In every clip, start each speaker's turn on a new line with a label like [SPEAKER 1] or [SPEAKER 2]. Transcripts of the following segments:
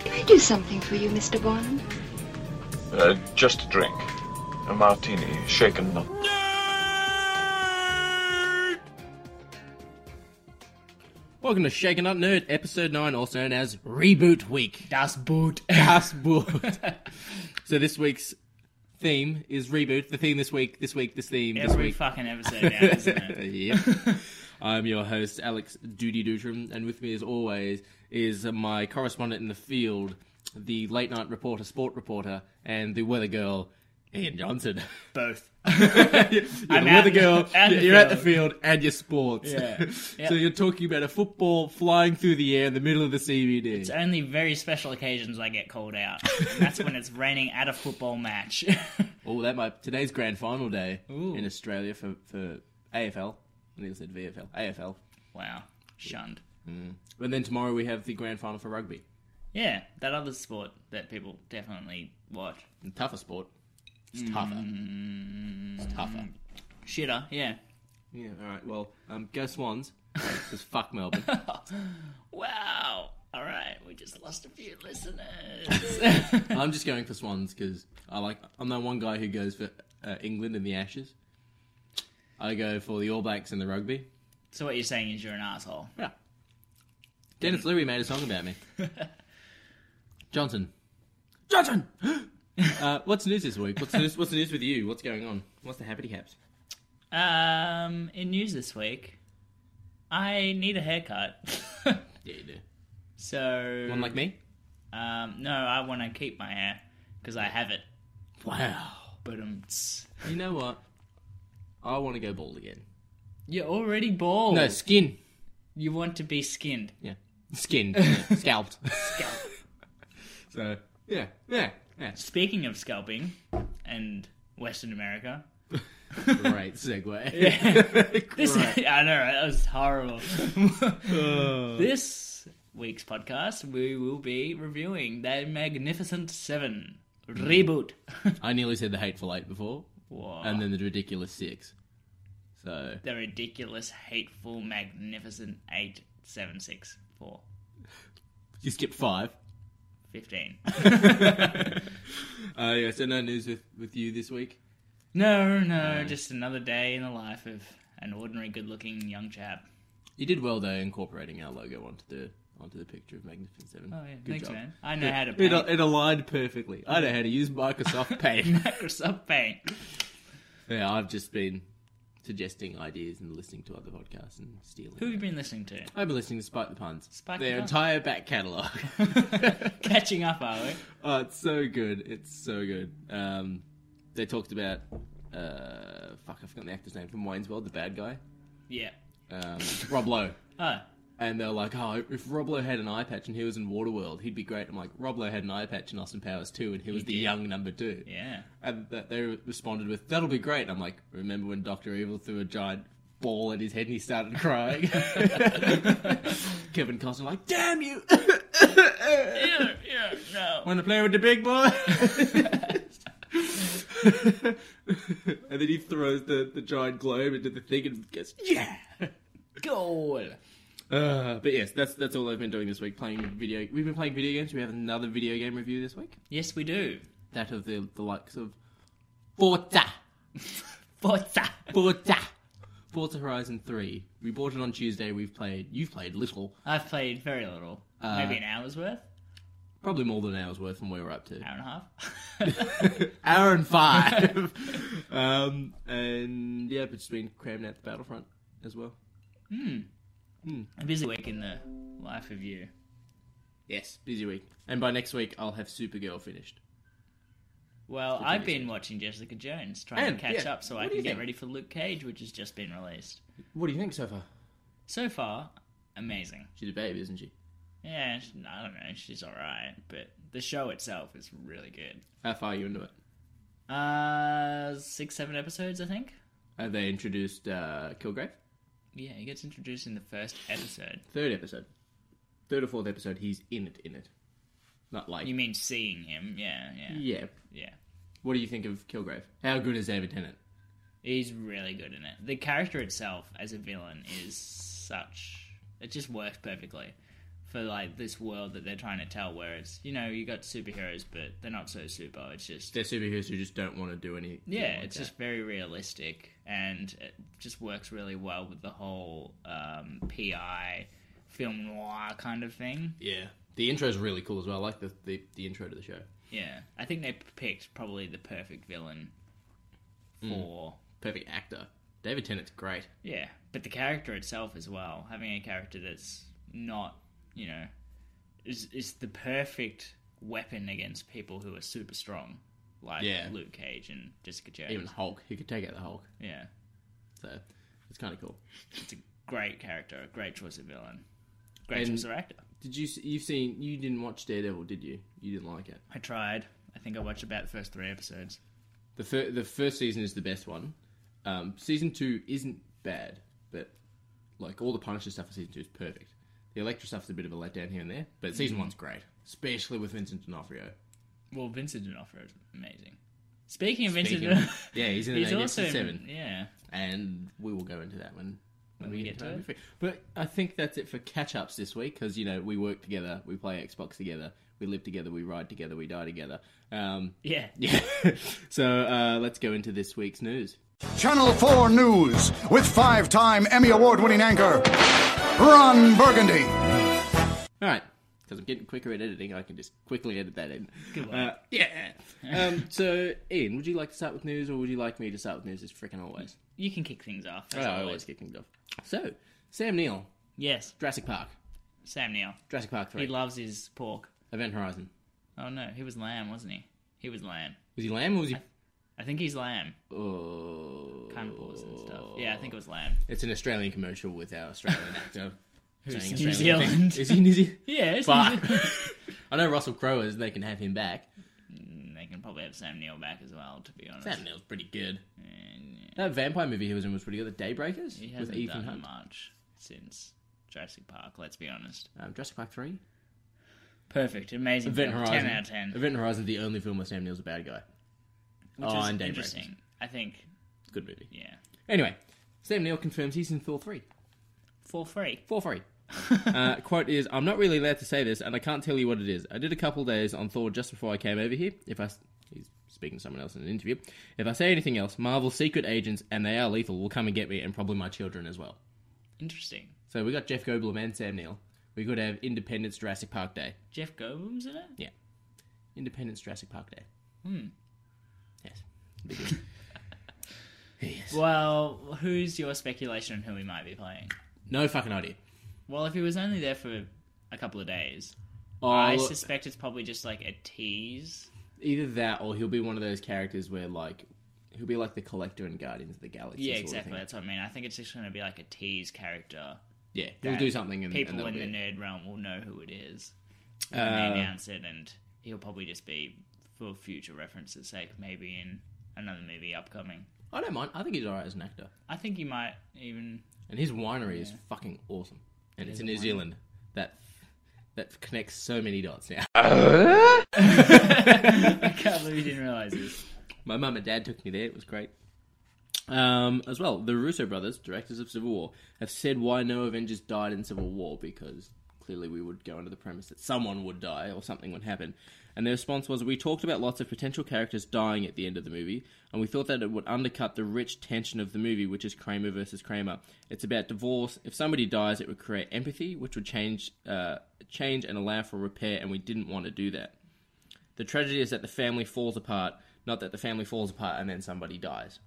[SPEAKER 1] Can I do something for you, Mr. Bond?
[SPEAKER 2] Uh, just a drink. A martini, shaken, not.
[SPEAKER 3] Welcome to Shaken Up Nerd, episode 9, also known as Reboot Week.
[SPEAKER 4] Das Boot.
[SPEAKER 3] Das Boot. so this week's theme is Reboot. The theme this week, this week, this theme, this
[SPEAKER 4] Every
[SPEAKER 3] week.
[SPEAKER 4] fucking episode now, isn't it?
[SPEAKER 3] yep. I'm your host, Alex Doody Dutram, and with me, as always, is my correspondent in the field, the late night reporter, sport reporter, and the weather girl, Ian Johnson.
[SPEAKER 4] Both.
[SPEAKER 3] you're
[SPEAKER 4] I'm
[SPEAKER 3] the
[SPEAKER 4] at-
[SPEAKER 3] weather girl,
[SPEAKER 4] at
[SPEAKER 3] you're,
[SPEAKER 4] the
[SPEAKER 3] you're at the
[SPEAKER 4] field.
[SPEAKER 3] field, and you're sports.
[SPEAKER 4] Yeah. Yep.
[SPEAKER 3] so you're talking about a football flying through the air in the middle of the CBD.
[SPEAKER 4] It's only very special occasions I get called out. And that's when it's raining at a football match.
[SPEAKER 3] Oh, that might today's grand final day
[SPEAKER 4] Ooh.
[SPEAKER 3] in Australia for for AFL. I think I said VFL, AFL,
[SPEAKER 4] wow. Shunned.
[SPEAKER 3] and then tomorrow we have the grand final for rugby,
[SPEAKER 4] Yeah, that other sport that people definitely watch.
[SPEAKER 3] And tougher sport. It's tougher. It's
[SPEAKER 4] Mm.
[SPEAKER 3] tougher.
[SPEAKER 4] Shitter, yeah.
[SPEAKER 3] Yeah. All right. Well, um, go Swans. Just fuck Melbourne.
[SPEAKER 4] Wow. All right, we just lost a few listeners.
[SPEAKER 3] I'm just going for Swans because I like. I'm that one guy who goes for uh, England and the Ashes. I go for the All Blacks and the rugby.
[SPEAKER 4] so what you're saying is you're an asshole.
[SPEAKER 3] Yeah. Dennis Leary made a song about me. Johnson. Johnson! uh, what's news this week? What's the news, what's the news with you? What's going on? What's the happity haps?
[SPEAKER 4] Um, in news this week, I need a haircut.
[SPEAKER 3] Yeah, you do.
[SPEAKER 4] so
[SPEAKER 3] One like me?
[SPEAKER 4] Um, no, I want to keep my hair because I have it.
[SPEAKER 3] Wow.
[SPEAKER 4] But um,
[SPEAKER 3] You know what? I want to go bald again.
[SPEAKER 4] you're already bald.
[SPEAKER 3] No, skin.
[SPEAKER 4] You want to be skinned.
[SPEAKER 3] Oh. Yeah. Skinned. Yeah. Scalped.
[SPEAKER 4] Scalp.
[SPEAKER 3] so, yeah. Yeah. Yeah.
[SPEAKER 4] Speaking of scalping and Western America,
[SPEAKER 3] Great segue.
[SPEAKER 4] this
[SPEAKER 3] Great.
[SPEAKER 4] I know right? that was horrible. this week's podcast, we will be reviewing the Magnificent Seven reboot.
[SPEAKER 3] I nearly said the hateful eight before,
[SPEAKER 4] Whoa.
[SPEAKER 3] and then the ridiculous six. So,
[SPEAKER 4] the ridiculous, hateful, magnificent eight, seven, six, four,
[SPEAKER 3] you skipped five.
[SPEAKER 4] fifteen.
[SPEAKER 3] Uh, yeah, so no news with, with you this week.
[SPEAKER 4] No, no, just another day in the life of an ordinary, good-looking young chap.
[SPEAKER 3] You did well though, incorporating our logo onto the onto the picture of Magnificent Seven.
[SPEAKER 4] Oh yeah,
[SPEAKER 3] Good
[SPEAKER 4] thanks,
[SPEAKER 3] job.
[SPEAKER 4] man. I know how to
[SPEAKER 3] It,
[SPEAKER 4] paint.
[SPEAKER 3] it aligned perfectly. I know how to use Microsoft Paint.
[SPEAKER 4] Microsoft Paint.
[SPEAKER 3] yeah, I've just been suggesting ideas and listening to other podcasts and stealing.
[SPEAKER 4] Who have you been listening to?
[SPEAKER 3] I've been listening to Spike the Puns.
[SPEAKER 4] Spike the
[SPEAKER 3] Their
[SPEAKER 4] Puns.
[SPEAKER 3] entire back catalogue.
[SPEAKER 4] Catching up, are we?
[SPEAKER 3] oh, it's so good. It's so good. Um, they talked about uh, fuck, I forgot the actor's name from Wayne's World, the bad guy,
[SPEAKER 4] Yeah.
[SPEAKER 3] um, Rob Lowe.
[SPEAKER 4] Oh,
[SPEAKER 3] And they're like, oh, if Rob Lowe had an eye patch and he was in Waterworld, he'd be great. I'm like, Rob Lowe had an eye patch in Austin Powers too, and he was the
[SPEAKER 4] did.
[SPEAKER 3] young number two.
[SPEAKER 4] yeah.
[SPEAKER 3] And that they responded with, that'll be great. And I'm like, remember when Doctor Evil threw a giant ball at his head and he started crying? Kevin Costner like, damn you!
[SPEAKER 4] Yeah, yeah, no.
[SPEAKER 3] Want to play with the big boy? and then he throws the, the giant globe into the thing and goes, yeah!
[SPEAKER 4] Goal.
[SPEAKER 3] Uh, but yes, that's that's all I've been doing this week. Playing video. We've been playing video games. We have another video game review this week.
[SPEAKER 4] Yes, we do.
[SPEAKER 3] That of the the likes of Forza,
[SPEAKER 4] Forza.
[SPEAKER 3] Forza, Forza Horizon Three. We bought it on Tuesday. We've played. You've played little,
[SPEAKER 4] I've played very little.
[SPEAKER 3] Uh,
[SPEAKER 4] Maybe an hour's worth?
[SPEAKER 3] probably more than an hour's worth from where we're up to.
[SPEAKER 4] Hour and a half?
[SPEAKER 3] Hour and five. um, and yeah, but just been cramming out the Battlefront as well.
[SPEAKER 4] A busy week in the life of you.
[SPEAKER 3] Yes, busy week. And by next week, I'll have Supergirl finished.
[SPEAKER 4] Well,
[SPEAKER 3] Pretty
[SPEAKER 4] I've been watching Jessica Jones, trying
[SPEAKER 3] And,
[SPEAKER 4] to catch
[SPEAKER 3] yeah.
[SPEAKER 4] up so
[SPEAKER 3] What
[SPEAKER 4] I
[SPEAKER 3] do
[SPEAKER 4] can
[SPEAKER 3] you
[SPEAKER 4] get
[SPEAKER 3] think?
[SPEAKER 4] ready for Luke Cage, which has just been released.
[SPEAKER 3] What do you think so far?
[SPEAKER 4] So far, amazing.
[SPEAKER 3] She's a babe, isn't she?
[SPEAKER 4] Yeah, she- I don't know. She's all right, but the show itself is really good.
[SPEAKER 3] How far are you into it?
[SPEAKER 4] Uh, six, seven episodes, I think.
[SPEAKER 3] Have they introduced uh, Kilgrave?
[SPEAKER 4] Yeah, he gets introduced in the first episode.
[SPEAKER 3] third episode, third or fourth episode, he's in it, in it. Not like
[SPEAKER 4] You mean seeing him? Yeah, yeah,
[SPEAKER 3] yeah.
[SPEAKER 4] yeah.
[SPEAKER 3] What do you think of Kilgrave? How good is David Tennant?
[SPEAKER 4] He's really good in it. The character itself as a villain is such. It just works perfectly. for like this world that they're trying to tell, where it's you know you got superheroes, but they're not so super. It's just
[SPEAKER 3] They're superheroes who just don't want to do any.
[SPEAKER 4] yeah, it's just very realistic and it just works really well with the whole um, PI film noir kind of thing.
[SPEAKER 3] yeah. The intro's really cool as well. I like the, the, the intro to the show.
[SPEAKER 4] Yeah, I think they picked probably the perfect villain
[SPEAKER 3] Hmm.
[SPEAKER 4] for
[SPEAKER 3] Perfect actor. David Tennant's great.
[SPEAKER 4] yeah, but the character itself as well. Having a character that's not you know is is the perfect weapon against people who are super strong, like
[SPEAKER 3] Yeah.
[SPEAKER 4] Luke Cage and Jessica Jones.
[SPEAKER 3] Even Hulk. He could take out the Hulk.
[SPEAKER 4] yeah,
[SPEAKER 3] So it's kind of cool.
[SPEAKER 4] it's a great character, a great choice of villain, great
[SPEAKER 3] And-
[SPEAKER 4] choice of actor.
[SPEAKER 3] Did you? see- You've seen? You didn't watch Daredevil, did you? You didn't like it.
[SPEAKER 4] I tried. I think I watched about the first three episodes.
[SPEAKER 3] The fir- the first season is the best one. Um, season two isn't bad, but like all the Punisher stuff for season two is perfect. The Electra stuff's a bit of a letdown here and there, but season
[SPEAKER 4] Mm.
[SPEAKER 3] one's great, especially with Vincent D'Onofrio.
[SPEAKER 4] Well, Vincent D'Onofrio is amazing. Speaking of Vincent,
[SPEAKER 3] Speaking of- yeah, he's in
[SPEAKER 4] he's
[SPEAKER 3] an
[SPEAKER 4] also in-
[SPEAKER 3] seven,
[SPEAKER 4] yeah.
[SPEAKER 3] and we will go into that when. When we get to
[SPEAKER 4] it.
[SPEAKER 3] it. But I think that's it for catch ups this week because, you know, we work together, we play Xbox together, we live together, we ride together, we die together. Um,
[SPEAKER 4] Yeah.
[SPEAKER 3] yeah. so uh, let's go into this week's news.
[SPEAKER 5] Channel 4 News with five time Emmy Award winning anchor, Ron Burgundy.
[SPEAKER 3] All right, because I'm getting quicker at editing, I can just quickly edit that in.
[SPEAKER 4] Good
[SPEAKER 3] Uh, yeah. um, so, Ian, would you like to start with news, or would you like me to start with news? As freaking always,
[SPEAKER 4] You can kick things off. as
[SPEAKER 3] Oh, I
[SPEAKER 4] always.
[SPEAKER 3] always get kicked off. So, Sam Neill,
[SPEAKER 4] Yes,
[SPEAKER 3] Jurassic Park,
[SPEAKER 4] Sam Neill.
[SPEAKER 3] Jurassic Park
[SPEAKER 4] He
[SPEAKER 3] Three,
[SPEAKER 4] loves his pork.
[SPEAKER 3] Event Horizon.
[SPEAKER 4] Oh no, he was lamb, wasn't he? He was lamb.
[SPEAKER 3] Was he lamb or was he?
[SPEAKER 4] I think he's lamb.
[SPEAKER 3] Oh,
[SPEAKER 4] Carnivores and stuff. Yeah, I think it was lamb.
[SPEAKER 3] it's an Australian commercial with our Australian actor. saying
[SPEAKER 4] New
[SPEAKER 3] Australian thing.
[SPEAKER 4] Zealand.
[SPEAKER 3] Is he New Zealand?
[SPEAKER 4] Yeah, it's
[SPEAKER 3] Fuck. I know Russell Crowe is. They can have him back.
[SPEAKER 4] they can probably have Sam Neill back as well, to be honest.
[SPEAKER 3] Sam Neill's pretty good.
[SPEAKER 4] And
[SPEAKER 3] That vampire movie he was in was pretty good. The Daybreakers
[SPEAKER 4] Mm, he
[SPEAKER 3] with
[SPEAKER 4] hasn't
[SPEAKER 3] Ethan
[SPEAKER 4] done
[SPEAKER 3] Hunt.
[SPEAKER 4] much since Jurassic Park. Let's be honest.
[SPEAKER 3] Um, Jurassic Park Three.
[SPEAKER 4] Perfect, amazing.
[SPEAKER 3] Event
[SPEAKER 4] film.
[SPEAKER 3] Horizon.
[SPEAKER 4] Ten out of ten.
[SPEAKER 3] Event Horizon, the only film where Sam Neill's a bad guy.
[SPEAKER 4] Which
[SPEAKER 3] Oh,
[SPEAKER 4] is
[SPEAKER 3] and Daybreakers.
[SPEAKER 4] interesting. I think.
[SPEAKER 3] Good movie.
[SPEAKER 4] Yeah,
[SPEAKER 3] Anyway, Sam Neill confirms he's in Thor three.
[SPEAKER 4] for free.
[SPEAKER 3] Thor three. uh, quote is, I'm not really allowed to say this, and I can't tell you what it is. I did a couple days on Thor just before I came over here. If I, s- he's speaking to someone else in an interview. If I say anything else, Marvel secret agents, and they are lethal, will come and get me, and probably my children as well.
[SPEAKER 4] Interesting.
[SPEAKER 3] So we got Jeff Goldblum and Sam Neill. We could have Independence Jurassic Park Day.
[SPEAKER 4] Jeff Goldblum's in it.
[SPEAKER 3] Yeah. Independence Jurassic Park Day. Hmm. Yes. Big deal. yes.
[SPEAKER 4] Well, who's your speculation on who he might be playing?
[SPEAKER 3] No fucking idea.
[SPEAKER 4] Well, if he was only there for a couple of days,
[SPEAKER 3] Oh,
[SPEAKER 4] I
[SPEAKER 3] look,
[SPEAKER 4] suspect it's probably just like a tease.
[SPEAKER 3] either that or he'll be one of those characters where like he'll be like the collector in Guardians of the Galaxy.
[SPEAKER 4] Yeah,
[SPEAKER 3] sort of
[SPEAKER 4] exactly.
[SPEAKER 3] thing.
[SPEAKER 4] That's what I mean. I think it's just going to be like a tease character.
[SPEAKER 3] Yeah, he'll
[SPEAKER 4] that
[SPEAKER 3] do something and Uh,
[SPEAKER 4] people
[SPEAKER 3] and
[SPEAKER 4] in the
[SPEAKER 3] that'll be it.
[SPEAKER 4] nerd realm will know who it is when they announce it, and he'll probably just be for future reference's sake, maybe in another movie upcoming.
[SPEAKER 3] I don't mind. I think he's alright as an actor,
[SPEAKER 4] I think he might even.
[SPEAKER 3] and his winery is fucking awesome, and it's in New Zealand. That that connects so many dots now.
[SPEAKER 4] I can't believe you didn't realize this.
[SPEAKER 3] My mum and dad took me there. It was great. Um, as well, the Russo brothers, directors of Civil War, have said why no Avengers died in Civil War because clearly we would go under the premise that someone would die or something would happen. And their response was, "We talked about lots of potential characters dying at the end of the movie, and we thought that it would undercut the rich tension of the movie, which is Kramer versus Kramer. It's about divorce. If somebody dies, it would create empathy, which would change, uh, change and allow for repair, and we didn't want to do that." The tragedy is that the family falls apart, not that the family falls apart and then somebody dies.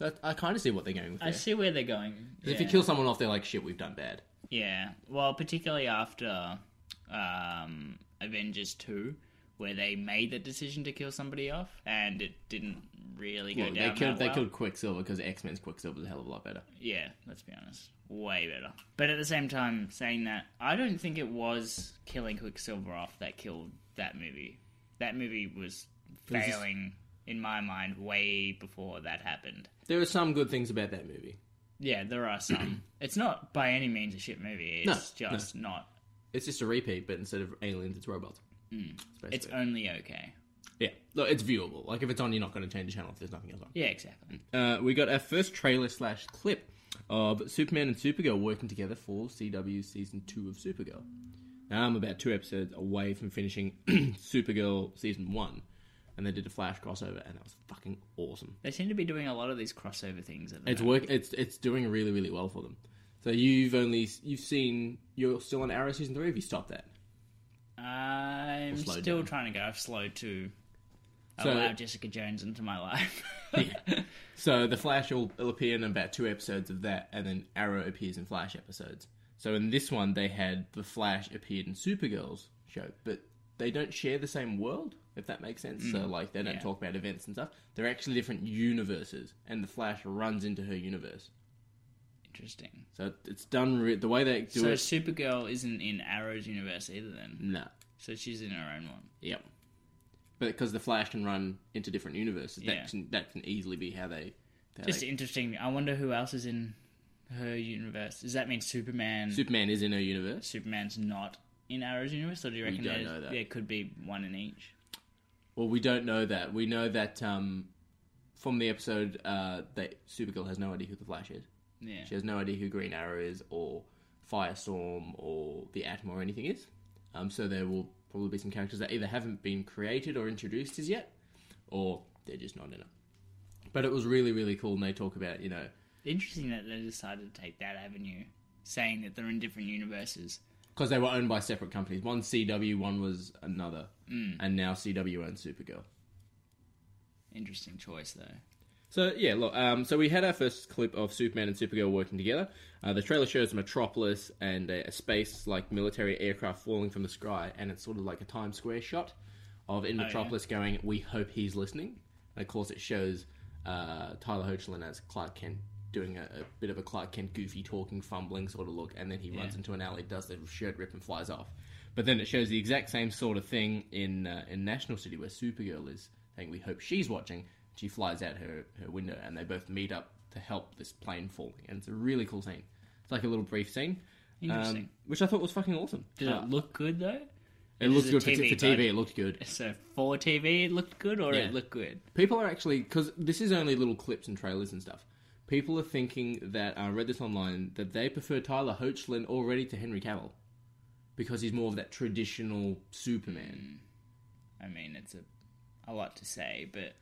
[SPEAKER 3] So I, I kind of see what they're going with
[SPEAKER 4] I
[SPEAKER 3] there.
[SPEAKER 4] see where they're going.
[SPEAKER 3] If you
[SPEAKER 4] Yeah.
[SPEAKER 3] kill someone off, they're like, shit, we've done bad.
[SPEAKER 4] Yeah. Well, particularly after um, Avengers 2, where they made the decision to kill somebody off, and it didn't really go
[SPEAKER 3] Well,
[SPEAKER 4] down.
[SPEAKER 3] they killed
[SPEAKER 4] that
[SPEAKER 3] they
[SPEAKER 4] well.
[SPEAKER 3] killed Quicksilver because X Men's Quicksilver's a hell of a lot better.
[SPEAKER 4] Yeah, let's be honest. Way better. But at the same time, saying that, I don't think it was killing Quicksilver off that killed that movie. That movie was
[SPEAKER 3] was just-
[SPEAKER 4] failing, in my mind, way before that happened.
[SPEAKER 3] There are some good things about that movie.
[SPEAKER 4] Yeah, there are some. it's not by any means a shit movie.
[SPEAKER 3] No,
[SPEAKER 4] It's just not.
[SPEAKER 3] It's just a repeat, but instead of aliens, it's robots. Mm.
[SPEAKER 4] Hmm. It's only okay.
[SPEAKER 3] yeah, look, it's viewable. Like if it's on, you're not going to change the channel if there's nothing else on.
[SPEAKER 4] Yeah, exactly.
[SPEAKER 3] Uh, we got our first trailer slash clip of Superman and Supergirl working together for CW season two of Supergirl. Now I'm about two episodes away from finishing Supergirl season one, and they did a Flash crossover, and that was fucking awesome.
[SPEAKER 4] They seem to be doing a lot of these crossover things. At the
[SPEAKER 3] It's
[SPEAKER 4] moment.
[SPEAKER 3] work. It's it's doing really really well for them. So you've only you've seen you're still on Arrow season three. Have you stopped that?
[SPEAKER 4] I'm
[SPEAKER 3] slowed
[SPEAKER 4] still
[SPEAKER 3] down.
[SPEAKER 4] trying to go. I've slowed to
[SPEAKER 3] So-
[SPEAKER 4] allow Jessica Jones into my life.
[SPEAKER 3] So the Flash will, will appear in about two episodes of that, and then Arrow appears in Flash episodes. So in this one, they had the Flash appeared in Supergirl's show, but they don't share the same world, if that makes sense. so like they don't
[SPEAKER 4] Mm-hmm. yeah.
[SPEAKER 3] talk about events and stuff. They're actually different universes, and the Flash runs into her universe.
[SPEAKER 4] Interesting.
[SPEAKER 3] So it- it's done re- the way they do
[SPEAKER 4] so
[SPEAKER 3] it.
[SPEAKER 4] Supergirl isn't in Arrow's universe either, then.
[SPEAKER 3] no,
[SPEAKER 4] So she's in her own one.
[SPEAKER 3] yep. But because the Flash can run into different universes,
[SPEAKER 4] Yeah.
[SPEAKER 3] that can, that can easily be how they. How
[SPEAKER 4] Just
[SPEAKER 3] they
[SPEAKER 4] interesting. I wonder who else is in her universe. Does that mean Superman?
[SPEAKER 3] Superman is in her universe.
[SPEAKER 4] Superman's not in Arrow's universe, or do you reckon
[SPEAKER 3] don't
[SPEAKER 4] there's-
[SPEAKER 3] know that.
[SPEAKER 4] there could be one in each?
[SPEAKER 3] Well, we don't know that. We know that um, from the episode uh, that Supergirl has no idea who the Flash is.
[SPEAKER 4] Yeah.
[SPEAKER 3] She has no idea who Green Arrow is, or Firestorm, or the Atom, or anything is. Um, so there will probably be some characters that either haven't been created or introduced as yet, or they're just not in it. But it was really, really cool, and they talk about you know
[SPEAKER 4] Interesting that they decided to take that avenue, saying that they're in different universes.
[SPEAKER 3] because they were owned by separate companies. One CW, one was another, and now CW owns Supergirl.
[SPEAKER 4] Interesting choice, though.
[SPEAKER 3] So yeah, look. Um, so we had our first clip of Superman and Supergirl working together. Uh, the trailer shows Metropolis and a, a space like military aircraft falling from the sky, and it's sort of like a Times Square shot of in Metropolis going, "We hope he's listening." And of course, it shows uh, Tyler Hoechlin as Clark Kent doing a, a bit of a Clark Kent goofy talking, fumbling sort of look, and then he runs into an alley, does the shirt rip, and flies off. But then it shows the exact same sort of thing in uh, in National City where Supergirl is saying, "We hope she's watching." She flies out her, her window, and they both meet up to help this plane falling. And it's a really cool scene. It's like a little brief scene, um,
[SPEAKER 4] Interesting.
[SPEAKER 3] which I thought was fucking awesome.
[SPEAKER 4] Did
[SPEAKER 3] Uh,
[SPEAKER 4] it look good though?
[SPEAKER 3] it looked
[SPEAKER 4] is a
[SPEAKER 3] good for,
[SPEAKER 4] TV
[SPEAKER 3] t- for TV.
[SPEAKER 4] budget?
[SPEAKER 3] It looked good.
[SPEAKER 4] So for TV, it looked good, or
[SPEAKER 3] Yeah.
[SPEAKER 4] it looked good.
[SPEAKER 3] People are actually because this is only little clips and trailers and stuff. People are thinking that I read this online that they prefer Tyler Hoechlin already to Henry Cavill because he's more of that traditional Superman.
[SPEAKER 4] I mean, it's a a lot to say, but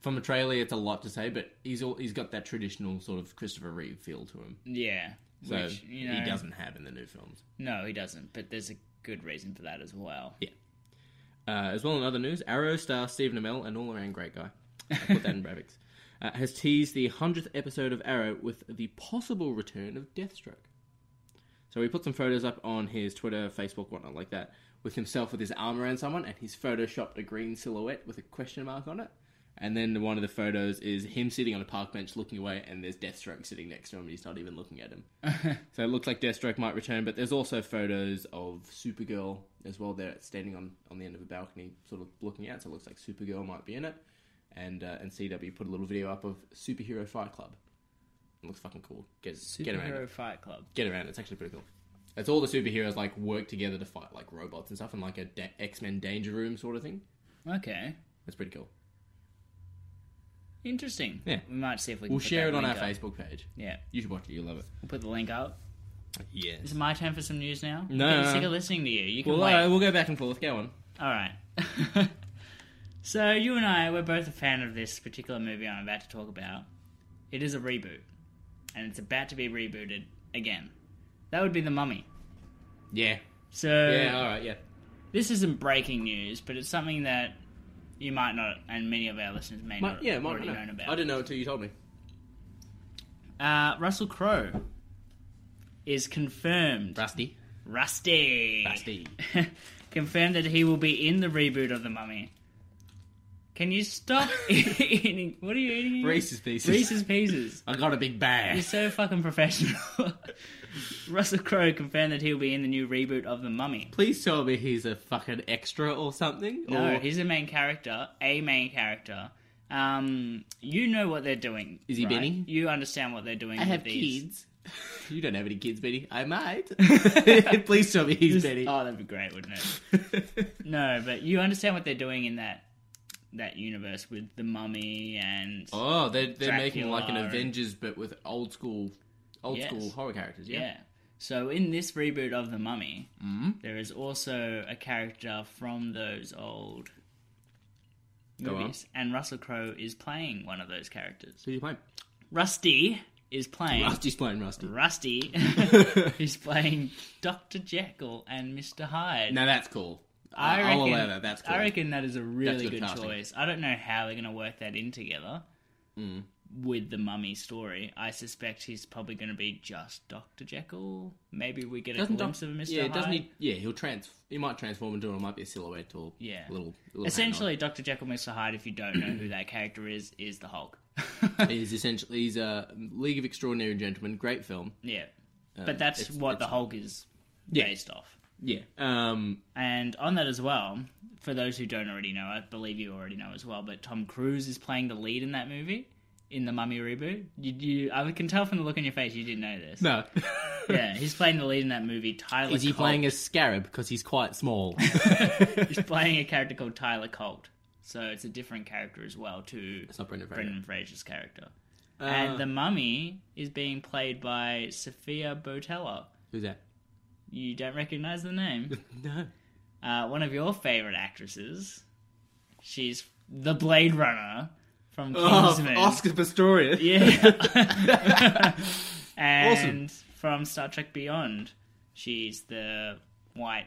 [SPEAKER 4] Hmm.
[SPEAKER 3] From a trailer, it's a lot to say, but he's all, he's got that traditional sort of Christopher Reeve feel to him.
[SPEAKER 4] yeah,
[SPEAKER 3] So
[SPEAKER 4] which you know,
[SPEAKER 3] he doesn't have in the new films.
[SPEAKER 4] No, he doesn't. But there's a good reason for that as well.
[SPEAKER 3] Uh, as well in other news, Arrow star Stephen Amell, an all-around great guy, I put that in brackets, uh, has teased the 100th episode of Arrow with the possible return of Deathstroke. So he put some photos up on his Twitter, Facebook, whatnot like that, with himself with his arm around someone, and he's photoshopped a green silhouette with a question mark on it. And then one of the photos is him sitting on a park bench looking away, and there's Deathstroke sitting next to him, and he's not even looking at him. So it looks like Deathstroke might return, but there's also photos of Supergirl as well. There, standing on, on the end of a balcony, sort of looking out. So it looks like Supergirl might be in it, and uh, and CW put a little video up of Superhero Fight Club. It looks fucking cool. Get get around
[SPEAKER 4] Superhero
[SPEAKER 3] it.
[SPEAKER 4] Fight Club.
[SPEAKER 3] Get around it. It's actually pretty cool. It's all the superheroes like work together to fight like robots and stuff, and like a da- X Men Danger Room sort of thing.
[SPEAKER 4] Okay,
[SPEAKER 3] That's pretty cool.
[SPEAKER 4] interesting.
[SPEAKER 3] Yeah.
[SPEAKER 4] we might see if we can
[SPEAKER 3] We'll
[SPEAKER 4] put
[SPEAKER 3] share
[SPEAKER 4] that
[SPEAKER 3] it on our
[SPEAKER 4] link up.
[SPEAKER 3] Facebook page.
[SPEAKER 4] Yeah,
[SPEAKER 3] You should watch it. You'll love it.
[SPEAKER 4] we'll put the link up. Is
[SPEAKER 3] Yes.
[SPEAKER 4] it my turn for some news now?
[SPEAKER 3] No,
[SPEAKER 4] I'm getting
[SPEAKER 3] no,
[SPEAKER 4] sick
[SPEAKER 3] no.
[SPEAKER 4] of listening to you. You can
[SPEAKER 3] Well,
[SPEAKER 4] wait.
[SPEAKER 3] uh, we'll go back and forth. Go on.
[SPEAKER 4] All right. so you and I, we're both a fan of this particular movie I'm about to talk about. It is a reboot, and it's about to be rebooted again. That would be The Mummy.
[SPEAKER 3] Yeah.
[SPEAKER 4] So
[SPEAKER 3] Yeah. All right. Yeah.
[SPEAKER 4] this isn't breaking news, but it's something that you might not, and many of our listeners may
[SPEAKER 3] Might-
[SPEAKER 4] not
[SPEAKER 3] yeah. Might,
[SPEAKER 4] already
[SPEAKER 3] know.
[SPEAKER 4] known about.
[SPEAKER 3] I didn't know until you told me.
[SPEAKER 4] Uh, Russell Crowe is confirmed.
[SPEAKER 3] Rusty.
[SPEAKER 4] Rusty.
[SPEAKER 3] Rusty.
[SPEAKER 4] confirmed that he will be in the reboot of The Mummy. Can you stop eating? What are you eating?
[SPEAKER 3] Reese's Pieces.
[SPEAKER 4] Reese's Pieces.
[SPEAKER 3] I got a big bag.
[SPEAKER 4] You're so fucking professional. Russell Crowe confirmed that he'll be in the new reboot of The Mummy.
[SPEAKER 3] Please tell me he's a fucking extra or something.
[SPEAKER 4] No,
[SPEAKER 3] or
[SPEAKER 4] he's a main character, a main character. Um, you know what they're doing.
[SPEAKER 3] Is he
[SPEAKER 4] right?
[SPEAKER 3] Benny?
[SPEAKER 4] You understand what they're doing.
[SPEAKER 3] I
[SPEAKER 4] with
[SPEAKER 3] have
[SPEAKER 4] these.
[SPEAKER 3] kids. You don't have any kids, Benny. I might. Please tell me he's Benny.
[SPEAKER 4] Oh, that'd be great, wouldn't it? no, but you understand what they're doing in that that universe with the mummy and
[SPEAKER 3] Oh, they're, they're
[SPEAKER 4] Dracula
[SPEAKER 3] making like an
[SPEAKER 4] and-
[SPEAKER 3] Avengers, but with old school Old
[SPEAKER 4] Yes.
[SPEAKER 3] school horror characters,
[SPEAKER 4] Yeah.
[SPEAKER 3] yeah. Mm-hmm.
[SPEAKER 4] So in this reboot of The Mummy, there is also a character from those old
[SPEAKER 3] Go on.
[SPEAKER 4] movies, and Russell Crowe is playing one of those characters.
[SPEAKER 3] So you playing?
[SPEAKER 4] Rusty is playing
[SPEAKER 3] Rusty's playing Rusty.
[SPEAKER 4] Rusty. He's playing Doctor Jekyll and Mister Hyde.
[SPEAKER 3] Now that's cool.
[SPEAKER 4] I reckon,
[SPEAKER 3] will allow that. That's cool.
[SPEAKER 4] I reckon that is a really
[SPEAKER 3] good
[SPEAKER 4] good,
[SPEAKER 3] casting.
[SPEAKER 4] choice. I don't know how they're going to work that in together
[SPEAKER 3] Hmm.
[SPEAKER 4] with the mummy story. I suspect he's probably going to be just Dr. Jekyll. Maybe we get a
[SPEAKER 3] doesn't
[SPEAKER 4] glimpse
[SPEAKER 3] Doc-
[SPEAKER 4] of a Mr.
[SPEAKER 3] Yeah, doesn't
[SPEAKER 4] Hyde.
[SPEAKER 3] he? Yeah, he'll trans. He might transform into. Or it might be a silhouette or
[SPEAKER 4] Yeah.
[SPEAKER 3] a little. a little
[SPEAKER 4] Essentially, Dr. Jekyll, Mr. Hyde, if you don't know who that character is, is the Hulk.
[SPEAKER 3] hand-on. he's essentially he's a League of Extraordinary Gentlemen. Great film.
[SPEAKER 4] yeah. but that's
[SPEAKER 3] it's-
[SPEAKER 4] what
[SPEAKER 3] it's-
[SPEAKER 4] the Hulk is based off.
[SPEAKER 3] Yeah. Um.
[SPEAKER 4] And on that as well, for those who don't already know, I believe you already know as well, but Tom Cruise is playing the lead in that movie in the Mummy reboot. You, you I can tell from the look on your face you didn't know this.
[SPEAKER 3] No.
[SPEAKER 4] Yeah, he's playing the lead in that movie. Tyler
[SPEAKER 3] Is he
[SPEAKER 4] Colt.
[SPEAKER 3] playing a scarab because he's quite small?
[SPEAKER 4] he's playing a character called Tyler Colt, so it's a different character as well to
[SPEAKER 3] it's not Brendan Fraser.
[SPEAKER 4] Brendan Fraser's character. and the Mummy is being played by Sophia Botella.
[SPEAKER 3] Who's that?
[SPEAKER 4] You don't recognize the name.
[SPEAKER 3] No.
[SPEAKER 4] uh, one of your favorite actresses. She's the Blade Runner from
[SPEAKER 3] Oh,
[SPEAKER 4] Kingsman.
[SPEAKER 3] Pistorius.
[SPEAKER 4] Yeah. and from Star Trek Beyond, she's the white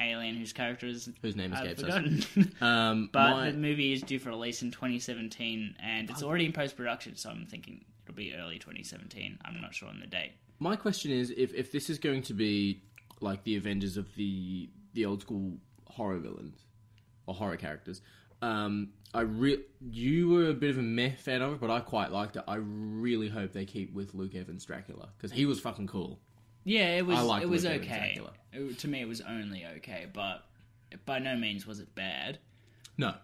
[SPEAKER 4] alien whose character is
[SPEAKER 3] Whose name
[SPEAKER 4] I've
[SPEAKER 3] escapes us.
[SPEAKER 4] forgotten.
[SPEAKER 3] Um,
[SPEAKER 4] but
[SPEAKER 3] my- Oh.
[SPEAKER 4] the movie is due for release in 2017, and it's already in post production, so I'm thinking it'll be early 2017. I'm not sure on the date.
[SPEAKER 3] My question is if, if this is going to be like the Avengers of the the old school horror villains or horror characters, um, I re- you were a bit of a meh fan of it, but I quite liked it. I really hope they keep with Luke Evans Dracula because he was fucking cool.
[SPEAKER 4] Yeah, it was.
[SPEAKER 3] I liked
[SPEAKER 4] it was
[SPEAKER 3] Luke Evans
[SPEAKER 4] okay.
[SPEAKER 3] Dracula.
[SPEAKER 4] It- to me, it was only okay, but by no means was it bad.
[SPEAKER 3] No,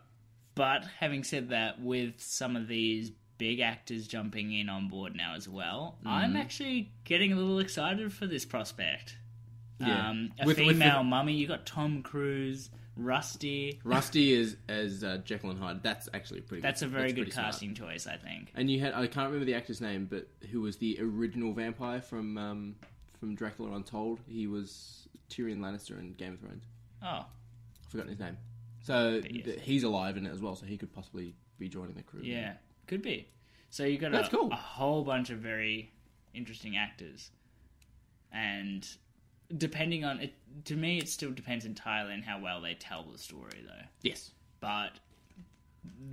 [SPEAKER 4] But having said that, with some of these big actors jumping in on board now as well, I'm
[SPEAKER 3] Mm.
[SPEAKER 4] actually getting a little excited for this prospect.
[SPEAKER 3] Yeah.
[SPEAKER 4] Um, a
[SPEAKER 3] With- with the-
[SPEAKER 4] female mummy. You got Tom Cruise, Rusty.
[SPEAKER 3] Rusty is as uh, Jekyll and Hyde. That's actually pretty.
[SPEAKER 4] That's a
[SPEAKER 3] good.
[SPEAKER 4] very good
[SPEAKER 3] pretty smart.
[SPEAKER 4] casting choice, I think.
[SPEAKER 3] And you had I can't remember the actor's name, but who was the original vampire from um, from Dracula Untold? He was Tyrion Lannister in Game of Thrones.
[SPEAKER 4] Oh,
[SPEAKER 3] I've forgotten his name. So
[SPEAKER 4] yes.
[SPEAKER 3] th- he's alive in it as well, so he could possibly be joining the crew.
[SPEAKER 4] yeah, could be. So you got
[SPEAKER 3] That's
[SPEAKER 4] a,
[SPEAKER 3] cool.
[SPEAKER 4] a whole bunch of very interesting actors, and depending on it, to me, it still depends entirely on how well they tell the story, though.
[SPEAKER 3] Yes.
[SPEAKER 4] but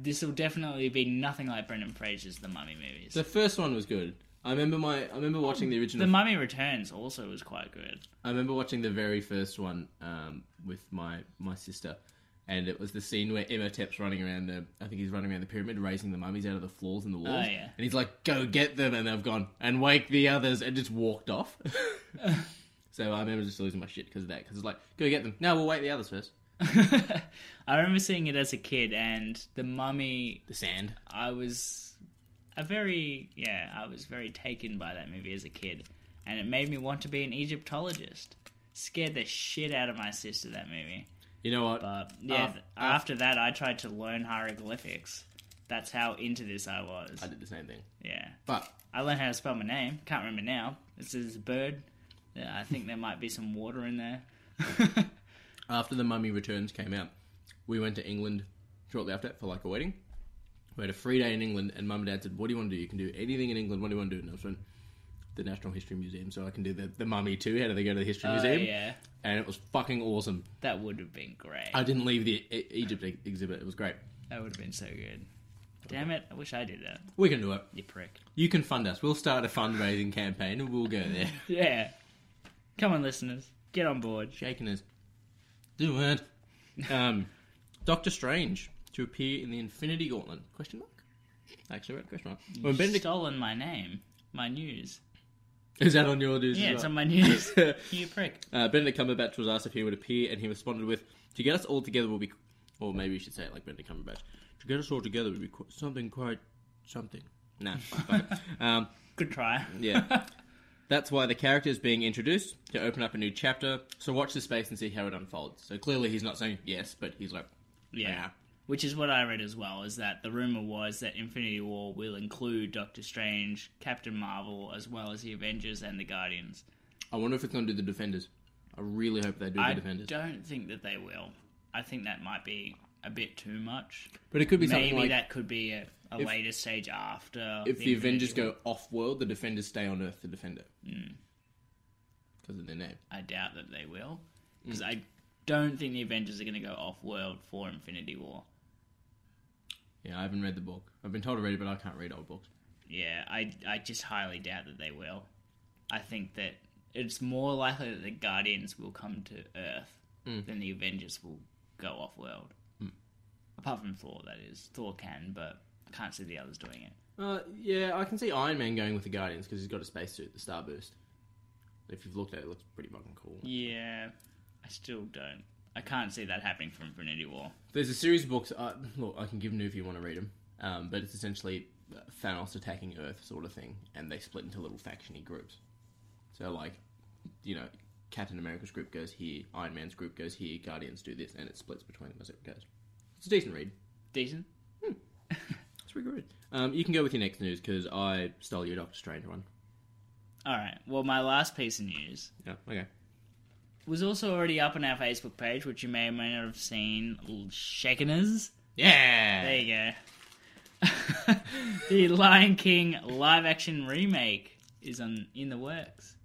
[SPEAKER 4] this will definitely be nothing like Brendan Fraser's The Mummy movies.
[SPEAKER 3] The
[SPEAKER 4] The,
[SPEAKER 3] first one was good. I remember my I remember watching the original.
[SPEAKER 4] Mummy Returns also was quite good.
[SPEAKER 3] I remember watching the very first one um, with my my sister, and it was the scene where Imhotep's running around the. I think he's running around the pyramid, raising the mummies out of the floors and the walls.
[SPEAKER 4] Oh, yeah.
[SPEAKER 3] And he's like, "Go get them!" And they've gone and wake the others, and just walked off. so I remember just losing my shit because of that. Because it's like, "Go get them!" No, we'll wake the others first.
[SPEAKER 4] I remember seeing it as a kid, and The Mummy,
[SPEAKER 3] The sand.
[SPEAKER 4] I was a very yeah, I was very taken by that movie as a kid, and it made me want to be an Egyptologist. Scared the shit out of my sister that movie.
[SPEAKER 3] You know what?
[SPEAKER 4] But yeah,
[SPEAKER 3] Af-
[SPEAKER 4] th-
[SPEAKER 3] af-
[SPEAKER 4] after that, I tried to learn hieroglyphics. That's how into this I was.
[SPEAKER 3] I did the same thing.
[SPEAKER 4] Yeah.
[SPEAKER 3] But
[SPEAKER 4] I learned how to spell my name. Can't remember now. It says bird. Yeah, I think there might be some water in there. Uh,
[SPEAKER 3] after the Mummy Returns came out, we went to England shortly after that for like a wedding. We had a free day in England, and Mum and Dad said, "What do you want to do? You can do anything in England. What do you want to do?" And I was like, "The National History Museum." So I can do the, the Mummy too. How do they go to the History
[SPEAKER 4] Oh,
[SPEAKER 3] Museum?
[SPEAKER 4] yeah,
[SPEAKER 3] And it was fucking awesome.
[SPEAKER 4] that would have been great.
[SPEAKER 3] I didn't leave the e- Egypt e- exhibit. It was great.
[SPEAKER 4] That would have been so good. Damn it! I wish I did that.
[SPEAKER 3] We can do it.
[SPEAKER 4] You prick.
[SPEAKER 3] You can fund us. We'll start a fundraising campaign, and we'll go there.
[SPEAKER 4] Yeah. Come on, listeners, get on board.
[SPEAKER 3] Shaking us. Do it. Um, Doctor Strange to appear in the Infinity Gauntlet? Question mark. Actually, right? Question mark. When
[SPEAKER 4] You've
[SPEAKER 3] Benedict
[SPEAKER 4] stolen my name, my news.
[SPEAKER 3] Is that on your news?
[SPEAKER 4] Yeah,
[SPEAKER 3] as
[SPEAKER 4] it's
[SPEAKER 3] well?
[SPEAKER 4] on my news. you prick.
[SPEAKER 3] uh, Benedict Cumberbatch was asked if he would appear, and he responded with, "To get us all together will be, or maybe you should say it like Benedict Cumberbatch, to get us all together would be qu- something quite something." Nah, fuck it. um,
[SPEAKER 4] Good try.
[SPEAKER 3] yeah. That's why the character is being introduced to open up a new chapter. So watch the space and see how it unfolds. So clearly he's not saying yes, but he's like,
[SPEAKER 4] Yeah.
[SPEAKER 3] yeah.
[SPEAKER 4] which is what I read as well, is that the rumor was that Infinity War will include Doctor Strange, Captain Marvel, as well as the Avengers and the Guardians.
[SPEAKER 3] I wonder if it's going to do the Defenders. I really hope they do
[SPEAKER 4] I
[SPEAKER 3] the Defenders.
[SPEAKER 4] don't think that they will. I think that might be a bit too much.
[SPEAKER 3] But it could be
[SPEAKER 4] Maybe
[SPEAKER 3] something like
[SPEAKER 4] that could be a, a later stage after.
[SPEAKER 3] if the Avengers
[SPEAKER 4] Infinity War.
[SPEAKER 3] go off world, the Defenders stay on Earth to defend it. Because of their name.
[SPEAKER 4] I doubt that they will. Because I don't think the Avengers are going to go off world for Infinity War.
[SPEAKER 3] Yeah, I haven't read the book. I've been told to read it, but I can't read old books.
[SPEAKER 4] Yeah, I, I just highly doubt that they will. I think that it's more likely that the Guardians will come to Earth than the Avengers will go off world. Apart from Thor, that is. Thor can, but I can't see the others doing it.
[SPEAKER 3] Uh, yeah, I can see Iron Man going with the Guardians because he's got a spacesuit, the Starburst. If you've looked at it, it looks pretty fucking cool.
[SPEAKER 4] Yeah, I still don't. I can't see that happening for Infinity War.
[SPEAKER 3] There's a series of books. Uh, look, I can give them to you if you want to read them. Um, but it's essentially uh, Thanos attacking Earth, sort of thing, and they split into little factiony groups. So, like, you know, Captain America's group goes here, Iron Man's group goes here, Guardians do this, and it splits between them as it goes. It's a decent read.
[SPEAKER 4] Decent?
[SPEAKER 3] It's pretty good. Um, you can go with your next news because I stole your Doctor Strange one.
[SPEAKER 4] Alright, well, my last piece of news
[SPEAKER 3] Yeah. Okay.
[SPEAKER 4] was also already up on our Facebook page, which you may or may not have seen. Little Shakeners.
[SPEAKER 3] Yeah.
[SPEAKER 4] There you go. the Lion King live action remake is on in the works.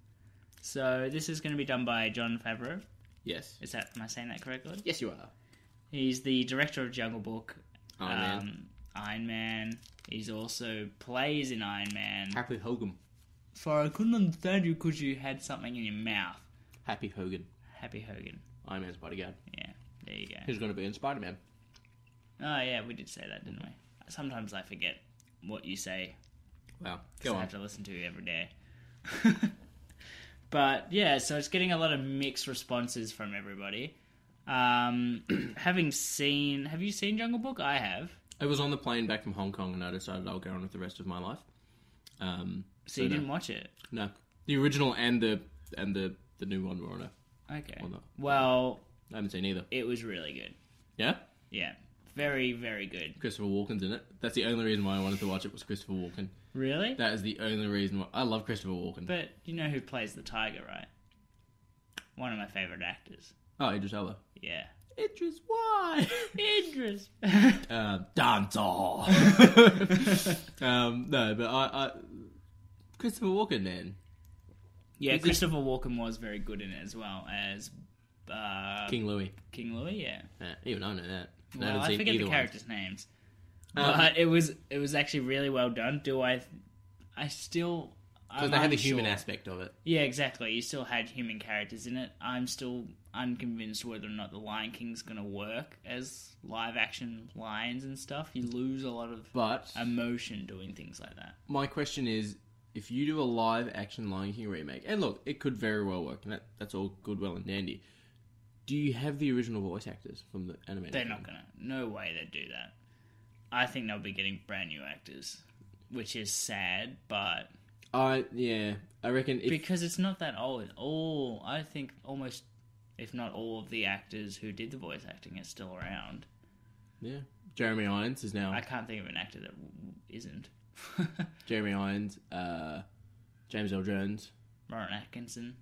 [SPEAKER 4] So this is going to be done by John Favreau.
[SPEAKER 3] yes.
[SPEAKER 4] Is that am I saying that correctly?
[SPEAKER 3] Yes, you are.
[SPEAKER 4] He's the director of Jungle Book, um,
[SPEAKER 3] Iron Man.
[SPEAKER 4] Iron Man. He's also plays in Iron Man.
[SPEAKER 3] Happy Hogan.
[SPEAKER 4] Sorry, I couldn't understand you because you had something in your mouth.
[SPEAKER 3] Happy Hogan.
[SPEAKER 4] Happy Hogan.
[SPEAKER 3] Iron Man's bodyguard.
[SPEAKER 4] Yeah, there you go.
[SPEAKER 3] Who's going to be in Spider Man?
[SPEAKER 4] Oh yeah, we did say that, didn't we? Sometimes I forget what you say
[SPEAKER 3] Wow.
[SPEAKER 4] I
[SPEAKER 3] Go on.
[SPEAKER 4] have to listen to every day. but yeah, so it's getting a lot of mixed responses from everybody. Um, having seen, have you seen Jungle Book? I have.
[SPEAKER 3] I was on the plane back from Hong Kong and I decided I'll go on with the rest of my life. Um,
[SPEAKER 4] So, you
[SPEAKER 3] no.
[SPEAKER 4] didn't watch it.
[SPEAKER 3] no, the original and the and the the new one were on it.
[SPEAKER 4] Okay.
[SPEAKER 3] Well, no.
[SPEAKER 4] Well,
[SPEAKER 3] I haven't seen either.
[SPEAKER 4] it was really good.
[SPEAKER 3] Yeah,
[SPEAKER 4] Yeah, very very good.
[SPEAKER 3] Christopher Walken's in it. That's the only reason why I wanted to watch it was Christopher Walken.
[SPEAKER 4] Really?
[SPEAKER 3] That is the only reason why I love Christopher Walken.
[SPEAKER 4] but you know who plays the tiger, right? One of my favorite actors.
[SPEAKER 3] oh, Idris Elba.
[SPEAKER 4] Yeah.
[SPEAKER 3] Idris, why?
[SPEAKER 4] Idris.
[SPEAKER 3] uh, dancer. um, no, but I, I Christopher Walken, man,
[SPEAKER 4] yeah,
[SPEAKER 3] Is it-
[SPEAKER 4] Christopher Walken was very good in it as well as uh,
[SPEAKER 3] King Louis.
[SPEAKER 4] King Louis. Yeah.
[SPEAKER 3] Uh, even I know that. And
[SPEAKER 4] Well,
[SPEAKER 3] haven't
[SPEAKER 4] I
[SPEAKER 3] seen
[SPEAKER 4] forget
[SPEAKER 3] either
[SPEAKER 4] the
[SPEAKER 3] one. Um,
[SPEAKER 4] characters' names, but it was it was actually really well done. Do I? I still
[SPEAKER 3] Because
[SPEAKER 4] I'm
[SPEAKER 3] they had the
[SPEAKER 4] unsure.
[SPEAKER 3] human aspect of it.
[SPEAKER 4] Yeah, exactly. You still had human characters in it. I'm still unconvinced whether or not the Lion King's going to work as live action lions and stuff. You lose a lot of
[SPEAKER 3] But
[SPEAKER 4] emotion doing things like that.
[SPEAKER 3] my question is if you do a live action Lion King remake, and look, it could very well work, and that, that's all good, well, and dandy. Do you have the original voice actors from the animated?
[SPEAKER 4] They're
[SPEAKER 3] film?
[SPEAKER 4] not going to. No way they'd do that. I think they'll be getting brand new actors, which is sad, but
[SPEAKER 3] I yeah, I reckon. If,
[SPEAKER 4] because it's not that old. All I think almost, if not all of the actors who did the voice acting are still around.
[SPEAKER 3] yeah, Jeremy Irons is now
[SPEAKER 4] I can't think of an actor that w- isn't.
[SPEAKER 3] Jeremy Irons, uh, James L. Jones.
[SPEAKER 4] Rowan Atkinson.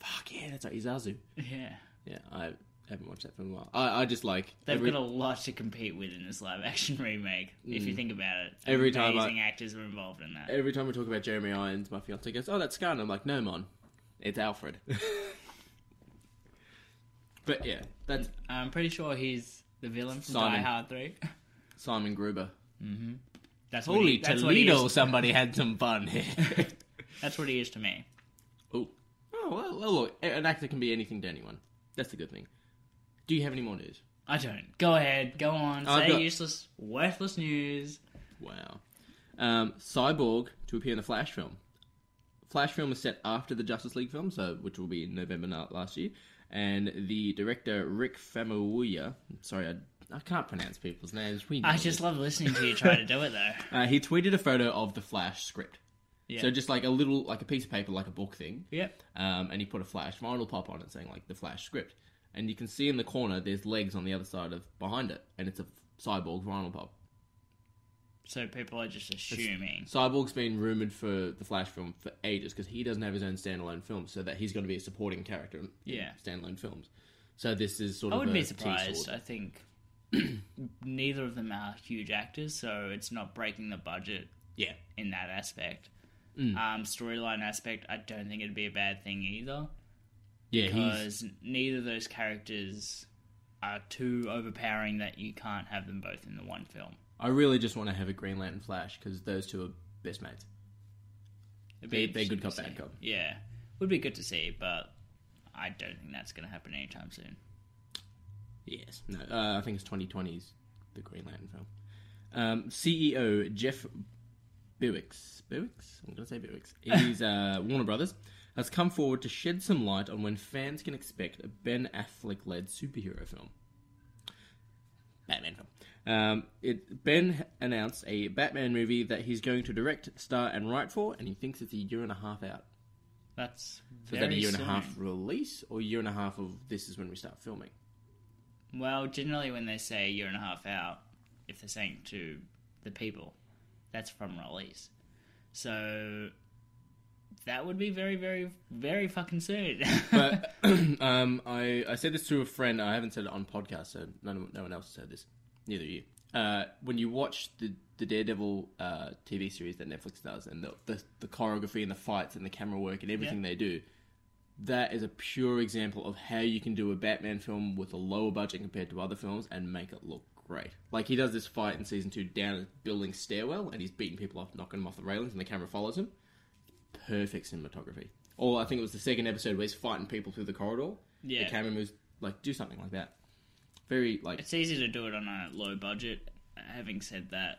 [SPEAKER 3] Fuck yeah, that's like Izazu.
[SPEAKER 4] Yeah,
[SPEAKER 3] Yeah, I haven't watched that for a while. I, I just like
[SPEAKER 4] they've
[SPEAKER 3] every,
[SPEAKER 4] got a lot to compete with in this live-action remake. If you think about it,
[SPEAKER 3] Mm. Every time
[SPEAKER 4] amazing
[SPEAKER 3] I-
[SPEAKER 4] actors are involved in that.
[SPEAKER 3] every time we talk about Jeremy Irons, my fiance goes, "Oh, that's Scar," and I'm like, "No, mon, it's Alfred." but yeah, that's
[SPEAKER 4] I'm pretty sure he's the villain from Die
[SPEAKER 3] Simon.
[SPEAKER 4] Hard Three.
[SPEAKER 3] Simon Gruber.
[SPEAKER 4] That's what
[SPEAKER 3] Holy
[SPEAKER 4] he, that's what he
[SPEAKER 3] Toledo!
[SPEAKER 4] is-
[SPEAKER 3] Somebody had some fun here.
[SPEAKER 4] that's what he is to me.
[SPEAKER 3] oh, oh well, well, look, an actor can be anything to anyone. That's the good thing. Do you have any more news?
[SPEAKER 4] I don't. Go ahead. Go on.
[SPEAKER 3] I've
[SPEAKER 4] Say
[SPEAKER 3] got-
[SPEAKER 4] useless, worthless news.
[SPEAKER 3] Wow. Um, Cyborg to appear in the Flash film. Flash film was set after the Justice League film, so which will be in November na- last year. And the director Rick Famuyiwa, sorry, I, I can't pronounce people's names. We know
[SPEAKER 4] I just
[SPEAKER 3] this.
[SPEAKER 4] love listening to you try to do it though.
[SPEAKER 3] Uh, he tweeted a photo of the Flash script.
[SPEAKER 4] Yeah.
[SPEAKER 3] So just like a little, like a piece of paper, like a book thing.
[SPEAKER 4] Yep.
[SPEAKER 3] Um, and he put a Flash vinyl pop on it, saying like the Flash script. And you can see in the corner, there's legs on the other side of behind it, and it's a Cyborg Vinyl Pop.
[SPEAKER 4] So people are just assuming.
[SPEAKER 3] Cyborg's been rumored for the Flash film for ages because he doesn't have his own standalone film, so that he's going to be a supporting character in
[SPEAKER 4] Yeah.
[SPEAKER 3] standalone films. So this is sort
[SPEAKER 4] I
[SPEAKER 3] of
[SPEAKER 4] wouldn't
[SPEAKER 3] a
[SPEAKER 4] be surprised.
[SPEAKER 3] T-sword.
[SPEAKER 4] I think neither of them are huge actors, so it's not breaking the budget
[SPEAKER 3] Yeah,
[SPEAKER 4] in that aspect.
[SPEAKER 3] Mm.
[SPEAKER 4] Um, Storyline aspect, I don't think it'd be a bad thing either,
[SPEAKER 3] yeah, he's
[SPEAKER 4] because neither of those characters are too overpowering that you can't have them both in the one film.
[SPEAKER 3] I really just want to have a Green Lantern Flash because those two are best mates.
[SPEAKER 4] It'd
[SPEAKER 3] They-
[SPEAKER 4] be
[SPEAKER 3] they're good
[SPEAKER 4] interesting
[SPEAKER 3] cop,
[SPEAKER 4] to
[SPEAKER 3] bad
[SPEAKER 4] see. Yeah, would be good to see, but I don't think that's going to happen anytime soon.
[SPEAKER 3] Yes, no, uh, I think it's 2020's the Green Lantern film. Um, CEO Jeff Bewicks, Bewicks, I'm going to say Bewicks. He's uh, Warner Brothers has come forward to shed some light on when fans can expect a Ben Affleck-led superhero film. Batman film. Um, it, ben announced a Batman movie that he's going to direct, star, and write for, and he thinks it's a year and a half out.
[SPEAKER 4] That's
[SPEAKER 3] So is
[SPEAKER 4] very
[SPEAKER 3] that a year
[SPEAKER 4] soon.
[SPEAKER 3] and a half release, or a year and a half of this is when we start filming?
[SPEAKER 4] Well, generally, when they say a year and a half out, if they're saying to the people, that's from release. So that would be very, very, very fucking soon.
[SPEAKER 3] but um, I, I said this to a friend. I haven't said it on podcast, so none, no one else has heard this. Neither of you. Uh, when you watch the, the Daredevil uh, TV series that Netflix does, and the, the, the choreography and the fights and the camera work and everything they do, that is a pure example of how you can do a Batman film with a lower budget compared to other films and make it look great. Like he does this fight in season two down a building stairwell, and he's beating people off, knocking them off the railings, and the camera follows him perfect cinematography. Or I think it was the second episode where he's fighting people through the corridor.
[SPEAKER 4] Yeah.
[SPEAKER 3] The camera moves like do something like that. Very like
[SPEAKER 4] it's easy to do it on a low budget. Having said that,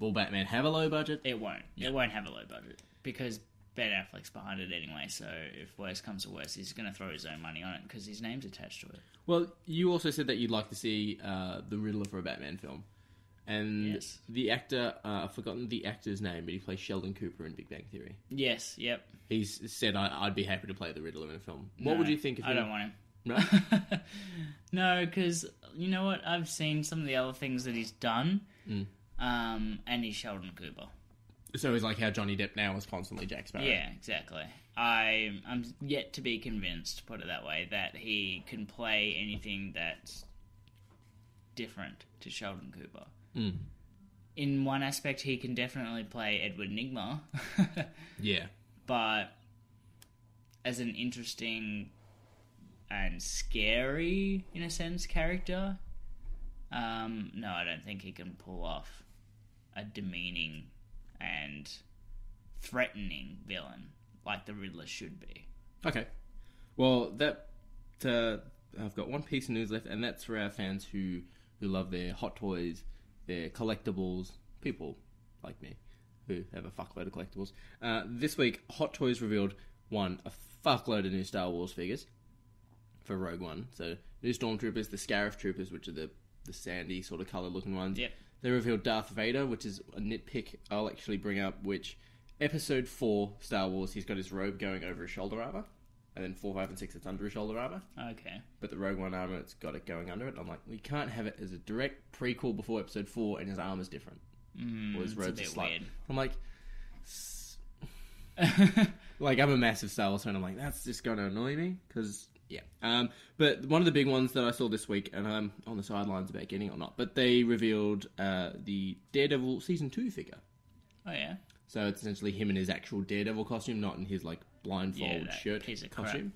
[SPEAKER 3] will Batman have a low budget?
[SPEAKER 4] it won't. It won't have a low budget because Ben Affleck's behind it anyway. So if worse comes to worse, he's going to throw his own money on it because his name's attached to it.
[SPEAKER 3] Well, you also said that you'd like to see uh, the Riddler for a Batman film, and
[SPEAKER 4] Yes.
[SPEAKER 3] the actor uh, I've forgotten the actor's name, but he plays Sheldon Cooper in Big Bang Theory.
[SPEAKER 4] Yes. Yep.
[SPEAKER 3] He's said I, I'd be happy to play the Riddler in a film. What would
[SPEAKER 4] No,
[SPEAKER 3] you think if
[SPEAKER 4] I
[SPEAKER 3] he-
[SPEAKER 4] don't want him.
[SPEAKER 3] No?
[SPEAKER 4] no, because you know what? I've seen some of the other things that he's done,
[SPEAKER 3] Mm.
[SPEAKER 4] um, and he's Sheldon Cooper.
[SPEAKER 3] so it's like how Johnny Depp now is constantly Jack Sparrow.
[SPEAKER 4] Yeah, exactly. I I'm yet to be convinced, to put it that way, that he can play anything that's different to Sheldon Cooper. In one aspect, he can definitely play Edward Nigma,
[SPEAKER 3] yeah.
[SPEAKER 4] but as an interesting and scary, in a sense, character, um, no, I don't think he can pull off a demeaning and threatening villain like the Riddler should be.
[SPEAKER 3] Okay. Well, that uh, I've got one piece of news left, and that's for our fans who who love their hot toys, their collectibles, people like me who have a fuckload of collectibles. Uh, this week, Hot Toys revealed one a fuckload of new Star Wars figures for Rogue One. So new Stormtroopers, the Scarif Troopers, which are the the sandy sort of coloured looking ones.
[SPEAKER 4] Yep.
[SPEAKER 3] They revealed Darth Vader, which is a nitpick I'll actually bring up. Which Episode Four Star Wars, he's got his robe going over his shoulder armor, and then four, five, and six, it's under his shoulder armor.
[SPEAKER 4] Okay.
[SPEAKER 3] But the Rogue One armor, it's got it going under it. I'm like, we can't have it as a direct prequel before Episode Four, and his armor's different. Mm, or his
[SPEAKER 4] a
[SPEAKER 3] robe's
[SPEAKER 4] bit
[SPEAKER 3] slight-
[SPEAKER 4] weird.
[SPEAKER 3] I'm like, like I'm a massive Star Wars fan. I'm like, that's just going to annoy me because yeah. Um, but one of the big ones that I saw this week, and I'm on the sidelines about getting it or not, but they revealed uh, the Daredevil season two figure.
[SPEAKER 4] oh yeah.
[SPEAKER 3] So it's essentially him in his actual Daredevil costume, not in his like blindfold
[SPEAKER 4] Yeah, that
[SPEAKER 3] shirt
[SPEAKER 4] piece of crap.
[SPEAKER 3] costume.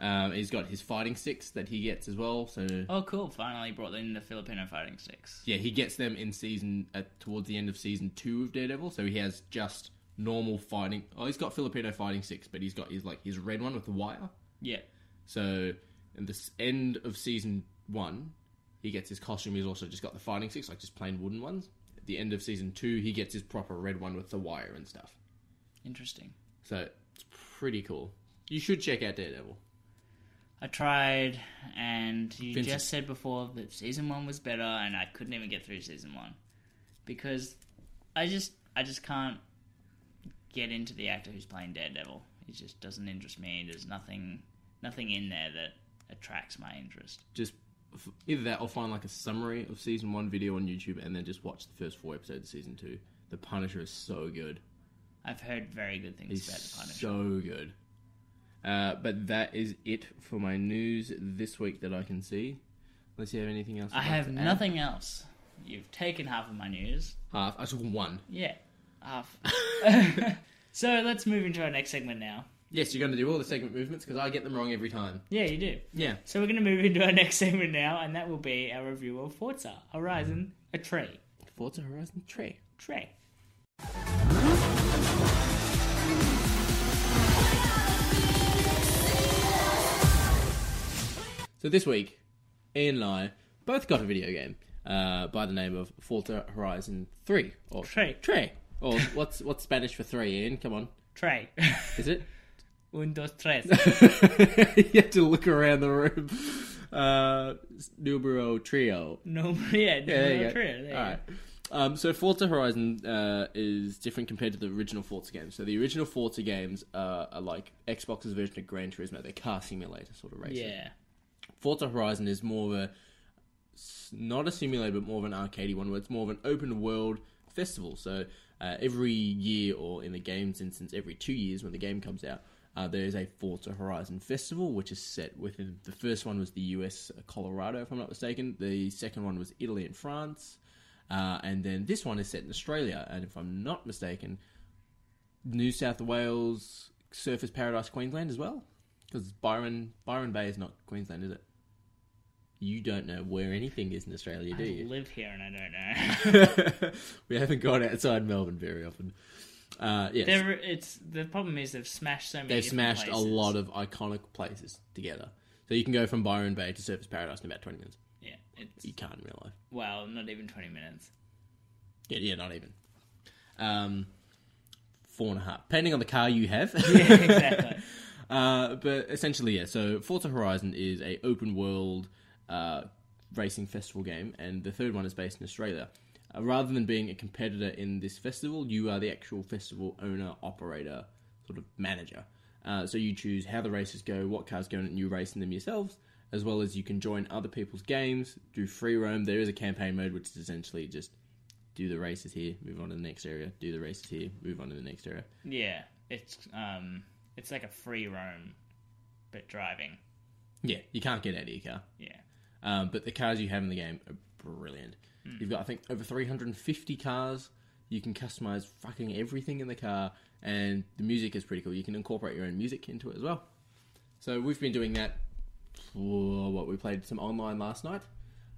[SPEAKER 3] Um, he's got his fighting sticks that he gets as well. So
[SPEAKER 4] Oh, cool! Finally brought in the Filipino fighting sticks.
[SPEAKER 3] yeah, he gets them in season at, towards the end of season two of Daredevil. So he has just normal fighting. Oh, he's got Filipino fighting sticks, but he's got his like his red one with the wire.
[SPEAKER 4] Yeah.
[SPEAKER 3] So in this end of season one, he gets his costume. He's also just got the fighting sticks, like just plain wooden ones. At the end of season two, he gets his proper red one with the wire and stuff.
[SPEAKER 4] Interesting.
[SPEAKER 3] So it's pretty cool. You should check out Daredevil.
[SPEAKER 4] I tried, and you
[SPEAKER 3] Vincent.
[SPEAKER 4] just said before that season one was better, and I couldn't even get through season one because I just I just can't get into the actor who's playing Daredevil. It just doesn't interest me. There's nothing nothing in there that attracts my interest.
[SPEAKER 3] Just f- either that or find like a summary of season one video on YouTube and then just watch the first four episodes of season two. The Punisher is so good.
[SPEAKER 4] I've heard very good things
[SPEAKER 3] He's
[SPEAKER 4] about the Punisher.
[SPEAKER 3] so good. Uh, but that is it for my news this week that I can see. Unless you have anything else.
[SPEAKER 4] I
[SPEAKER 3] you'd like
[SPEAKER 4] have
[SPEAKER 3] to add.
[SPEAKER 4] nothing else. You've taken half of my news.
[SPEAKER 3] Half. I took one.
[SPEAKER 4] Yeah, half. so let's move into our next segment now.
[SPEAKER 3] Yes, you're going to do all the segment movements because I get them wrong every time.
[SPEAKER 4] Yeah, you do.
[SPEAKER 3] Yeah.
[SPEAKER 4] So we're going to move into our next segment now, and that will be our review of Forza Horizon a tree.
[SPEAKER 3] Forza Horizon 3.
[SPEAKER 4] Trey.
[SPEAKER 3] So this week, Ian and I both got a video game uh, by the name of Forza Horizon 3. Or
[SPEAKER 4] Trey.
[SPEAKER 3] Trey. Or what's what's Spanish for three, Ian? Come on.
[SPEAKER 4] Trey.
[SPEAKER 3] Is it?
[SPEAKER 4] Un, dos, tres.
[SPEAKER 3] you have to look around the room. Uh, numero trio.
[SPEAKER 4] No, yeah,
[SPEAKER 3] Yeah, there you
[SPEAKER 4] no,
[SPEAKER 3] go.
[SPEAKER 4] true. There you go.
[SPEAKER 3] All right. Um, so Forza Horizon uh, is different compared to the original Forza games. So the original Forza games uh, are like Xbox's version of Gran Turismo. They're car simulator sort of racing.
[SPEAKER 4] Yeah.
[SPEAKER 3] Forza Horizon is more of a s- not a simulator, but more of an arcadey one, where it's more of an open world festival. So uh, every year, or in the game's instance, every two years when the game comes out, uh, there is a Forza Horizon festival, which is set within. The first one was the U.S. uh, Colorado, if I'm not mistaken. The second one was Italy and France, uh, and then this one is set in Australia. And if I'm not mistaken, New South Wales, Surface Paradise, Queensland as well. Because Byron Byron Bay is not Queensland, is it? You don't know where anything is in Australia, do
[SPEAKER 4] I
[SPEAKER 3] you?
[SPEAKER 4] live here and I don't know.
[SPEAKER 3] we haven't gone outside Melbourne very often. Uh, yes,
[SPEAKER 4] They're, it's the problem is they've smashed so many.
[SPEAKER 3] they've
[SPEAKER 4] different
[SPEAKER 3] smashed
[SPEAKER 4] places.
[SPEAKER 3] a lot of iconic places together. So you can go from Byron Bay to Surface Paradise in about twenty minutes.
[SPEAKER 4] Yeah, it's
[SPEAKER 3] You can't in real life.
[SPEAKER 4] well, not even twenty minutes.
[SPEAKER 3] Yeah, yeah, not even. Um, four and a half, depending on the car you have.
[SPEAKER 4] Yeah, exactly.
[SPEAKER 3] Uh, but essentially, yeah. So Forza Horizon is a open world uh, racing festival game, and the third one is based in Australia. Uh, rather than being a competitor in this festival, you are the actual festival owner, operator, sort of manager. Uh, so you choose how the races go, what cars go, in it, and you race in them yourselves. As well as you can join other people's games, do free roam. There is a campaign mode, which is essentially just do the races here, move on to the next area, do the races here, move on to the next area.
[SPEAKER 4] yeah, it's um, it's like a free roam, but driving.
[SPEAKER 3] Yeah, you can't get out of your car.
[SPEAKER 4] Yeah,
[SPEAKER 3] Um, but the cars you have in the game are brilliant. You've got, I think, over 350 cars. You can customize fucking everything in the car, and the music is pretty cool. You can incorporate your own music into it as well. So we've been doing that for what we played some online last night.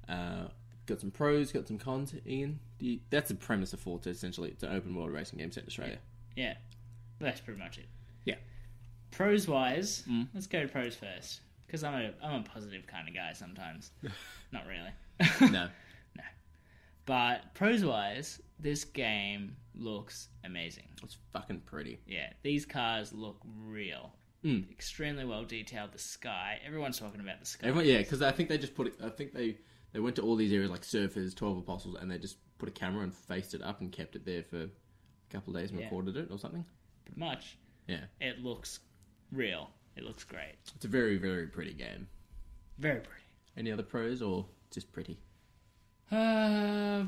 [SPEAKER 3] Uh, got some pros, got some cons. Ian, do you, that's the premise of Forza. Essentially, it's an open world racing game set in Australia.
[SPEAKER 4] yeah, that's pretty much it.
[SPEAKER 3] Yeah.
[SPEAKER 4] Pros wise, let's go to pros first because I'm a I'm a positive kind of guy sometimes. not really.
[SPEAKER 3] no,
[SPEAKER 4] But pros wise, this game looks amazing.
[SPEAKER 3] it's fucking pretty.
[SPEAKER 4] Yeah, these cars look real. Extremely well detailed. The sky. Everyone's talking about the sky.
[SPEAKER 3] Everyone, yeah, because I think they just put. It, I think they they went to all these areas like surfers, twelve apostles, and they just put a camera and faced it up and kept it there for a couple of days and
[SPEAKER 4] Yeah.
[SPEAKER 3] recorded it or something.
[SPEAKER 4] Pretty much.
[SPEAKER 3] Yeah,
[SPEAKER 4] It looks real. It looks great.
[SPEAKER 3] it's a very very pretty game.
[SPEAKER 4] Very pretty.
[SPEAKER 3] Any other pros or just pretty?
[SPEAKER 4] Uh,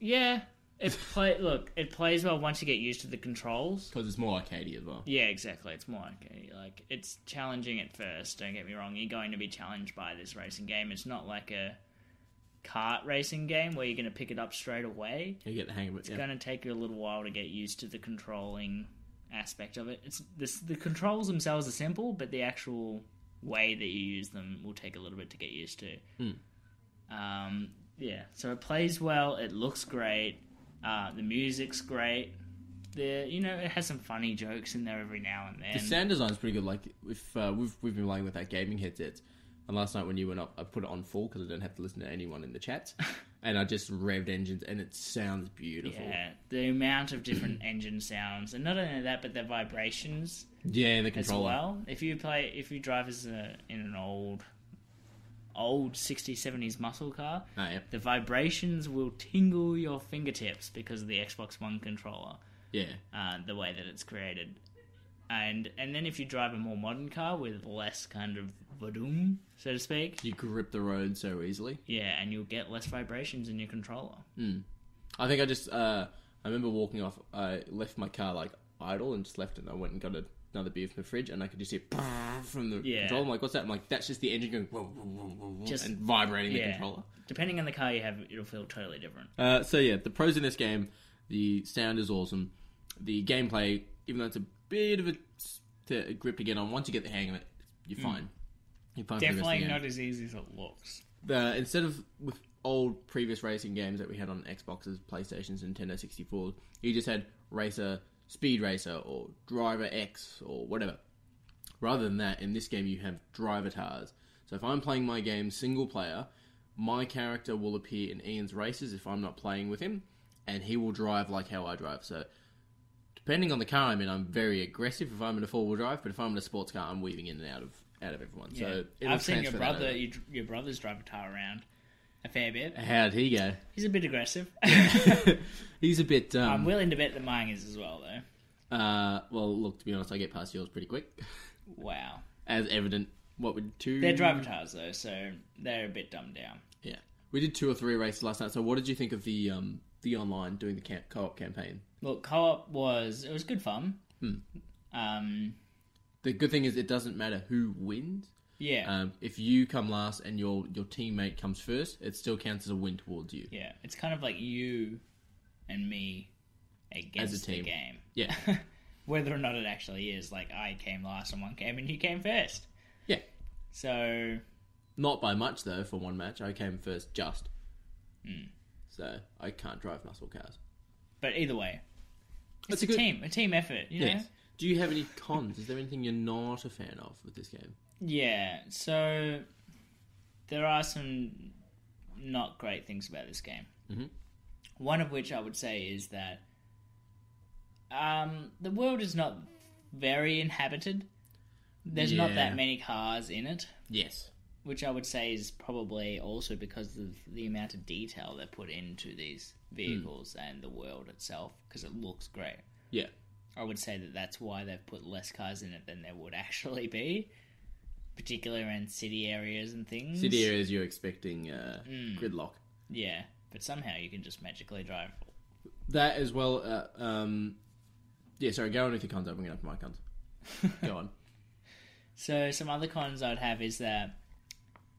[SPEAKER 4] yeah. It play. look, it plays well once you get used to the controls.
[SPEAKER 3] Because it's more arcadey as well.
[SPEAKER 4] Yeah, exactly. It's more okay. Like it's challenging at first. Don't get me wrong. You're going to be challenged by this racing game. It's not like a kart racing game where you're going to pick it up straight away.
[SPEAKER 3] You get the hang of it.
[SPEAKER 4] It's
[SPEAKER 3] yeah.
[SPEAKER 4] going to take you a little while to get used to the controlling aspect of it. It's this, the controls themselves are simple, but the actual way that you use them will take a little bit to get used to.
[SPEAKER 3] Hmm.
[SPEAKER 4] Um, yeah, so it plays well. It looks great. Uh, the music's great. The you know it has some funny jokes in there every now and then.
[SPEAKER 3] The sound design's pretty good. Like if uh, we've we've been playing with our gaming headsets, and last night when you went up, I put it on full because I don't have to listen to anyone in the chat, and I just revved engines, and it sounds beautiful.
[SPEAKER 4] yeah, the amount of different engine sounds, and not only that, but the vibrations.
[SPEAKER 3] Yeah, the
[SPEAKER 4] as
[SPEAKER 3] controller.
[SPEAKER 4] well. If you play, if you drive as a, in an old, old 60s, 70s muscle car,
[SPEAKER 3] Ah, yeah.
[SPEAKER 4] the vibrations will tingle your fingertips because of the Xbox One controller,
[SPEAKER 3] yeah.
[SPEAKER 4] uh, the way that it's created. and and then if you drive a more modern car with less kind of vadum, so to speak,
[SPEAKER 3] You grip the road so easily.
[SPEAKER 4] yeah, and you'll get less vibrations in your controller.
[SPEAKER 3] I think I just uh, I remember walking off. I left my car like idle and just left it. and I went and got a, another beer from the fridge, and I could just hear from the
[SPEAKER 4] Yeah.
[SPEAKER 3] controller. I'm like, what's that? I'm like, that's just the engine going whoa, whoa, whoa, whoa, whoa,
[SPEAKER 4] Just-
[SPEAKER 3] and vibrating
[SPEAKER 4] yeah.
[SPEAKER 3] the controller.
[SPEAKER 4] Depending on the car you have, it'll feel totally different.
[SPEAKER 3] Uh, so yeah, the pros in this game: the sound is awesome, the gameplay, even though it's a bit of a, s- to, a grip to get on. Once you get the hang of it, you're fine. You're fine. for the rest of the
[SPEAKER 4] Mm. Definitely
[SPEAKER 3] game.
[SPEAKER 4] not as easy as it looks.
[SPEAKER 3] uh, instead of with old previous racing games that we had on Xboxes, PlayStations, Nintendo 64s, you just had Racer, Speed Racer, or Driver X, or whatever. Rather than that, in this game you have Drivatars. So if I'm playing my game single player, my character will appear in Ian's races if I'm not playing with him, and he will drive like how I drive. So depending on the car I'm in, I'm very aggressive if I'm in a four wheel drive, but if I'm in a sports car, I'm weaving in and out of out of everyone. So
[SPEAKER 4] Yeah.
[SPEAKER 3] it'll
[SPEAKER 4] I've seen your
[SPEAKER 3] transfer that
[SPEAKER 4] brother,
[SPEAKER 3] over.
[SPEAKER 4] your, your brother's drive a car around a fair bit.
[SPEAKER 3] How'd he go?
[SPEAKER 4] He's a bit aggressive.
[SPEAKER 3] He's a bit.
[SPEAKER 4] I'm
[SPEAKER 3] Um,
[SPEAKER 4] willing to bet that mine is as well, though.
[SPEAKER 3] uh, well, look. To be honest, I get past yours pretty quick,
[SPEAKER 4] Wow.
[SPEAKER 3] as evident. What we did two?
[SPEAKER 4] They're driver tires though, so they're a bit dumbed down.
[SPEAKER 3] Yeah, we did two or three races last night. So, what did you think of the um the online doing the camp, co-op campaign?
[SPEAKER 4] Look, co-op was it was good fun.
[SPEAKER 3] Hmm.
[SPEAKER 4] Um,
[SPEAKER 3] The good thing is it doesn't matter who wins.
[SPEAKER 4] yeah,
[SPEAKER 3] Um, if you come last and your your teammate comes first, it still counts as a win towards you.
[SPEAKER 4] yeah. It's kind of like you and me against
[SPEAKER 3] As a team.
[SPEAKER 4] the game.
[SPEAKER 3] Yeah,
[SPEAKER 4] Whether or not it actually is, like I came last on one game and you came first.
[SPEAKER 3] yeah.
[SPEAKER 4] So
[SPEAKER 3] Not by much though. For one match, I came first just.
[SPEAKER 4] Hmm.
[SPEAKER 3] So I can't drive muscle cars.
[SPEAKER 4] but either way. It's
[SPEAKER 3] That's
[SPEAKER 4] a,
[SPEAKER 3] a good-
[SPEAKER 4] team, a team effort, you know?
[SPEAKER 3] Yes. Do you have any cons? Is there anything you're not a fan of with this game?
[SPEAKER 4] Yeah, so there are some not great things about this game.
[SPEAKER 3] Mhm.
[SPEAKER 4] One of which I would say is that um, the world is not very inhabited. There's not
[SPEAKER 3] Yeah.
[SPEAKER 4] that many cars in it,
[SPEAKER 3] Yes.
[SPEAKER 4] which I would say is probably also because of the amount of detail they put into these vehicles and the world itself, because it looks great.
[SPEAKER 3] Yeah.
[SPEAKER 4] I would say that that's why they've put less cars in it than there would actually be, particularly around city areas and things.
[SPEAKER 3] City areas you're expecting uh, gridlock.
[SPEAKER 4] Yeah, but somehow you can just magically drive.
[SPEAKER 3] That as well. Uh, um, yeah, sorry. Go on with your cons. I'm going to have my cons. go on.
[SPEAKER 4] So some other cons I'd have is that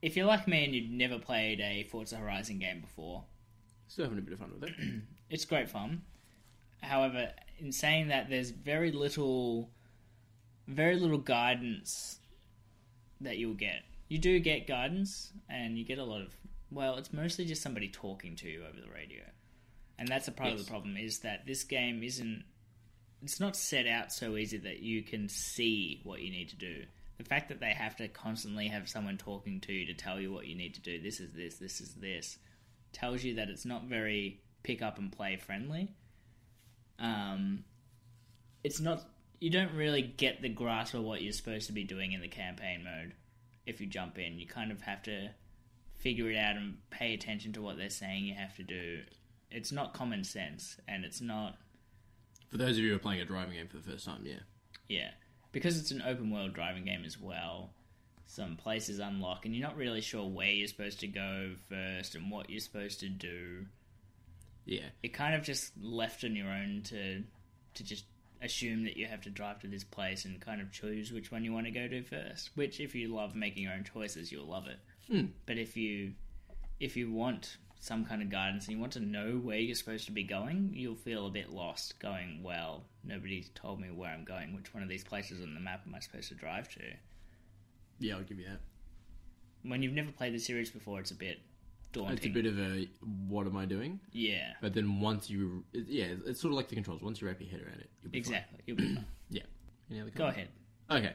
[SPEAKER 4] if you're like me and you've never played a Forza Horizon game before,
[SPEAKER 3] Still having a bit of fun with it.
[SPEAKER 4] it's great fun. However, in saying that, there's very little, very little guidance that you'll get. You do get guidance, and you get a lot of. Well, it's mostly just somebody talking to you over the radio, and that's a part of
[SPEAKER 3] Yes.
[SPEAKER 4] the problem. Is that this game isn't. It's not set out so easy that you can see what you need to do. The fact that they have to constantly have someone talking to you to tell you what you need to do. This is this. This is this tells you that it's not very pick up and play friendly. Um, it's not. You don't really get the grasp of what you're supposed to be doing in the campaign mode if you jump in. You kind of have to figure it out and pay attention to what they're saying you have to do. It's not common sense, and it's not.
[SPEAKER 3] For those of you who are playing a driving game for the first time, yeah.
[SPEAKER 4] Yeah. Because it's an open world driving game as well, some places unlock, and you're not really sure where you're supposed to go first and what you're supposed to do.
[SPEAKER 3] Yeah.
[SPEAKER 4] it kind of just left on your own to to just assume that you have to drive to this place and kind of choose which one you want to go to first. Which, if you love making your own choices, you'll love it.
[SPEAKER 3] Hmm.
[SPEAKER 4] But if you if you want some kind of guidance and you want to know where you're supposed to be going, you'll feel a bit lost. Going well, nobody's told me where I'm going. Which one of these places on the map am I supposed to drive to?
[SPEAKER 3] Yeah, I'll give you that.
[SPEAKER 4] When you've never played the series before, it's a bit daunting.
[SPEAKER 3] It's a bit of a what am I doing?
[SPEAKER 4] yeah,
[SPEAKER 3] But then once you, it- yeah, it's- it's sort of like the controls. Once you wrap your head around it, you'll be fine.
[SPEAKER 4] exactly. You'll be fine.
[SPEAKER 3] Yeah. Any other
[SPEAKER 4] Go
[SPEAKER 3] cons?
[SPEAKER 4] ahead.
[SPEAKER 3] Okay.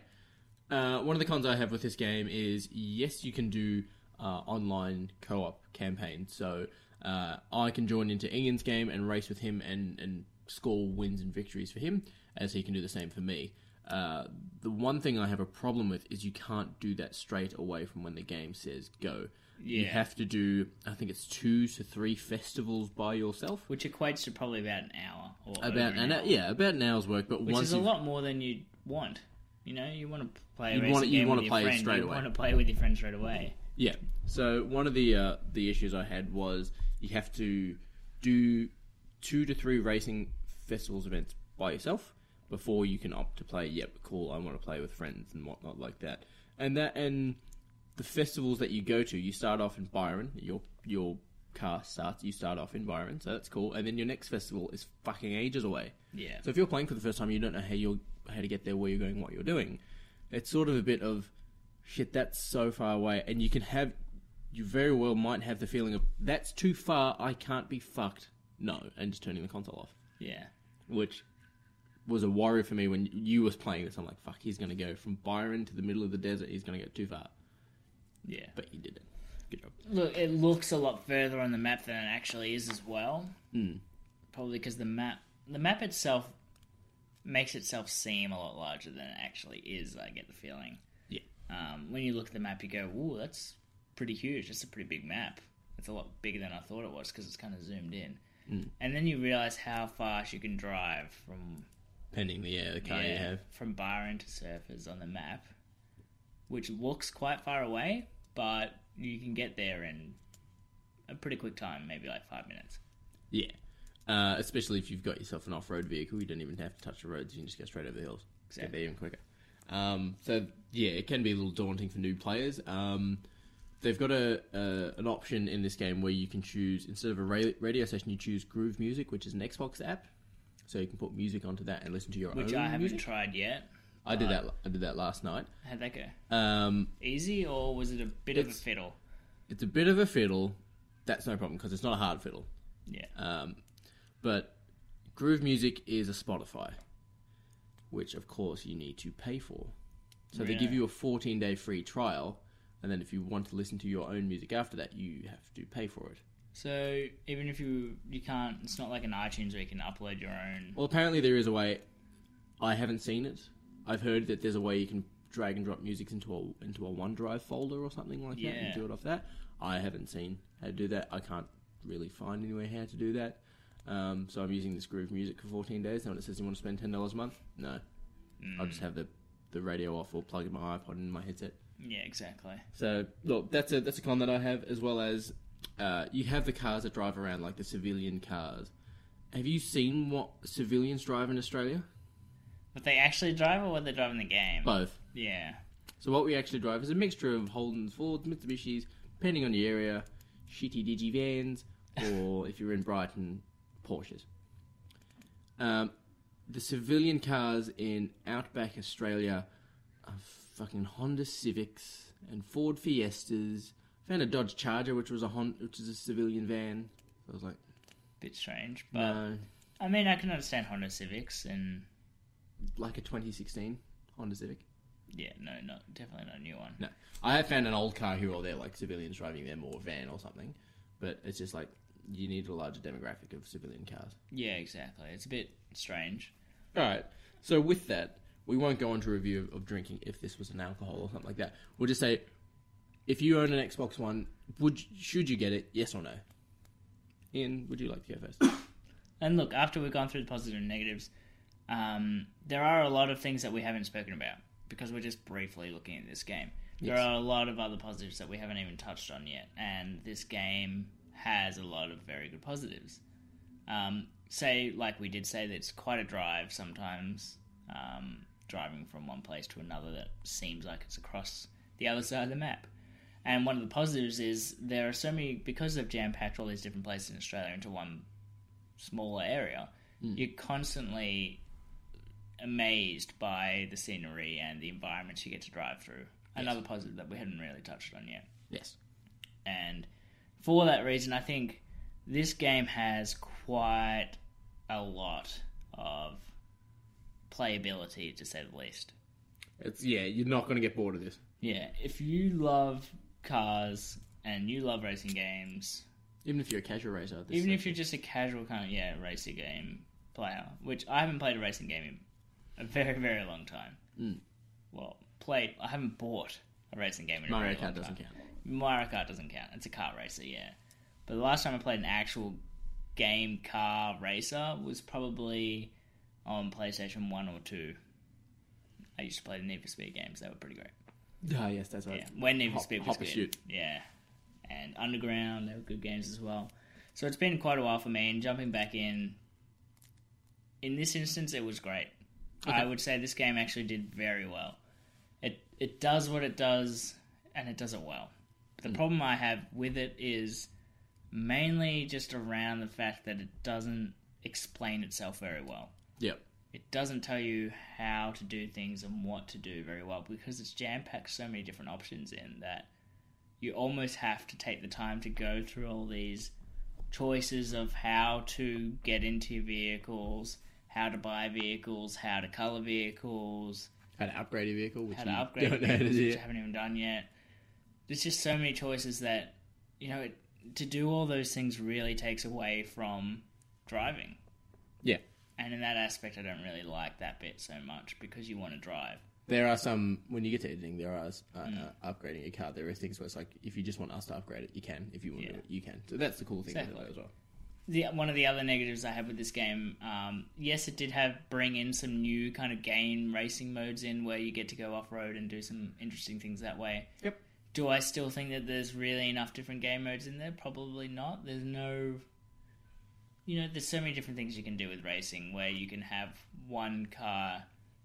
[SPEAKER 3] Uh, one of the cons I have with this game is yes, you can do uh, online co op campaign. So uh, I can join into Ian's game and race with him and, and score wins and victories for him, as he can do the same for me. Uh, the one thing I have a problem with is you can't do that straight away from when the game says go. You
[SPEAKER 4] Yeah.
[SPEAKER 3] have to do, I think it's two to three festivals by yourself.
[SPEAKER 4] which equates to probably about an hour or
[SPEAKER 3] About
[SPEAKER 4] over
[SPEAKER 3] an hour, yeah, about an hour's work. But
[SPEAKER 4] which
[SPEAKER 3] once
[SPEAKER 4] is a
[SPEAKER 3] you've-
[SPEAKER 4] lot more than you want. You know, you want to play.
[SPEAKER 3] You'd
[SPEAKER 4] a racing
[SPEAKER 3] wanna- you'd
[SPEAKER 4] game
[SPEAKER 3] wanna
[SPEAKER 4] with your
[SPEAKER 3] play
[SPEAKER 4] friend.
[SPEAKER 3] straight
[SPEAKER 4] you
[SPEAKER 3] away.
[SPEAKER 4] want to play with your friend straight away.
[SPEAKER 3] Yeah. So one of the uh, the issues I had was you have to do two to three racing festivals events by yourself before you can opt to play. Yep, cool. I want to play with friends and whatnot like that. And that and the festivals that you go to, you start off in Byron. Your your car starts. You start off in Byron, so that's cool. And then your next festival is fucking ages away.
[SPEAKER 4] Yeah.
[SPEAKER 3] So if you're playing for the first time, you don't know how you are how to get there, where you're going, what you're doing. It's sort of a bit of shit. That's so far away, and you can have you very well might have the feeling of that's too far. I can't be fucked. No, and just turning the console off,
[SPEAKER 4] Yeah.
[SPEAKER 3] which was a worry for me when you was playing this. I'm like, fuck, he's gonna go from Byron to the middle of the desert. He's gonna go too far,
[SPEAKER 4] Yeah.
[SPEAKER 3] but he did it. Good job.
[SPEAKER 4] Look, it looks a lot further on the map than it actually is as well. Mm.
[SPEAKER 3] Hmm.
[SPEAKER 4] Probably because the map, the map itself, makes itself seem a lot larger than it actually is. I get the feeling.
[SPEAKER 3] Yeah.
[SPEAKER 4] Um, when you look at the map, you go, "Ooh, that's pretty huge. That's a pretty big map. It's a lot bigger than I thought it was because it's kind of zoomed in." Mm. And then you realize how fast you can drive from
[SPEAKER 3] Pending the yeah, the car you
[SPEAKER 4] yeah,
[SPEAKER 3] have.
[SPEAKER 4] from Byron to Surfers on the map, which looks quite far away, but you can get there in a pretty quick time, maybe like five minutes.
[SPEAKER 3] Yeah. Uh, especially if you've got yourself an off-road vehicle, you don't even have to touch the roads. You can just go straight over the hills. Get there
[SPEAKER 4] Exactly.
[SPEAKER 3] even quicker. Um, so yeah, it can be a little daunting for new players. Um, they've got a, a an option in this game where you can choose instead of a ra- radio station, you choose Groove Music, which is an Xbox app. So you can put music onto that and listen to your
[SPEAKER 4] Which
[SPEAKER 3] own
[SPEAKER 4] I haven't
[SPEAKER 3] music.
[SPEAKER 4] tried yet.
[SPEAKER 3] I did that. I did that last night.
[SPEAKER 4] How'd that go?
[SPEAKER 3] Um,
[SPEAKER 4] Easy or was it a bit of a
[SPEAKER 3] It's-
[SPEAKER 4] fiddle?
[SPEAKER 3] it's a bit of a fiddle. That's no problem because it's not a hard fiddle.
[SPEAKER 4] Yeah.
[SPEAKER 3] Um, but Groove Music is a Spotify, which of course you need to pay for. So they give
[SPEAKER 4] Really?
[SPEAKER 3] you a 14 day free trial, and then if you want to listen to your own music after that, you have to pay for it.
[SPEAKER 4] so even if you you can't, it's not like an iTunes where you can upload your own.
[SPEAKER 3] Well, apparently there is a way. I haven't seen it. I've heard that there's a way you can drag and drop music into a into a OneDrive folder or something like that
[SPEAKER 4] Yeah.
[SPEAKER 3] and do it off that. I haven't seen how to do that. I can't really find anywhere how to do that. Um, so I'm using this Groove Music for 14 days. Now when it says you want to spend ten dollars a month, no, I'll just have the the radio off or plug in my iPod and my headset.
[SPEAKER 4] Yeah, exactly.
[SPEAKER 3] So look, that's a that's a con that I have, as well as uh, you have the cars that drive around, like the civilian cars. Have you seen what civilians drive in Australia?
[SPEAKER 4] What they actually drive or what they drive in the game?
[SPEAKER 3] Both.
[SPEAKER 4] Yeah.
[SPEAKER 3] So what we actually drive is a mixture of Holden's, Fords, Mitsubishis, depending on the area, shitty digi vans, or if you're in Brighton, Porsches. Um, the civilian cars in outback Australia are fucking Honda Civics and Ford Fiestas. Found a Dodge Charger, which was a Hon- which is a civilian van. So I was like, uh,
[SPEAKER 4] Bit strange, but
[SPEAKER 3] no,
[SPEAKER 4] I mean, I can understand Honda Civics and
[SPEAKER 3] like a 2016 Honda Civic.
[SPEAKER 4] yeah, no, not definitely not a new one.
[SPEAKER 3] No, I have found an old car here or there, like civilians driving them or a van or something. But it's just like you need a larger demographic of civilian cars.
[SPEAKER 4] Yeah, exactly. It's a bit strange.
[SPEAKER 3] All right. So with that, we won't go on to review of, of drinking if this was an alcohol or something like that. We'll just say, if you own an Xbox One, would should you get it? Yes or no? Ian, would you like to go first?
[SPEAKER 4] And look, after we've gone through the positive and negatives, um, there are a lot of things that we haven't spoken about because we're just briefly looking at this game. There
[SPEAKER 3] Yes.
[SPEAKER 4] are a lot of other positives that we haven't even touched on yet, and this game has a lot of very good positives. Um, say, like we did say, that it's quite a drive sometimes, um, driving from one place to another that seems like it's across the other side of the map. And one of the positives is there are so many, because they've jam packed all these different places in Australia into one smaller area, you're constantly amazed by the scenery and the environments you get to drive through. Another positive that we hadn't really touched on yet.
[SPEAKER 3] yes.
[SPEAKER 4] And for that reason, I think this game has quite a lot of playability, to say the least.
[SPEAKER 3] It's yeah. You're not going to get bored of this.
[SPEAKER 4] Yeah, if you love cars and you love racing games,
[SPEAKER 3] Even if you're a casual racer, this
[SPEAKER 4] even
[SPEAKER 3] is-
[SPEAKER 4] if you're just a casual kind of yeah racer game player, which I haven't played a racing game in a very very long time.
[SPEAKER 3] Hmm.
[SPEAKER 4] Well, played. I haven't bought a racing game in a
[SPEAKER 3] Mario
[SPEAKER 4] very long
[SPEAKER 3] Kart doesn't
[SPEAKER 4] time.
[SPEAKER 3] count.
[SPEAKER 4] Mario Kart doesn't count. It's a car racer, yeah. But the last time I played an actual game car racer was probably on PlayStation One or Two. I used to play the Need for Speed games. They were pretty great.
[SPEAKER 3] Ah, yes, that's right.
[SPEAKER 4] Yeah, when Need for
[SPEAKER 3] Hop-
[SPEAKER 4] Speed was
[SPEAKER 3] Hop
[SPEAKER 4] good.
[SPEAKER 3] Pursuit.
[SPEAKER 4] Yeah, and Underground, they were good games as well. So it's been quite a while for me, and jumping back in, in this instance, it was great. I would say this game actually did very well. It it does what it does, and it does it well.
[SPEAKER 3] Hmm.
[SPEAKER 4] The problem I have with it is mainly just around the fact that it doesn't explain itself very well
[SPEAKER 3] Yeah.
[SPEAKER 4] it doesn't tell you how to do things and what to do very well because it's jam packed so many different options in that you almost have to take the time to go through all these choices of how to get into vehicles, how to buy vehicles, how to color vehicles,
[SPEAKER 3] How to upgrade your vehicle, which
[SPEAKER 4] how
[SPEAKER 3] you
[SPEAKER 4] to upgrade
[SPEAKER 3] don't know how to
[SPEAKER 4] vehicles,
[SPEAKER 3] do.
[SPEAKER 4] which I haven't even done yet. There's just so many choices that you know it, to do all those things really takes away from driving.
[SPEAKER 3] Yeah.
[SPEAKER 4] And in that aspect, I don't really like that bit so much because you want to drive.
[SPEAKER 3] There are some when you get to editing, there are uh,
[SPEAKER 4] Mm.
[SPEAKER 3] uh, upgrading your car. There are things where it's like if you just want us to upgrade it, you can. If you want
[SPEAKER 4] Yeah.
[SPEAKER 3] to, do it, you can. So that's the cool thing
[SPEAKER 4] Exactly.
[SPEAKER 3] with it as well.
[SPEAKER 4] The, one of the other negatives I have with this game, um, yes, it did have bring in some new kind of game racing modes in where you get to go off road and do some interesting things that way.
[SPEAKER 3] Yep.
[SPEAKER 4] Do I still think that there's really enough different game modes in there? Probably not. There's no. You know, there's so many different things you can do with racing where you can have one car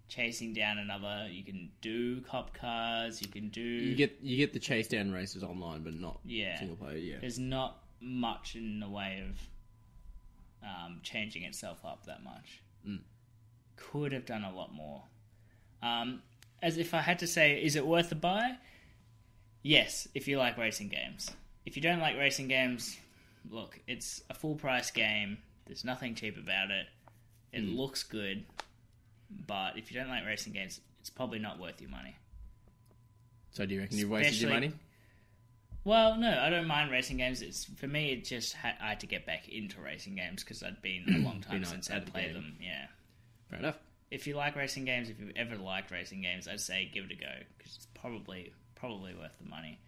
[SPEAKER 4] chasing down another, you can do cop cars, you can do.
[SPEAKER 3] You get you get the chase down races online, but not
[SPEAKER 4] Yeah.
[SPEAKER 3] single player. Yeah.
[SPEAKER 4] there's not much in the way of um, changing itself up that much. Could have done a lot more. Um, as if I had to say, is it worth a buy? Yes, if you like racing games. If you don't like racing games, look, it's a full price game. There's nothing cheap about it. It looks good, but if you don't like racing games, it's probably not worth your money.
[SPEAKER 3] So do you reckon you've wasted your
[SPEAKER 4] Especially-
[SPEAKER 3] money?
[SPEAKER 4] Well, no, I don't mind racing games. It's for me, it just ha- I had to get back into racing games because I'd been a long time
[SPEAKER 3] Been
[SPEAKER 4] since
[SPEAKER 3] out
[SPEAKER 4] I'd
[SPEAKER 3] of the
[SPEAKER 4] played
[SPEAKER 3] game.
[SPEAKER 4] them. Yeah.
[SPEAKER 3] Fair enough.
[SPEAKER 4] If you like racing games, if you've ever liked racing games, I'd say give it a go because it's probably probably worth the money.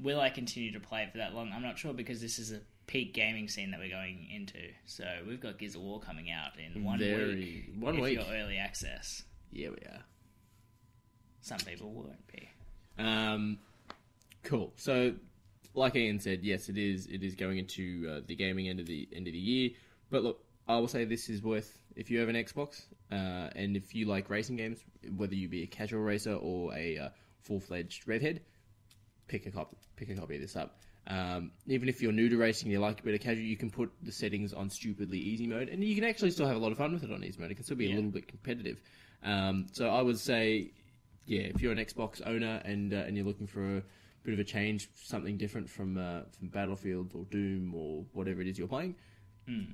[SPEAKER 4] Will I continue to play it for that long? I'm not sure because this is a peak gaming scene that we're going into. So we've got Gears of War coming out in one week.
[SPEAKER 3] Very- one
[SPEAKER 4] if
[SPEAKER 3] week.
[SPEAKER 4] you're early access.
[SPEAKER 3] Yeah, we are.
[SPEAKER 4] Some people won't be.
[SPEAKER 3] Um, cool. So, like Ian said, yes, it is. It is going into uh, the gaming end of the end of the year. But look, I will say this is worth if you have an Xbox uh, and if you like racing games, whether you be a casual racer or a uh, full fledged redhead, pick a cop, pick a copy of this up. Um, even if you're new to racing, you like a bit of casual, you can put the settings on stupidly easy mode, and you can actually still have a lot of fun with it on easy mode. It can still be a little bit competitive. Um, so I would say, yeah, if you're an Xbox owner and uh, and you're looking for a bit of a change, something different from uh, from Battlefield or Doom or whatever it is you're playing,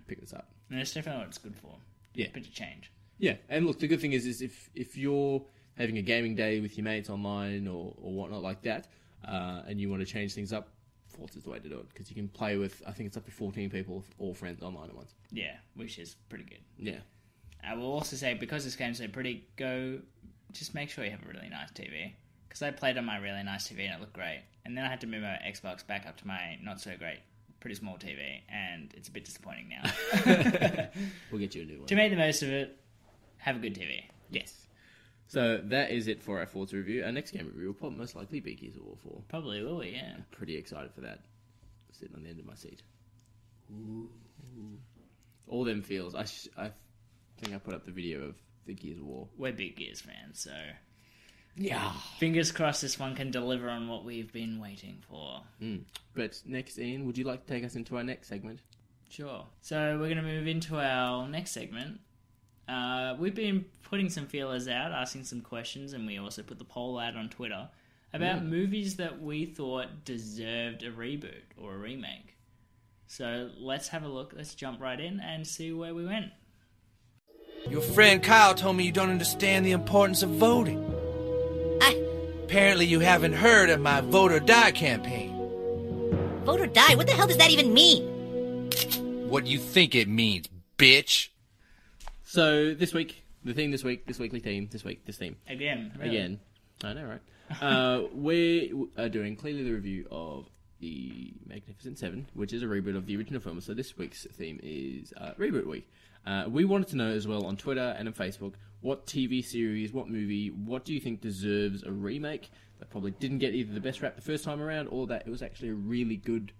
[SPEAKER 3] pick this up.
[SPEAKER 4] And that's definitely what it's good for.
[SPEAKER 3] Yeah.
[SPEAKER 4] Bit of change.
[SPEAKER 3] Yeah, and look, the good thing is, is if if you're having a gaming day with your mates online or, or whatnot like that, uh, and you want to change things up, Forza's the way to do it because you can play with I think it's up to fourteen people, all friends online at once.
[SPEAKER 4] Yeah, which is pretty good.
[SPEAKER 3] Yeah,
[SPEAKER 4] I will also say because this game's so pretty, go just make sure you have a really nice TV. Because I played on my really nice TV and it looked great, and then I had to move my Xbox back up to my not so great, pretty small TV, and it's a bit disappointing now.
[SPEAKER 3] we'll get you a new one.
[SPEAKER 4] to make the most of it, have a good TV.
[SPEAKER 3] Yes. So that is it for our Forza review. Our next game review will probably most likely be Gears of War Four.
[SPEAKER 4] Probably will we? Yeah.
[SPEAKER 3] Pretty excited for that. Sitting on the end of my seat. All them feels. I sh- I think I put up the video of the Gears of War.
[SPEAKER 4] We're big Gears fans, so
[SPEAKER 3] Yeah.
[SPEAKER 4] fingers crossed this one can deliver on what we've been waiting for.
[SPEAKER 3] But next, Ian, would you like to take us into our next segment?
[SPEAKER 4] Sure. So we're going to move into our next segment. Uh, we've been putting some feelers out, asking some questions, and we also put the poll out on Twitter about movies that we thought deserved a reboot or a remake. So let's have a look. Let's jump right in and see where we went.
[SPEAKER 6] Your friend Kyle told me you don't understand the importance of voting. Apparently, you haven't heard of my Vote or Die campaign.
[SPEAKER 7] Vote or die? What the hell does that even mean?
[SPEAKER 6] What do you think it means, bitch?
[SPEAKER 3] So this week, the theme this week, this weekly theme, this week, this theme
[SPEAKER 4] Again. really.
[SPEAKER 3] uh, again. I know, right? uh, we are doing clearly the review of the Magnificent Seven, which is a reboot of the original film. So this week's theme is uh, Reboot Week. Uh, we wanted to know as well on Twitter and on Facebook what TV series, what movie, what do you think deserves a remake that probably didn't get either the best rap the first time around or that it was actually a really good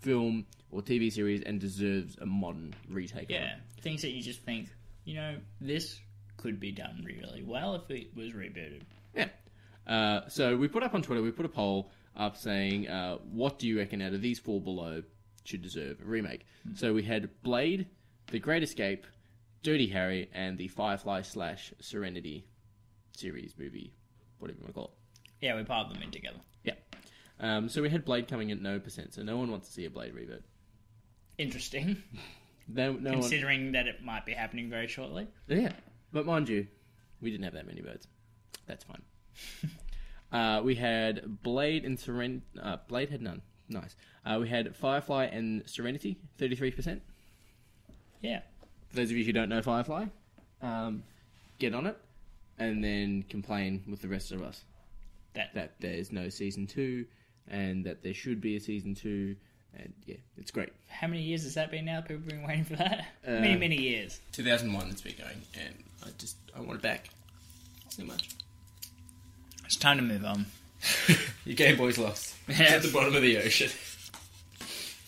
[SPEAKER 3] film or TV series and deserves a modern retake. of it.
[SPEAKER 4] Yeah, things that you just think, you know, this could be done really well if it was rebooted.
[SPEAKER 3] Yeah. Uh, so we put up on Twitter, we put a poll up saying, uh, what do you reckon out of these four below should deserve a remake? So we had Blade, The Great Escape, Dirty Harry, and the Firefly slash Serenity series, movie, whatever you want to call it.
[SPEAKER 4] Yeah, we piled them in together.
[SPEAKER 3] Yeah. Um, so we had Blade coming at no percent, so no one wants to see a Blade reboot.
[SPEAKER 4] Interesting,
[SPEAKER 3] No, no one.
[SPEAKER 4] considering that it might be happening very shortly.
[SPEAKER 3] Yeah, but mind you, we didn't have that many birds. That's fine. uh, we had Blade and Serenity. Uh, Blade had none. Nice. Uh, we had Firefly and Serenity, thirty-three percent.
[SPEAKER 4] Yeah,
[SPEAKER 3] For those of you who don't know Firefly, um, get on it, and then complain with the rest of us
[SPEAKER 4] that,
[SPEAKER 3] that there's no season two, and that there should be a season two, and yeah, it's great.
[SPEAKER 4] How many years has that been now? People have been waiting for that. many, many years.
[SPEAKER 3] 2001 that's been going, and I just I want it back. So much.
[SPEAKER 4] It's time to move on.
[SPEAKER 3] Your Game Boy's lost. It's at the bottom of the ocean.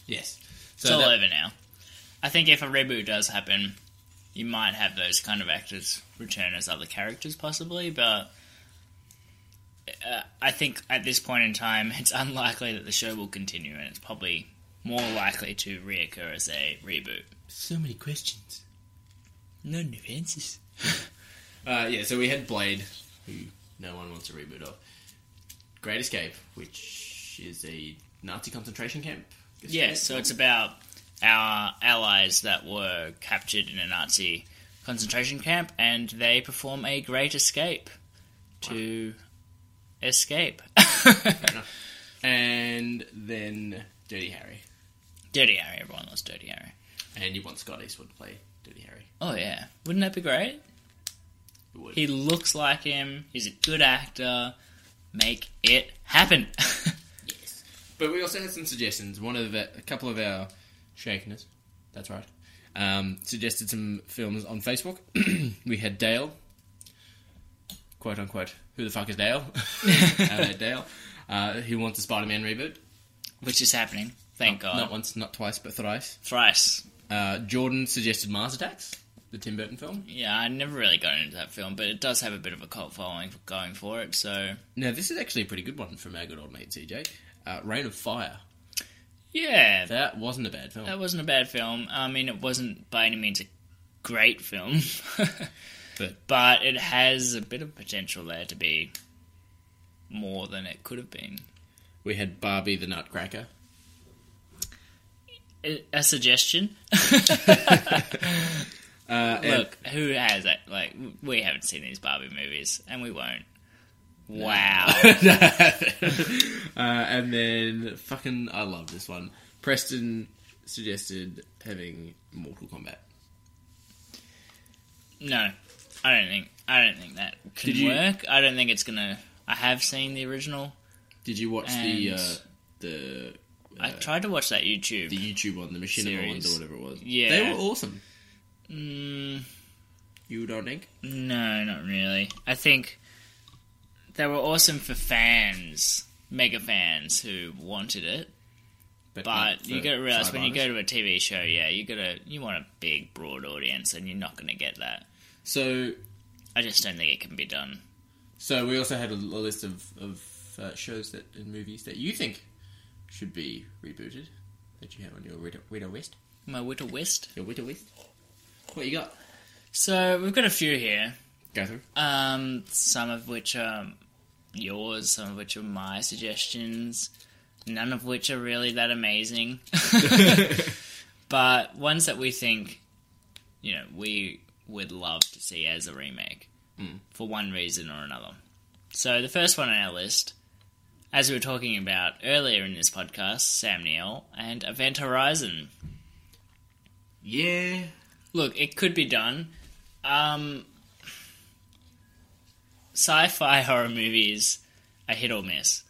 [SPEAKER 3] yes. So
[SPEAKER 4] It's all
[SPEAKER 3] that-
[SPEAKER 4] over now. I think if a reboot does happen, you might have those kind of actors return as other characters, possibly. But uh, I think at this point in time, it's unlikely that the show will continue, and it's probably more likely to reoccur as a reboot.
[SPEAKER 3] So many questions.
[SPEAKER 4] No new answers.
[SPEAKER 3] Uh, yeah, so we had Blade, who no one wants a reboot of. Great Escape, which is a Nazi concentration camp.
[SPEAKER 4] Yeah, so it's about our allies that were captured in a Nazi concentration camp, and they perform a great escape to escape.
[SPEAKER 3] And then Dirty Harry.
[SPEAKER 4] Dirty Harry, everyone loves Dirty Harry.
[SPEAKER 3] And you want Scott Eastwood to play Dirty Harry.
[SPEAKER 4] Oh yeah, wouldn't that be great?
[SPEAKER 3] It would.
[SPEAKER 4] He looks like him. He's a good actor. Make it happen.
[SPEAKER 3] Yes. But we also had some suggestions. One of the, a couple of our shakeners, that's right, um, suggested some films on Facebook. we had Dale, quote unquote, who the fuck is Dale? Hello, Dale. Uh, who wants a Spider Man reboot?
[SPEAKER 4] Which is happening. Thank God.
[SPEAKER 3] Not once, not twice, but thrice.
[SPEAKER 4] Thrice.
[SPEAKER 3] Uh, Jordan suggested Mars Attacks, the Tim Burton film.
[SPEAKER 4] Yeah, I never really got into that film, but it does have a bit of a cult following going for it. So
[SPEAKER 3] Now, this is actually a pretty good one from our good old mate CJ. Uh, Rain of Fire.
[SPEAKER 4] yeah,
[SPEAKER 3] That wasn't a bad film.
[SPEAKER 4] that wasn't a bad film. I mean, it wasn't by any means a great film,
[SPEAKER 3] But-
[SPEAKER 4] but it has a bit of potential there to be more than it could have been.
[SPEAKER 3] We had Barbie the Nutcracker.
[SPEAKER 4] a a suggestion.
[SPEAKER 3] Uh,
[SPEAKER 4] Look, who has it? Like, we haven't seen these Barbie movies, and we won't. Wow.
[SPEAKER 3] Uh, and then fucking, I love this one. Preston suggested having Mortal Kombat.
[SPEAKER 4] no, I don't think. I don't think that can
[SPEAKER 3] Did you-
[SPEAKER 4] work. I don't think it's gonna. I have seen the original.
[SPEAKER 3] Did you watch the
[SPEAKER 4] And-
[SPEAKER 3] uh, the
[SPEAKER 4] I tried to watch that YouTube.
[SPEAKER 3] the YouTube one, the Machinima ones,
[SPEAKER 4] Series.
[SPEAKER 3] or whatever it was?
[SPEAKER 4] Yeah.
[SPEAKER 3] they were awesome.
[SPEAKER 4] Mm,
[SPEAKER 3] You don't think?
[SPEAKER 4] no, not really. I think they were awesome for fans, mega fans who wanted it.
[SPEAKER 3] not
[SPEAKER 4] But you
[SPEAKER 3] for
[SPEAKER 4] got to realize when you
[SPEAKER 3] sidebars.
[SPEAKER 4] go to a TV show, yeah, you got to you want a big broad audience, and you're not going to get that.
[SPEAKER 3] So,
[SPEAKER 4] I just don't think it can be done.
[SPEAKER 3] so we also had a, a list of of uh, shows that and movies that you think should be rebooted that you have on your Widow, Widow West.
[SPEAKER 4] My Witter West.
[SPEAKER 3] Your Widow West. What you got?
[SPEAKER 4] So we've got a few here.
[SPEAKER 3] Go through.
[SPEAKER 4] Um, some of which are yours, some of which are my suggestions. None of which are really that amazing, but ones that we think, you know, we would love to see as a remake for one reason or another. So the first one on our list, as we were talking about earlier in this podcast, Sam Neill and Event Horizon.
[SPEAKER 3] Yeah.
[SPEAKER 4] Look, it could be done. Um, sci-fi horror movies are hit or miss.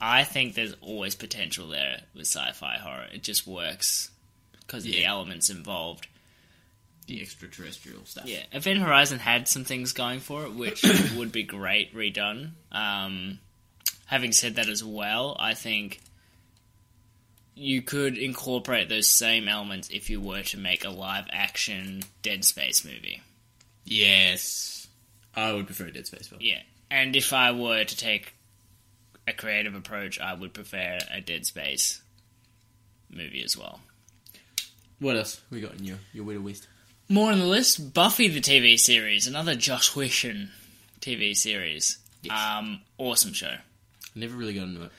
[SPEAKER 4] I think there's always potential there with sci-fi horror. It just works because of the elements involved.
[SPEAKER 3] The extraterrestrial stuff.
[SPEAKER 4] Yeah, Event Horizon had some things going for it, which would be great redone. Um, having said that, as well, I think you could incorporate those same elements if you were to make a live-action Dead Space movie.
[SPEAKER 3] Yes. I would prefer Dead Space. But
[SPEAKER 4] Yeah, and if I were to take a creative approach, I would prefer a Dead Space movie as well.
[SPEAKER 3] What else we got in your, your widow list?
[SPEAKER 4] More on the list, Buffy the TV series, another Josh Whedon TV series. Um, awesome show.
[SPEAKER 3] Never really got into it.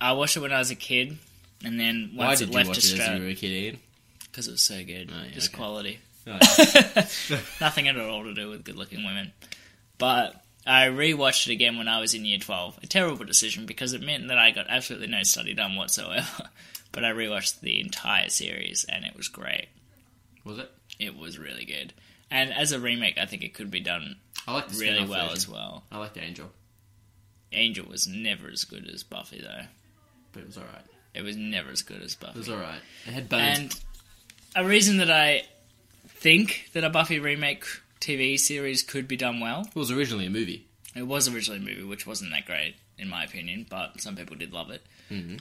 [SPEAKER 4] I watched it when I was a kid, and then
[SPEAKER 3] Why
[SPEAKER 4] once
[SPEAKER 3] did
[SPEAKER 4] it
[SPEAKER 3] you
[SPEAKER 4] left
[SPEAKER 3] watch it as you were
[SPEAKER 4] Australia,
[SPEAKER 3] a kid, Ian?
[SPEAKER 4] because it was so good,
[SPEAKER 3] Oh, yeah,
[SPEAKER 4] just
[SPEAKER 3] okay.
[SPEAKER 4] quality.
[SPEAKER 3] Oh,
[SPEAKER 4] Nothing at all to do with good-looking women. But I rewatched it again when I was in Year Twelve. A terrible decision because it meant that I got absolutely no study done whatsoever. but I rewatched the entire series, and it was great.
[SPEAKER 3] was it?
[SPEAKER 4] It was really good. And as a remake, I think it could be done
[SPEAKER 3] I like the
[SPEAKER 4] really
[SPEAKER 3] spin-off
[SPEAKER 4] well
[SPEAKER 3] version.
[SPEAKER 4] as well.
[SPEAKER 3] I liked Angel,
[SPEAKER 4] Angel was never as good as Buffy, though.
[SPEAKER 3] but it was alright.
[SPEAKER 4] It was never as good as
[SPEAKER 3] It
[SPEAKER 4] Buffy.
[SPEAKER 3] was alright. It had bones.
[SPEAKER 4] And a reason that I think that a Buffy remake TV series could be done well.
[SPEAKER 3] it was originally a movie.
[SPEAKER 4] It was originally a movie, which wasn't that great, in my opinion, but some people did love it. Mm-hmm.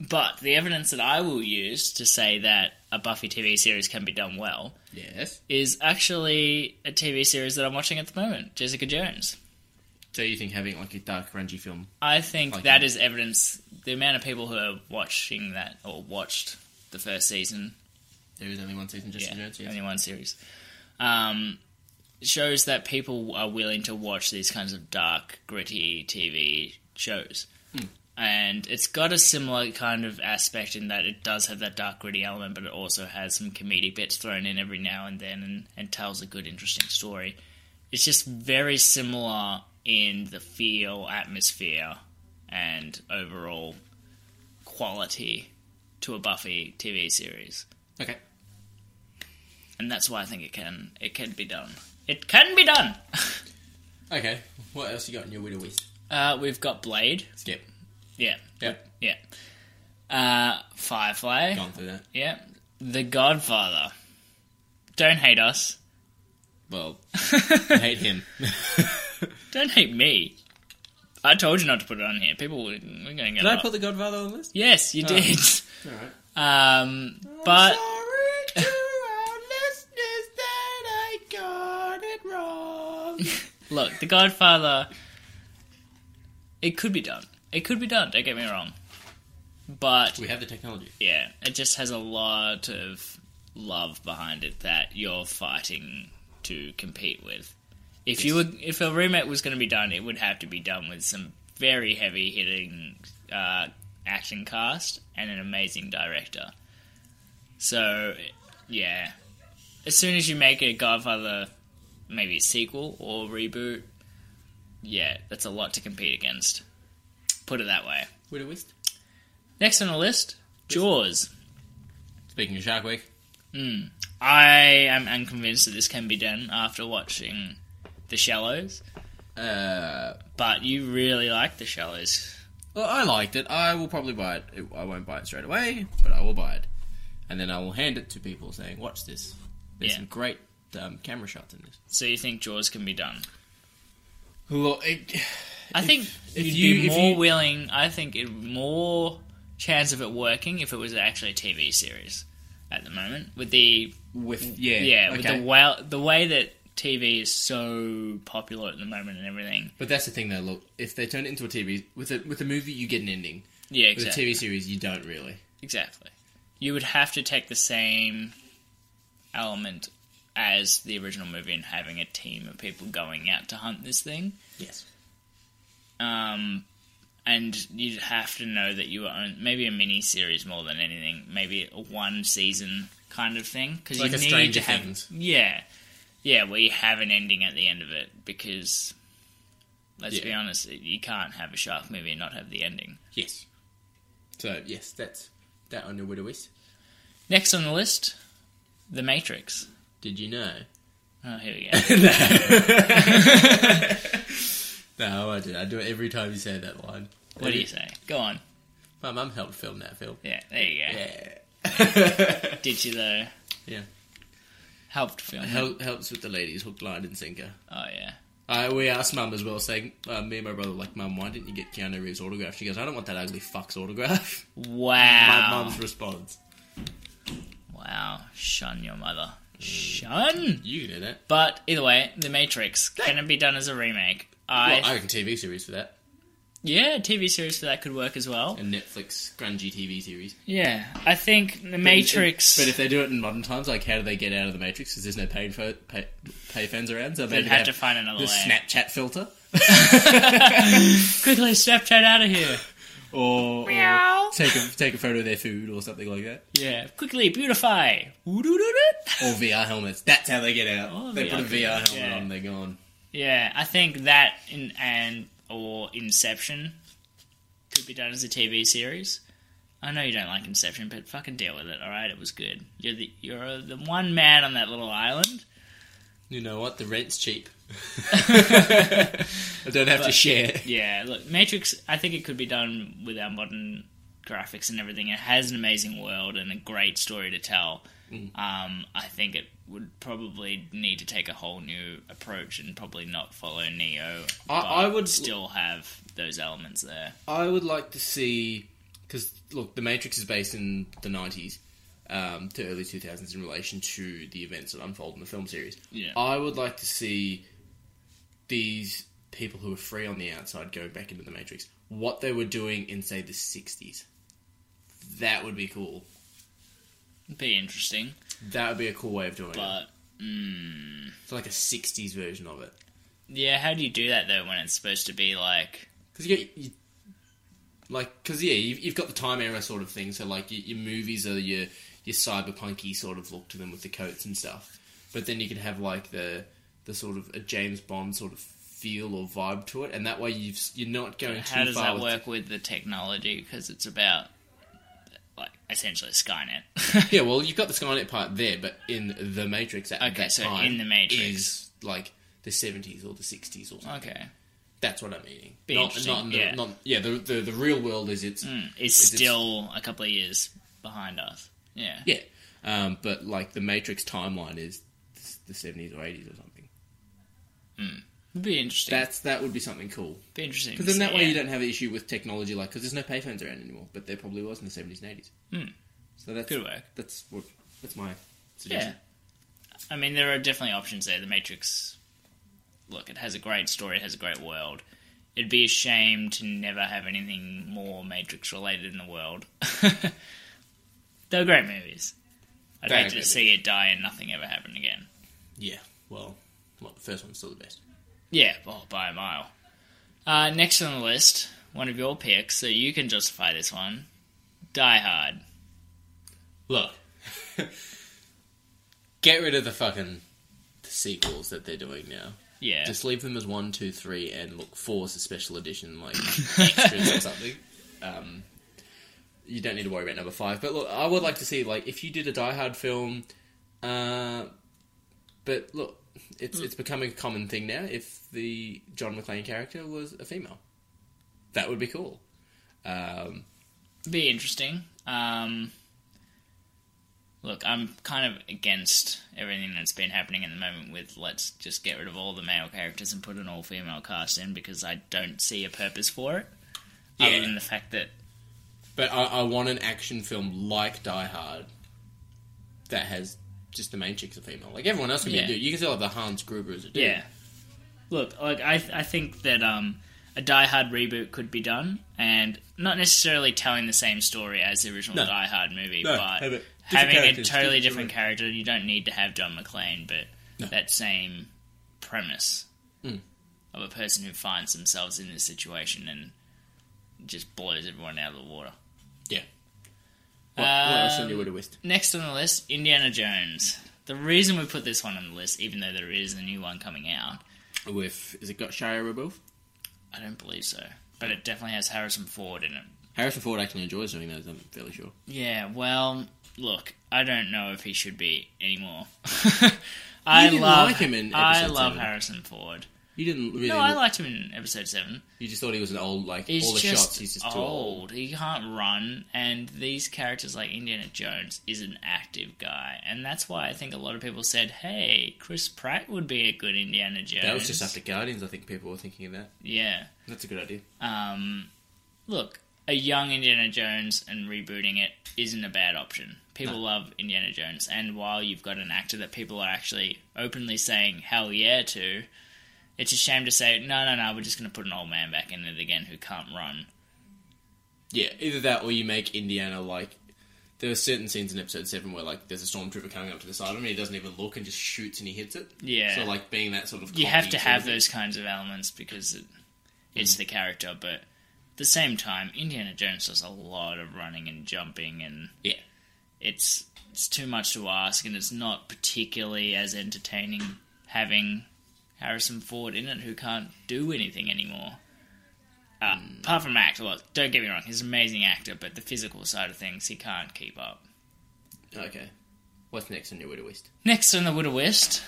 [SPEAKER 4] But the evidence that I will use to say that a Buffy TV series can be done well
[SPEAKER 3] Yes.
[SPEAKER 4] is actually a TV series that I'm watching at the moment, Jessica Jones.
[SPEAKER 3] So you think having like a dark, grungy film?
[SPEAKER 4] I think
[SPEAKER 3] Like
[SPEAKER 4] that
[SPEAKER 3] it.
[SPEAKER 4] is evidence. The amount of people who are watching that or watched the first season,
[SPEAKER 3] There is only one season, just
[SPEAKER 4] yeah,
[SPEAKER 3] yeah. Jones.
[SPEAKER 4] only one series, um, shows that people are willing to watch these kinds of dark, gritty TV shows.
[SPEAKER 3] Hmm.
[SPEAKER 4] And it's got a similar kind of aspect in that it does have that dark, gritty element, but it also has some comedic bits thrown in every now and then and, and tells a good, interesting story. It's just very similar in the feel, atmosphere, and overall quality to a Buffy TV series.
[SPEAKER 3] Okay.
[SPEAKER 4] And that's why I think it can it can be done. It can be done.
[SPEAKER 3] Okay. What else you got in your widow list?
[SPEAKER 4] Uh, we've got Blade.
[SPEAKER 3] Skip.
[SPEAKER 4] Yeah,
[SPEAKER 3] Yep.
[SPEAKER 4] yeah. Uh, Firefly.
[SPEAKER 3] Gone through that.
[SPEAKER 4] Yeah. The Godfather. Don't hate us.
[SPEAKER 3] Well, I hate him.
[SPEAKER 4] Don't hate me. I told you not to put it on here. People, we're going to get.
[SPEAKER 3] Did I
[SPEAKER 4] a-
[SPEAKER 3] put the Godfather on the list?
[SPEAKER 4] Yes, you did.
[SPEAKER 3] All right.
[SPEAKER 4] Um, but
[SPEAKER 3] Oh, Sorry to our listeners that I got it wrong.
[SPEAKER 4] look, The Godfather. It could be done. It could be done. Don't get me wrong. But
[SPEAKER 3] We have the technology.
[SPEAKER 4] yeah, it just has a lot of love behind it that you're fighting to compete with. If you were, if a remake was going to be done, it would have to be done with some very heavy hitting uh, action cast and an amazing director. So, yeah, as soon as you make a Godfather, maybe sequel or reboot, yeah, that's a lot to compete against. Put it that way.
[SPEAKER 3] Widow list.
[SPEAKER 4] Next on the list, Jaws.
[SPEAKER 3] Speaking of Shark Week,
[SPEAKER 4] Hmm. I am unconvinced that this can be done after watching The Shallows,
[SPEAKER 3] uh,
[SPEAKER 4] but you really like The Shallows.
[SPEAKER 3] Well, I liked it. I will probably buy it. It- I won't buy it straight away, but I will buy it, and then I will hand it to people saying, "Watch this. There's
[SPEAKER 4] Yeah.
[SPEAKER 3] some great um, camera shots in this."
[SPEAKER 4] So you think Jaws can be done?
[SPEAKER 3] Look, it,
[SPEAKER 4] I think
[SPEAKER 3] if
[SPEAKER 4] you'd
[SPEAKER 3] you-
[SPEAKER 4] be
[SPEAKER 3] if
[SPEAKER 4] more
[SPEAKER 3] you-
[SPEAKER 4] willing. I think it more chance of it working if it was actually a TV series. At the moment, with the
[SPEAKER 3] with yeah,
[SPEAKER 4] yeah, with
[SPEAKER 3] okay.
[SPEAKER 4] the way the way that TV is so popular at the moment and everything.
[SPEAKER 3] but that's the thing, though. Look, if they turn it into a TV with a with a movie, you get an ending.
[SPEAKER 4] Yeah,
[SPEAKER 3] With a
[SPEAKER 4] exactly.
[SPEAKER 3] TV series, you don't really.
[SPEAKER 4] Exactly. You would have to take the same element as the original movie and having a team of people going out to hunt this thing.
[SPEAKER 3] Yes.
[SPEAKER 4] Um, and you'd have to know that you were on maybe a mini series more than anything, maybe a one season kind of thing because
[SPEAKER 3] Like
[SPEAKER 4] you
[SPEAKER 3] a
[SPEAKER 4] need
[SPEAKER 3] Stranger
[SPEAKER 4] to have
[SPEAKER 3] Things.
[SPEAKER 4] yeah, yeah, where you have an ending at the end of it because let's
[SPEAKER 3] Yeah.
[SPEAKER 4] be honest, you can't have a shark movie and not have the ending.
[SPEAKER 3] Yes. So yes, that's that on your widow list.
[SPEAKER 4] Next on the list, The Matrix.
[SPEAKER 3] Did you know?
[SPEAKER 4] Oh, here we go.
[SPEAKER 3] No, I did. I do it every time you say that line.
[SPEAKER 4] What do you say? Go on.
[SPEAKER 3] My mum helped film that film.
[SPEAKER 4] Yeah, there you go.
[SPEAKER 3] Yeah.
[SPEAKER 4] Did she though?
[SPEAKER 3] yeah.
[SPEAKER 4] Helped film. it.
[SPEAKER 3] Hel- helps with the ladies, hook, line, and sinker.
[SPEAKER 4] Oh yeah.
[SPEAKER 3] Uh, we asked Mum as well, saying, uh, me and my brother, were like, Mum, why didn't you get Keanu Reeves' autograph? She goes, I don't want that ugly fuck's autograph. My
[SPEAKER 4] Wow.
[SPEAKER 3] mum's response.
[SPEAKER 4] Wow. Shun your mother.
[SPEAKER 3] Mm.
[SPEAKER 4] Shun.
[SPEAKER 3] You can do that.
[SPEAKER 4] But either way, The Matrix can it be done as a remake? I,
[SPEAKER 3] Well, I reckon TV series for that.
[SPEAKER 4] yeah, TV series for that could work as well.
[SPEAKER 3] A Netflix grungy TV series.
[SPEAKER 4] Yeah, I think The Matrix.
[SPEAKER 3] But if they do it in modern times, like how do they get out of the Matrix? Because there's no paid fo- pay, pay fans around, so they
[SPEAKER 4] They'd have to find another
[SPEAKER 3] the
[SPEAKER 4] way.
[SPEAKER 3] Snapchat filter
[SPEAKER 4] quickly Snapchat out of here.
[SPEAKER 3] or, or take a take a photo of their food or something like that,
[SPEAKER 4] Yeah, quickly beautify.
[SPEAKER 3] or VR helmets. That's how they get out.
[SPEAKER 4] Oh,
[SPEAKER 3] they put a VR
[SPEAKER 4] VR,
[SPEAKER 3] helmet
[SPEAKER 4] yeah.
[SPEAKER 3] on, they're gone.
[SPEAKER 4] Yeah, I think that in, and or Inception could be done as a TV series. I know you don't like Inception, but fucking deal with it. All right, it was good. You're the you're the one man on that little island.
[SPEAKER 3] You know what? The rent's cheap. I don't have to share.
[SPEAKER 4] Yeah, look, Matrix. I think it could be done with our modern graphics and everything. It has an amazing world and a great story to tell.
[SPEAKER 3] Mm.
[SPEAKER 4] Um, I think it would probably need to take a whole new approach and probably not follow Neo.
[SPEAKER 3] I-
[SPEAKER 4] but
[SPEAKER 3] I would-
[SPEAKER 4] still have those elements there.
[SPEAKER 3] I would like to see because look, The Matrix is based in the nineties um, to early two thousands in relation to the events that unfold in the film series.
[SPEAKER 4] Yeah.
[SPEAKER 3] I would like to see these people who are free on the outside going back into the Matrix. What they were doing in say the sixties. That would be cool.
[SPEAKER 4] Be interesting,
[SPEAKER 3] That would be a cool way of doing it.
[SPEAKER 4] but mm,
[SPEAKER 3] It's like a sixties version of it.
[SPEAKER 4] yeah, how do you do that though when it's supposed to be like
[SPEAKER 3] Because you, get- you like, because yeah, you've, you've got the time era sort of thing. So like, your, your movies are your your cyberpunky sort of look to them with the coats and stuff. But then you can have like the the sort of a James Bond sort of feel or vibe to it, and that way you've s- you're not going too
[SPEAKER 4] how does
[SPEAKER 3] far.
[SPEAKER 4] that
[SPEAKER 3] with
[SPEAKER 4] work with the technology because it's about like essentially Skynet.
[SPEAKER 3] Yeah, well, you've got the Skynet part there, but in the Matrix at
[SPEAKER 4] Okay,
[SPEAKER 3] that
[SPEAKER 4] so
[SPEAKER 3] time
[SPEAKER 4] in The Matrix.
[SPEAKER 3] is like the seventies or the sixties or something.
[SPEAKER 4] okay,
[SPEAKER 3] That's what I'm meaning.
[SPEAKER 4] Be
[SPEAKER 3] not,
[SPEAKER 4] interesting,
[SPEAKER 3] not in the,
[SPEAKER 4] yeah. Hmm.
[SPEAKER 3] Not, yeah. The, the the real world is it's
[SPEAKER 4] is
[SPEAKER 3] Hmm. Is it-
[SPEAKER 4] still a couple of years behind us. Yeah.
[SPEAKER 3] Yeah. Um, but like the Matrix timeline is the 70s or 80s or something.
[SPEAKER 4] It'd be interesting.
[SPEAKER 3] That's that would be something cool.
[SPEAKER 4] be interesting.
[SPEAKER 3] Because then
[SPEAKER 4] to
[SPEAKER 3] that
[SPEAKER 4] see,
[SPEAKER 3] way
[SPEAKER 4] yeah.
[SPEAKER 3] you don't have an issue with technology, like because there's no payphones around anymore, but there probably was in the 70s and 80s. So that's
[SPEAKER 4] Good work.
[SPEAKER 3] That's what that's my
[SPEAKER 4] Yeah.
[SPEAKER 3] suggestion.
[SPEAKER 4] I mean, there are definitely options there. The Matrix, look, it has a great story, it has a great world. It'd be a shame to never have anything more Matrix related in the world. They're great movies. I'd
[SPEAKER 3] Very
[SPEAKER 4] hate to
[SPEAKER 3] good
[SPEAKER 4] see it die and nothing ever happen again.
[SPEAKER 3] Yeah. Well, well, the first one's still the best.
[SPEAKER 4] Yeah, well, by a mile. Uh, next on the list, one of your picks, so you can justify this one Die Hard.
[SPEAKER 3] Look, get rid of the fucking sequels that they're doing now.
[SPEAKER 4] Yeah.
[SPEAKER 3] Just leave them as one, two, three, and look, four is a special edition, like extras or something. Um, you don't need to worry about number five. But look, I would like to see, like, if you did a Die Hard film, uh, but look,
[SPEAKER 4] Hmm.
[SPEAKER 3] it's it's becoming a common thing now. If the John McClane character was a female, that would be cool. Um,
[SPEAKER 4] be interesting. Um, look, I'm kind of against everything that's been happening at the moment with let's just get rid of all the male characters and put an all female cast in because I don't see a purpose for it. Other
[SPEAKER 3] Yeah.
[SPEAKER 4] than the fact that,
[SPEAKER 3] but I, I want an action film like Die Hard that has just the main chick's a female. Like everyone else can be a
[SPEAKER 4] Yeah.
[SPEAKER 3] dude. You can still have the Hans Gruber as a dude.
[SPEAKER 4] yeah. Look, like I, I think that um, a Die Hard reboot could be done, and not necessarily telling the same story as the original
[SPEAKER 3] No.
[SPEAKER 4] Die Hard movie,
[SPEAKER 3] No,
[SPEAKER 4] but
[SPEAKER 3] have it- different
[SPEAKER 4] having a
[SPEAKER 3] characters,
[SPEAKER 4] totally
[SPEAKER 3] different
[SPEAKER 4] different character. You don't need to have John McClane, but that same premise
[SPEAKER 3] Hmm.
[SPEAKER 4] of a person who finds themselves in this situation and just blows everyone out of the water.
[SPEAKER 3] Yeah. What, what
[SPEAKER 4] Um,
[SPEAKER 3] else on your Widow West?
[SPEAKER 4] Next on the list, Indiana Jones. The reason we put this one on the list, even though there is a new one coming out,
[SPEAKER 3] With is it got Shia LaBeouf?
[SPEAKER 4] I don't believe so. But it definitely has Harrison Ford in it.
[SPEAKER 3] Harrison Ford actually enjoys doing those. I'm fairly sure.
[SPEAKER 4] Yeah, well, look, I don't know if he should be anymore. I
[SPEAKER 3] didn't
[SPEAKER 4] love
[SPEAKER 3] like him in
[SPEAKER 4] I
[SPEAKER 3] episode
[SPEAKER 4] love
[SPEAKER 3] seven.
[SPEAKER 4] Harrison Ford.
[SPEAKER 3] You didn't really.
[SPEAKER 4] No, I liked him in episode seven.
[SPEAKER 3] You just thought he was an old like
[SPEAKER 4] He's
[SPEAKER 3] all the
[SPEAKER 4] just
[SPEAKER 3] shots. He's just too old.
[SPEAKER 4] old. He can't run, and these characters like Indiana Jones is an active guy, and that's why I think a lot of people said, "Hey, Chris Pratt would be a good Indiana Jones."
[SPEAKER 3] That was just after Guardians. I think people were thinking of that.
[SPEAKER 4] yeah.
[SPEAKER 3] That's a good idea.
[SPEAKER 4] Um, look, a young Indiana Jones and rebooting it isn't a bad option. People love Indiana Jones, and while you've got an actor that people are actually openly saying hell yeah to, it's a shame to say no, no, no. We're just going to put an old man back in it again who can't run.
[SPEAKER 3] Yeah, either that or you make Indiana like. There are certain scenes in episode seven where like there's a stormtrooper coming up to the side of him and he doesn't even look and just shoots and he hits it.
[SPEAKER 4] Yeah.
[SPEAKER 3] So like being that sort of
[SPEAKER 4] You have
[SPEAKER 3] cocky
[SPEAKER 4] to
[SPEAKER 3] sort
[SPEAKER 4] have
[SPEAKER 3] of thing.
[SPEAKER 4] those kinds of elements because it, it's the character, but at the same time, Indiana Jones does a lot of running and jumping and
[SPEAKER 3] Yeah.
[SPEAKER 4] it's it's too much to ask, and it's not particularly as entertaining having Harrison Ford in it, who can't do anything anymore. Uh, Apart from act, well, don't get me wrong, he's an amazing actor, but the physical side of things, he can't keep up.
[SPEAKER 3] Okay. What's next on your way to West?
[SPEAKER 4] Next on the Wood West,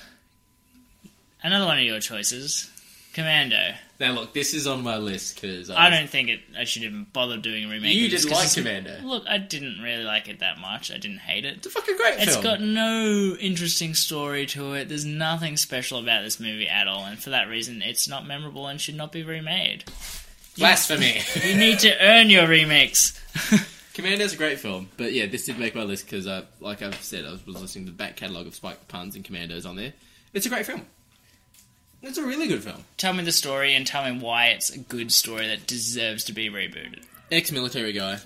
[SPEAKER 4] another one of your choices, Commando.
[SPEAKER 3] Now look, this is on my list because
[SPEAKER 4] I don't think it, I should even bother doing a remake.
[SPEAKER 3] You
[SPEAKER 4] of this
[SPEAKER 3] didn't
[SPEAKER 4] 'cause
[SPEAKER 3] like
[SPEAKER 4] it's-
[SPEAKER 3] Commando.
[SPEAKER 4] Look, I didn't really like it that much. I didn't hate it.
[SPEAKER 3] It's a fucking great
[SPEAKER 4] It's
[SPEAKER 3] film.
[SPEAKER 4] got no interesting story to it. There's nothing special about this movie at all, and for that reason, it's not memorable and should not be remade.
[SPEAKER 3] Blasphemy.
[SPEAKER 4] You need to earn your remakes.
[SPEAKER 3] Commando's a great film, but yeah, this did make my list because, uh, like I've said, I was listening to the back catalogue of Spike puns and Commandos on there. It's a great film. It's a really good film.
[SPEAKER 4] tell me the story and tell me why it's a good story that deserves to be rebooted.
[SPEAKER 3] ex-military guy,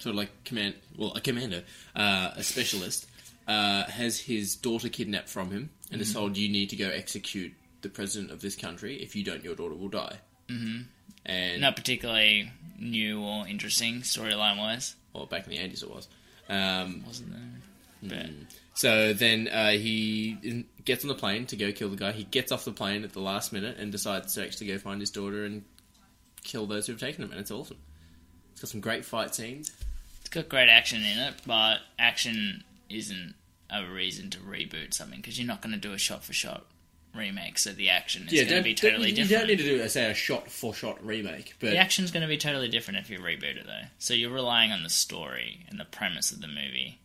[SPEAKER 3] sort of like command, well, a commander, uh, a specialist, uh, has his daughter kidnapped from him and is told, "You need to go execute the president of this country. If you don't, your daughter will die." Mm-hmm. And
[SPEAKER 4] Not particularly new or interesting storyline wise,
[SPEAKER 3] well, back in the eighties, it was. Um,
[SPEAKER 4] wasn't there? But
[SPEAKER 3] so then uh, he in- gets on the plane to go kill the guy. He gets off the plane at the last minute and decides to actually go find his daughter and kill those who have taken him. And it's awesome. It's got some great fight scenes.
[SPEAKER 4] it's got great action in it, but action isn't a reason to reboot something because you're not going to do a shot for shot remake. So the action is going to be totally
[SPEAKER 3] you,
[SPEAKER 4] different.
[SPEAKER 3] don't need to do, say, a shot for shot remake, but
[SPEAKER 4] The action's going to be totally different if you reboot it, though. So you're relying on the story and the premise of the movie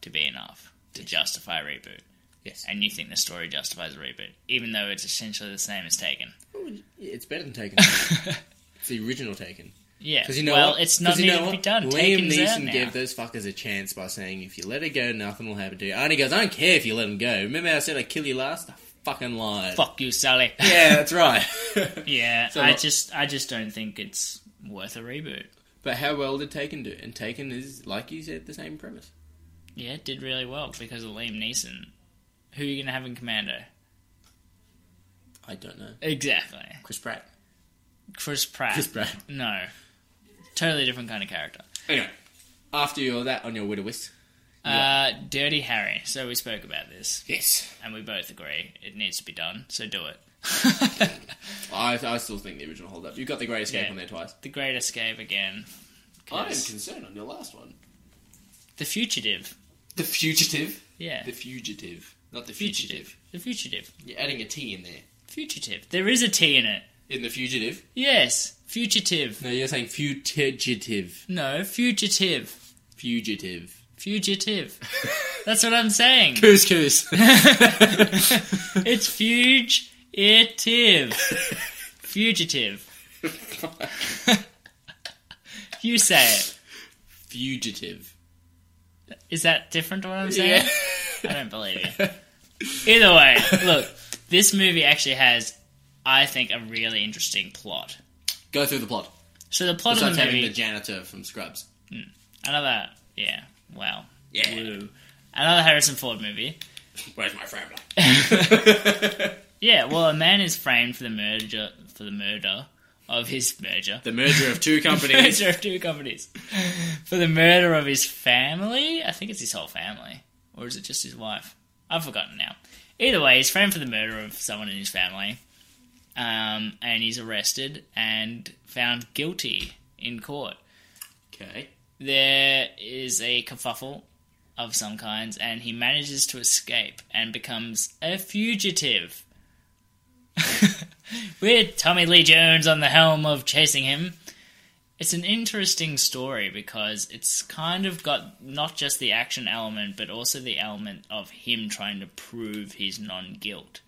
[SPEAKER 4] to be enough to justify a reboot.
[SPEAKER 3] yes,
[SPEAKER 4] And you think the story justifies a reboot, even though it's essentially the same as Taken.
[SPEAKER 3] Oh, it's better than Taken. it's the original Taken.
[SPEAKER 4] Yeah.
[SPEAKER 3] Because you know,
[SPEAKER 4] well,
[SPEAKER 3] what?
[SPEAKER 4] it's not
[SPEAKER 3] 'Cause you
[SPEAKER 4] needed
[SPEAKER 3] know
[SPEAKER 4] to be
[SPEAKER 3] what?
[SPEAKER 4] done.
[SPEAKER 3] Liam
[SPEAKER 4] Taken's out
[SPEAKER 3] Neeson
[SPEAKER 4] now.
[SPEAKER 3] gave those fuckers a chance by saying, "If you let it go, nothing will happen to you." Arnie goes, "I don't care if you let him go. Remember how I said I kill you last? I fucking lied."
[SPEAKER 4] Fuck you, Sally.
[SPEAKER 3] Yeah, that's right.
[SPEAKER 4] yeah.
[SPEAKER 3] So
[SPEAKER 4] I
[SPEAKER 3] not-
[SPEAKER 4] just, I just don't think it's worth a reboot.
[SPEAKER 3] but how well did Taken do? And Taken is, like you said, the same premise.
[SPEAKER 4] Yeah, it did really well because of Liam Neeson. Who are you going to have in Commando?
[SPEAKER 3] I don't know.
[SPEAKER 4] Exactly.
[SPEAKER 3] Chris Pratt.
[SPEAKER 4] Chris Pratt.
[SPEAKER 3] Chris Pratt.
[SPEAKER 4] No. Totally different kind of character.
[SPEAKER 3] Anyway, after your that on your widow list.
[SPEAKER 4] Uh, Dirty Harry. So we spoke about this,
[SPEAKER 3] Yes,
[SPEAKER 4] and we both agree it needs to be done. So do it.
[SPEAKER 3] I, I still think the original hold up. You got the Great Escape
[SPEAKER 4] Yeah.
[SPEAKER 3] on there twice.
[SPEAKER 4] the Great Escape again.
[SPEAKER 3] Oh,
[SPEAKER 4] 'cause
[SPEAKER 3] concerned on your last one.
[SPEAKER 4] the Fugitive.
[SPEAKER 3] The fugitive.
[SPEAKER 4] Yeah.
[SPEAKER 3] The fugitive, not the fugitive.
[SPEAKER 4] Fugitive. The Fugitive.
[SPEAKER 3] You're adding a T in there.
[SPEAKER 4] Fugitive. There is a T in it.
[SPEAKER 3] In the fugitive.
[SPEAKER 4] Yes. Fugitive.
[SPEAKER 3] No, you're saying fugitive.
[SPEAKER 4] No, fugitive.
[SPEAKER 3] Fugitive.
[SPEAKER 4] Fugitive. That's what I'm saying.
[SPEAKER 3] Couscous.
[SPEAKER 4] It's fugitive. Fugitive. You say it.
[SPEAKER 3] fugitive.
[SPEAKER 4] Is that different to what I'm saying? I don't believe you. Either way, look, this movie actually has, I think, a really interesting plot.
[SPEAKER 3] Go through the plot.
[SPEAKER 4] So the plot
[SPEAKER 3] Besides
[SPEAKER 4] of the
[SPEAKER 3] having
[SPEAKER 4] movie,
[SPEAKER 3] the janitor from Scrubs.
[SPEAKER 4] another, yeah, wow,
[SPEAKER 3] Yeah.
[SPEAKER 4] Woo. another Harrison Ford movie.
[SPEAKER 3] Where's my frame?
[SPEAKER 4] Yeah, well, a man is framed for the murder for the murder of his merger,
[SPEAKER 3] The merger of two companies.
[SPEAKER 4] merger of two companies, for the murder of his family. I think it's his whole family, or is it just his wife? I've forgotten now. Either way, he's framed for the murder of someone in his family, um, and he's arrested and found guilty in court.
[SPEAKER 3] okay.
[SPEAKER 4] There is a kerfuffle of some kinds, and he manages to escape and becomes a fugitive. with Tommy Lee Jones on the helm of chasing him. It's an interesting story because it's kind of got not just the action element, but also the element of him trying to prove his non guilt.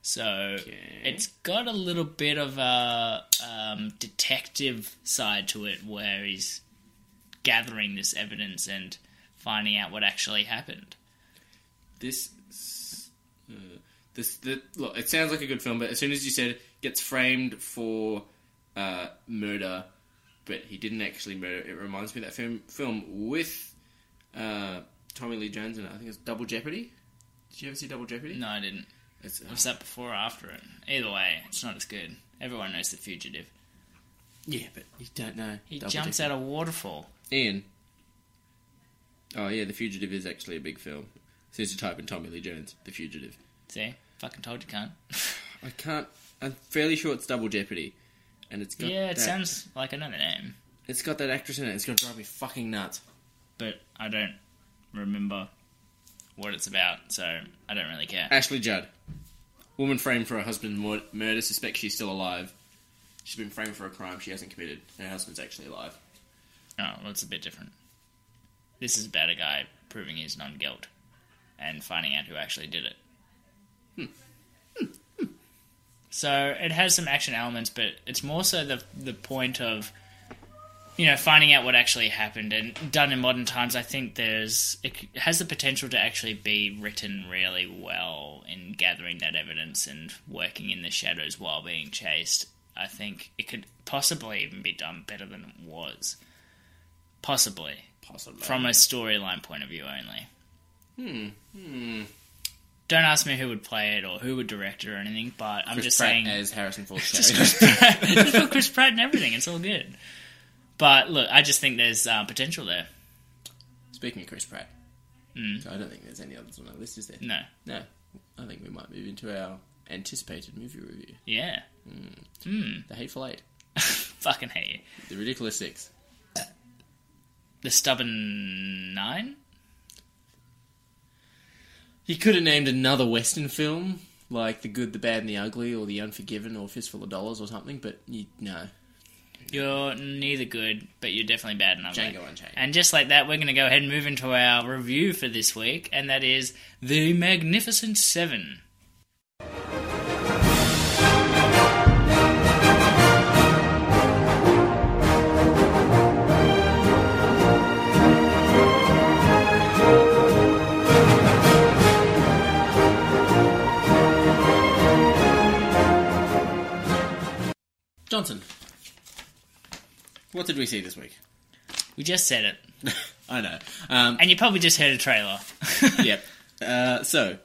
[SPEAKER 4] So it's got a little bit of a um, detective side to it where he's gathering this evidence and finding out what actually happened.
[SPEAKER 3] This, s- uh, this, the, look. It sounds like a good film, but as soon as you said gets framed for uh, murder, but he didn't actually murder, it reminds me of that film film with uh, Tommy Lee Jones and I think it's Double Jeopardy. Did you ever see Double Jeopardy?
[SPEAKER 4] No, I didn't.
[SPEAKER 3] It's, uh,
[SPEAKER 4] Was that before or after it? Either way, it's not as good. Everyone knows the fugitive.
[SPEAKER 3] yeah, but you don't know.
[SPEAKER 4] He jumps out a waterfall.
[SPEAKER 3] Ian. Oh yeah, The Fugitive is actually a big film. As soon as you type in Tommy Lee Jones, The Fugitive.
[SPEAKER 4] See, fucking told you can't.
[SPEAKER 3] I can't. I'm fairly sure it's Double Jeopardy, and it's got
[SPEAKER 4] yeah, it
[SPEAKER 3] that,
[SPEAKER 4] sounds like I know the name,
[SPEAKER 3] It's got that actress in it. It's gonna drive me fucking nuts.
[SPEAKER 4] but I don't remember what it's about, so I don't really care.
[SPEAKER 3] Ashley Judd, woman framed for her husband's mur- murder, suspects she's still alive. She's been framed for a crime she hasn't committed, and her husband's actually alive.
[SPEAKER 4] Oh, well, it's a bit different. This is about a guy proving his non-guilt and finding out who actually did it. So it has some action elements, but it's more so the the point of you know finding out what actually happened and done in modern times. I think there's it c- has the potential to actually be written really well in gathering that evidence and working in the shadows while being chased. I think it could possibly even be done better than it was. Possibly.
[SPEAKER 3] Possibly.
[SPEAKER 4] From a storyline point of view only. Hmm.
[SPEAKER 3] hmm.
[SPEAKER 4] Don't ask me who would play it or who would direct it or anything, but I'm
[SPEAKER 3] Chris
[SPEAKER 4] just
[SPEAKER 3] Pratt
[SPEAKER 4] saying.
[SPEAKER 3] as Harrison Ford.
[SPEAKER 4] just Chris Pratt. just put Chris Pratt and everything. It's all good. But look, I just think there's uh, potential there.
[SPEAKER 3] Speaking of Chris Pratt, so I don't think there's any others on our list, is there?
[SPEAKER 4] Hmm. No.
[SPEAKER 3] No. I think we might move into our anticipated movie review:
[SPEAKER 4] Yeah.
[SPEAKER 3] The Hateful Eight,
[SPEAKER 4] Fucking hate you.
[SPEAKER 3] The Ridiculous Six,
[SPEAKER 4] The Stubborn Nine?
[SPEAKER 3] He could have named another Western film, like The Good, the Bad, and the Ugly, or The Unforgiven, or Fistful of Dollars, or something, but you, no.
[SPEAKER 4] You're neither good, but you're definitely bad enough.
[SPEAKER 3] Django Unchained.
[SPEAKER 4] And just like that, we're going to go ahead and move into our review for this week, and that is The Magnificent Seven.
[SPEAKER 3] Johnson. What did we see this week?
[SPEAKER 4] We just said it.
[SPEAKER 3] I know. Um,
[SPEAKER 4] And you probably just heard a trailer.
[SPEAKER 3] yep. Uh, so,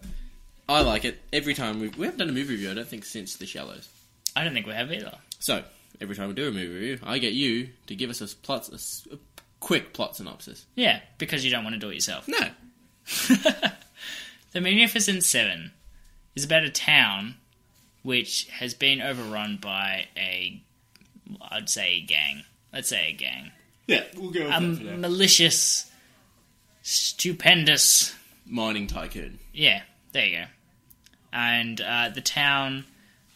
[SPEAKER 3] I like it. Every time we've, we haven't done a movie review, I don't think, since The Shallows.
[SPEAKER 4] I don't think we have either.
[SPEAKER 3] So, every time we do a movie review, I get you to give us a, s- plot, a s- a quick plot synopsis.
[SPEAKER 4] Yeah, because you don't want to do it yourself.
[SPEAKER 3] No.
[SPEAKER 4] The Magnificent Seven is about a town which has been overrun by a, I'd say a gang. Let's say a gang.
[SPEAKER 3] Yeah, we'll go with
[SPEAKER 4] A malicious, stupendous
[SPEAKER 3] Mining Tycoon.
[SPEAKER 4] Yeah, there you go. And uh, the town,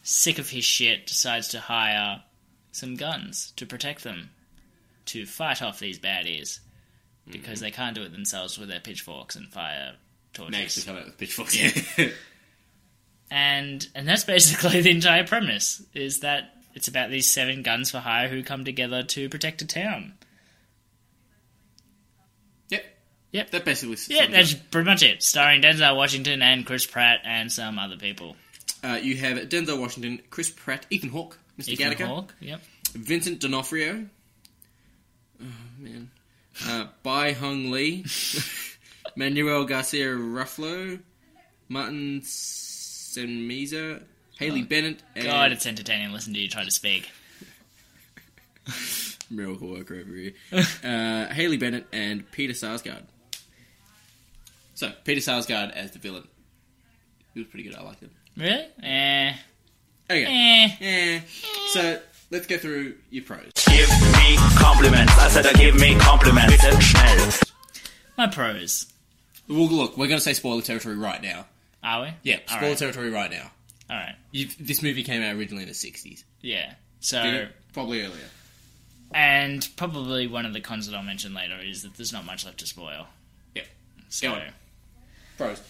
[SPEAKER 4] sick of his shit, decides to hire some guns to protect them, to fight off these baddies, because they can't do it themselves with their pitchforks and fire torches.
[SPEAKER 3] Next to come out with pitchforks. Yeah.
[SPEAKER 4] And and that's basically the entire premise is that it's about these seven guns for hire who come together to protect a town.
[SPEAKER 3] yep.
[SPEAKER 4] Yep.
[SPEAKER 3] That basically sums
[SPEAKER 4] yeah,
[SPEAKER 3] it
[SPEAKER 4] that's
[SPEAKER 3] up.
[SPEAKER 4] pretty much it. Starring Denzel Washington and Chris Pratt and some other people.
[SPEAKER 3] Uh, you have Denzel Washington, Chris Pratt, Ethan Hawke, Mr.
[SPEAKER 4] Ethan
[SPEAKER 3] Gattaca,
[SPEAKER 4] Hawke, Yep.
[SPEAKER 3] Vincent D'Onofrio. Oh man, uh, Bai Hung Lee, Manuel Garcia Ruffalo, Martin Senmiza, Haley Bennett, and
[SPEAKER 4] Oh, God, it's entertaining. to Listen to you try to speak.
[SPEAKER 3] miracle worker over here. uh, Haley Bennett and Peter Sarsgaard. So Peter Sarsgaard as the villain. He was pretty good. I liked him.
[SPEAKER 4] Really? Eh.
[SPEAKER 3] Okay.
[SPEAKER 4] Eh.
[SPEAKER 3] Eh. So let's go through your pros.
[SPEAKER 8] Give me compliments. I said, uh, give me compliments. Schnell.
[SPEAKER 4] My pros.
[SPEAKER 3] Well, look, we're going to say spoiler territory right now.
[SPEAKER 4] Are we?
[SPEAKER 3] Yeah,
[SPEAKER 4] All
[SPEAKER 3] spoiler
[SPEAKER 4] right.
[SPEAKER 3] territory right now.
[SPEAKER 4] All right.
[SPEAKER 3] you this movie came out originally in the 60s.
[SPEAKER 4] Yeah. So.
[SPEAKER 9] Probably earlier.
[SPEAKER 4] And probably one of the cons that I'll mention later is that there's not much left to spoil.
[SPEAKER 9] Yeah.
[SPEAKER 4] So,
[SPEAKER 9] on. Pros.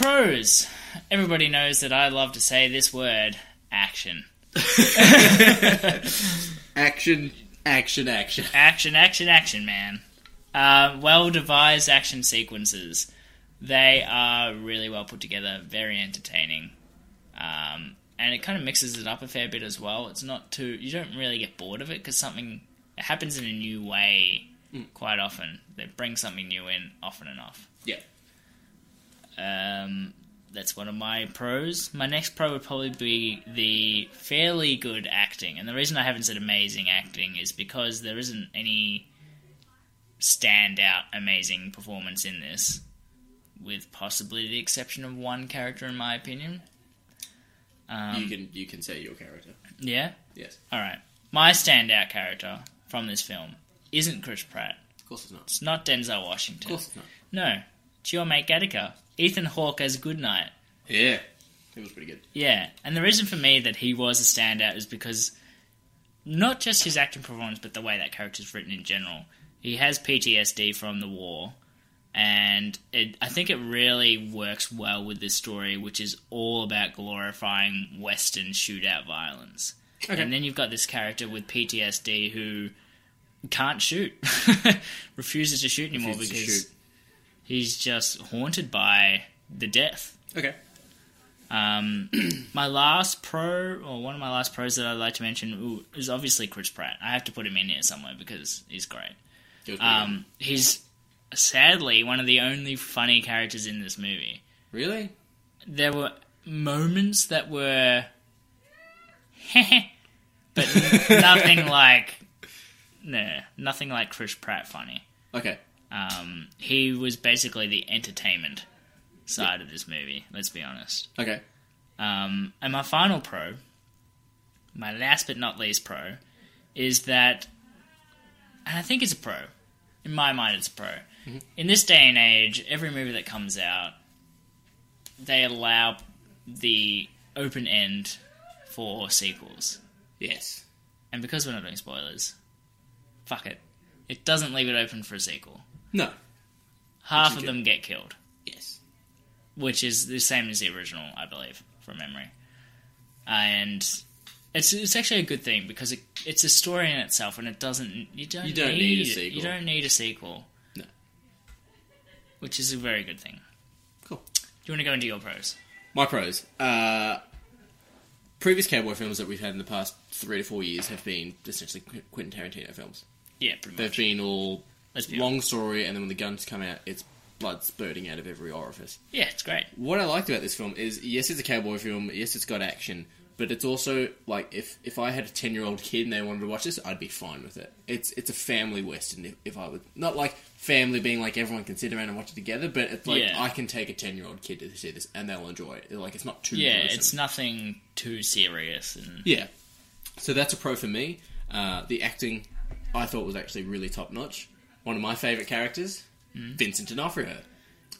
[SPEAKER 4] pros. Everybody knows that I love to say this word action.
[SPEAKER 3] Action, action, action.
[SPEAKER 4] Action, action, action, man. Uh, well devised action sequences. They are really well put together, very entertaining. Um, and it kind of mixes it up a fair bit as well. It's not too. You don't really get bored of it because something it happens in a new way quite often. They bring something new in often enough.
[SPEAKER 9] Yeah.
[SPEAKER 4] Um, that's one of my pros. My next pro would probably be the fairly good acting. And the reason I haven't said amazing acting is because there isn't any standout amazing performance in this, with possibly the exception of one character, in my opinion. Um,
[SPEAKER 9] you can you can say your character.
[SPEAKER 4] Yeah?
[SPEAKER 9] Yes.
[SPEAKER 4] Alright. My standout character from this film isn't Chris Pratt.
[SPEAKER 3] Of course it's not.
[SPEAKER 4] It's not Denzel Washington.
[SPEAKER 3] Of course it's not.
[SPEAKER 4] No. It's your mate Gattaca. Ethan Hawke as Goodnight.
[SPEAKER 9] Yeah. It was pretty good.
[SPEAKER 4] Yeah, and the reason for me that he was a standout is because not just his acting performance, but the way that character's written in general. He has PTSD from the war, and it, I think it really works well with this story, which is all about glorifying Western shootout violence. And then you've got this character with PTSD who can't shoot, refuses to shoot anymore
[SPEAKER 9] Refuses to
[SPEAKER 4] because
[SPEAKER 9] shoot.
[SPEAKER 4] he's just haunted by the death.
[SPEAKER 9] Okay.
[SPEAKER 4] Um, my last pro, or one of my last pros that I'd like to mention, ooh, is obviously Chris Pratt. I have to put him in here somewhere because he's great.
[SPEAKER 3] It was pretty
[SPEAKER 4] Um, he's sadly one of the only funny characters in this movie.
[SPEAKER 3] good. Really?
[SPEAKER 4] There were moments that were, but nothing like, no, nothing like Chris Pratt funny.
[SPEAKER 3] Okay.
[SPEAKER 4] Um, he was basically the entertainment side of this movie. Let's be honest.
[SPEAKER 3] Okay.
[SPEAKER 4] Um, and my final pro, my last but not least pro, is that, and I think it's a pro. In my mind, it's a pro.
[SPEAKER 3] Mm-hmm.
[SPEAKER 4] In this day and age, every movie that comes out, they allow the open end for sequels.
[SPEAKER 3] Yes.
[SPEAKER 4] And because we're not doing spoilers, fuck it. It doesn't leave it open for a sequel.
[SPEAKER 3] No.
[SPEAKER 4] Half
[SPEAKER 3] Which
[SPEAKER 4] of
[SPEAKER 3] is
[SPEAKER 4] them get killed.
[SPEAKER 3] Yes.
[SPEAKER 4] which is the same as the original, I believe, from memory. Uh, And it's it's actually a good thing because it, it's a story in itself, and it doesn't you don't
[SPEAKER 3] You don't need a
[SPEAKER 4] need, it.
[SPEAKER 3] sequel.
[SPEAKER 4] You don't need a sequel.
[SPEAKER 3] No.
[SPEAKER 4] Which is a very good thing.
[SPEAKER 3] Cool.
[SPEAKER 4] Do you want to go into your pros?
[SPEAKER 3] My pros. Uh, previous cowboy films that we've had in the past three to four years have been essentially Qu- Quentin Tarantino films.
[SPEAKER 4] Yeah, pretty
[SPEAKER 3] They've
[SPEAKER 4] much.
[SPEAKER 3] been all
[SPEAKER 4] Let's be
[SPEAKER 3] long story, and then when the guns come out, it's blood spurting out of every orifice.
[SPEAKER 4] Yeah, it's great.
[SPEAKER 3] What I liked about this film is, yes, it's a cowboy film, yes, it's got action, but it's also like if if I had a ten year old kid and they wanted to watch this, I'd be fine with it. It's it's a family western. If, if I would not like family being like everyone can sit around and watch it together, but it's like
[SPEAKER 4] Yeah.
[SPEAKER 3] I can take a ten year old kid to see this and they'll enjoy it. Like it's not too
[SPEAKER 4] Yeah,
[SPEAKER 3] gruesome.
[SPEAKER 4] it's nothing too serious, and
[SPEAKER 3] Yeah. So that's a pro for me. Uh, the acting I thought was actually really top notch. One of my favourite characters, Vincent D'Onofrio.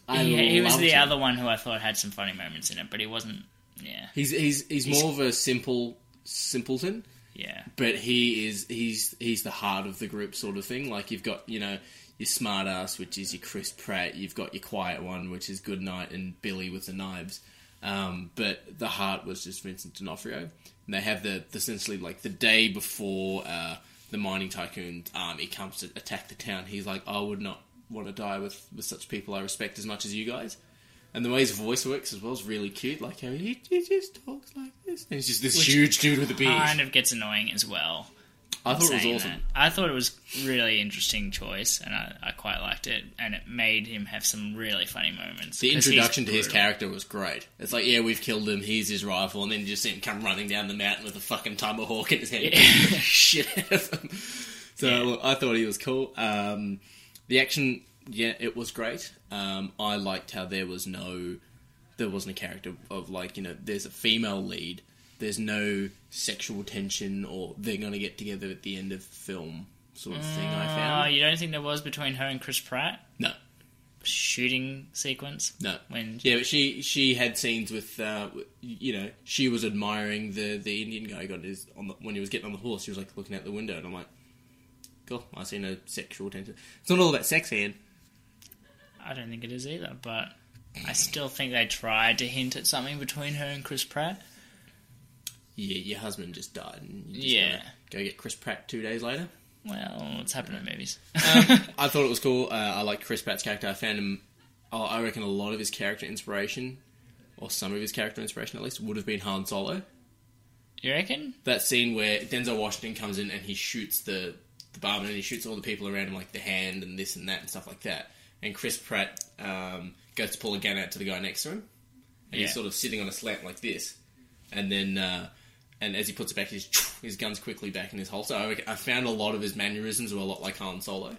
[SPEAKER 3] I
[SPEAKER 4] Hmm? yeah, he was
[SPEAKER 3] loved
[SPEAKER 4] the
[SPEAKER 3] him.
[SPEAKER 4] other one who I thought had some funny moments in it, but he wasn't. Yeah,
[SPEAKER 3] He's, he's he's more of a simple simpleton,
[SPEAKER 4] yeah,
[SPEAKER 3] but he is he's he's the heart of the group sort of thing. Like you've got you know your smart ass, which is your Chris Pratt. You've got your quiet one, which is Goodnight and Billy with the knives. Um, but the heart was just Vincent D'Onofrio. And they have the, the essentially like the day before uh, the mining tycoon's army comes to attack the town. He's like, I would not want to die with, with such people I respect as much as you guys. And the way his voice works as well is really cute. Like how he, he just talks like this. And he's just this huge dude with a beard.
[SPEAKER 4] kind of gets annoying as well.
[SPEAKER 3] I thought it
[SPEAKER 4] saying
[SPEAKER 3] was awesome.
[SPEAKER 4] that. I thought it was really interesting choice, and I, I quite liked it. And it made him have some really funny moments.
[SPEAKER 3] The
[SPEAKER 4] 'cause he's
[SPEAKER 3] introduction to his
[SPEAKER 4] brutal.
[SPEAKER 3] character was great. It's like, yeah, we've killed him. He's his rival, and then you just see him come running down the mountain with a fucking tomahawk in his hand, beating the shit out of him. So look, I thought he was cool. Um, the action, yeah, it was great. Um, I liked how there was no, there wasn't a character of like you know, there's a female lead. There's no sexual tension, or they're gonna get together at the end of the film sort of thing. I
[SPEAKER 4] Oh,
[SPEAKER 3] found
[SPEAKER 4] you don't think there was between her and Chris Pratt?
[SPEAKER 3] no.
[SPEAKER 4] shooting sequence?
[SPEAKER 3] No.
[SPEAKER 4] When
[SPEAKER 3] Yeah, but she she had scenes with, uh, you know, she was admiring the the Indian guy got his on the, when he was getting on the horse. She was like looking out the window, and I'm like, "Cool, I see no sexual tension. It's not all about sex, Ian.
[SPEAKER 4] I don't think it is either, but I still think they tried to hint at something between her and Chris Pratt.
[SPEAKER 3] Yeah, your husband just died, and you just
[SPEAKER 4] Yeah.
[SPEAKER 3] gotta go get Chris Pratt two days later.
[SPEAKER 4] Well, it's happened in movies.
[SPEAKER 3] I thought it was cool. Uh, I like Chris Pratt's character. I found him. Oh, I reckon a lot of his character inspiration, or some of his character inspiration at least, would have been Han Solo.
[SPEAKER 4] you reckon?
[SPEAKER 3] that scene where Denzel Washington comes in and he shoots the the barman and he shoots all the people around him like the hand and this and that and stuff like that. And Chris Pratt um, goes to pull a gun out to the guy next to him, and
[SPEAKER 4] Yeah.
[SPEAKER 3] he's sort of sitting on a slant like this, and then. Uh, and as he puts it back, his his guns quickly back in his holster. I, reckon- I found a lot of his mannerisms were a lot like Han Solo.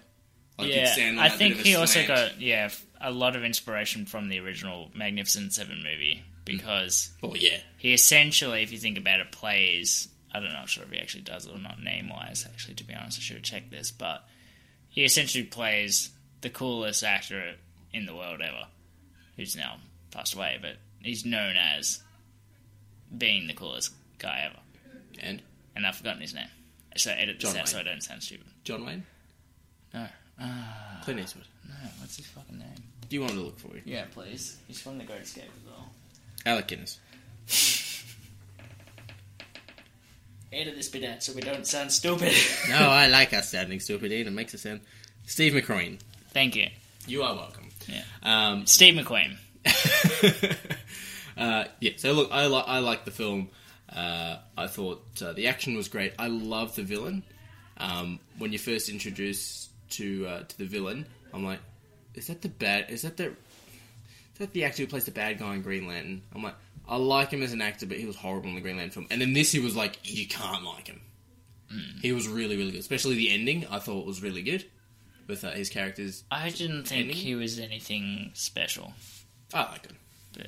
[SPEAKER 3] Like he'd
[SPEAKER 4] yeah,
[SPEAKER 3] stand on
[SPEAKER 4] I
[SPEAKER 3] that bit
[SPEAKER 4] think
[SPEAKER 3] of a
[SPEAKER 4] he also
[SPEAKER 3] slant.
[SPEAKER 4] got yeah f- a lot of inspiration from the original Magnificent Seven movie because
[SPEAKER 3] Oh yeah,
[SPEAKER 4] he essentially, if you think about it, plays. I don't know, I'm sure if he actually does it or not, name wise. Actually, to be honest, I should have checked this, but he essentially plays the coolest actor in the world ever, who's now passed away, but he's known as being the coolest guy ever.
[SPEAKER 3] and
[SPEAKER 4] And I've forgotten his name, so edit this
[SPEAKER 3] John
[SPEAKER 4] out so I
[SPEAKER 3] Wayne.
[SPEAKER 4] don't sound stupid.
[SPEAKER 3] John Wayne,
[SPEAKER 4] No,
[SPEAKER 3] Clint Eastwood.
[SPEAKER 4] no, what's his fucking name?
[SPEAKER 3] Do you want to look for you?
[SPEAKER 4] Yeah, please. He's from The Great Escape as well.
[SPEAKER 3] Alec Guinness.
[SPEAKER 4] Edit this bit out so we don't sound stupid.
[SPEAKER 3] No, Oh, I like us sounding stupid. Ian. It makes us sound. Steve McCroin.
[SPEAKER 4] Thank you.
[SPEAKER 3] You are welcome.
[SPEAKER 4] Yeah.
[SPEAKER 3] Um,
[SPEAKER 4] Steve McQueen.
[SPEAKER 3] uh, yeah. So look, I li- I like the film. Uh, I thought uh, the action was great. I love the villain. Um, when you first introduced to uh, to the villain, I'm like, is that the bad? Is that the is that the actor who plays the bad guy in Green Lantern? I'm like, I like him as an actor, but he was horrible in the Green Lantern film. And in this, he was like, you can't like him. He was really, really good. Especially the ending, I thought was really good with uh, his characters.
[SPEAKER 4] I didn't think
[SPEAKER 3] Any?
[SPEAKER 4] he was anything special,
[SPEAKER 3] I liked him.
[SPEAKER 4] but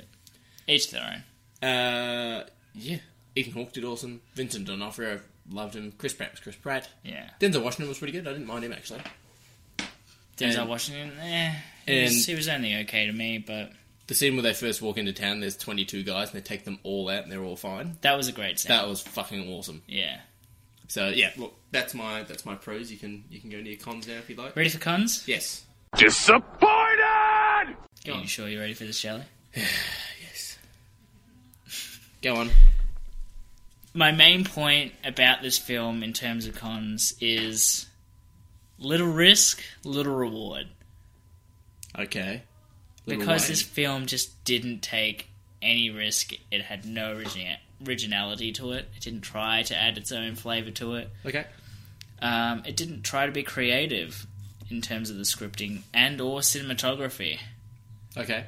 [SPEAKER 4] each their own.
[SPEAKER 3] Uh, yeah. Ethan Hawke did awesome. Vincent D'Onofrio loved him. Chris Pratt was Chris Pratt.
[SPEAKER 4] Yeah.
[SPEAKER 3] Denzel Washington was pretty good. I didn't mind him actually.
[SPEAKER 4] Denzel
[SPEAKER 3] And-
[SPEAKER 4] Washington, eh. He was,
[SPEAKER 3] and-
[SPEAKER 4] he was only okay to me, but
[SPEAKER 3] The scene where they first walk into town, there's 22 guys and they take them all out and they're all fine.
[SPEAKER 4] that was a great scene.
[SPEAKER 3] That was fucking awesome.
[SPEAKER 4] yeah.
[SPEAKER 3] So yeah, look, that's my that's my pros. You can you can go into your cons now if you like.
[SPEAKER 4] Ready for cons?
[SPEAKER 3] Yes.
[SPEAKER 10] Disappointed!
[SPEAKER 4] Are you sure you're ready for this, Shelley?
[SPEAKER 3] Go on.
[SPEAKER 4] my main point about this film in terms of cons is little risk, little reward.
[SPEAKER 3] Okay. Little
[SPEAKER 4] Because
[SPEAKER 3] Wayne.
[SPEAKER 4] this film just didn't take any risk, it had no origina- originality to it. It didn't try to add its own flavor to it.
[SPEAKER 3] Okay.
[SPEAKER 4] Um, it didn't try to be creative in terms of the scripting and or cinematography.
[SPEAKER 3] Okay.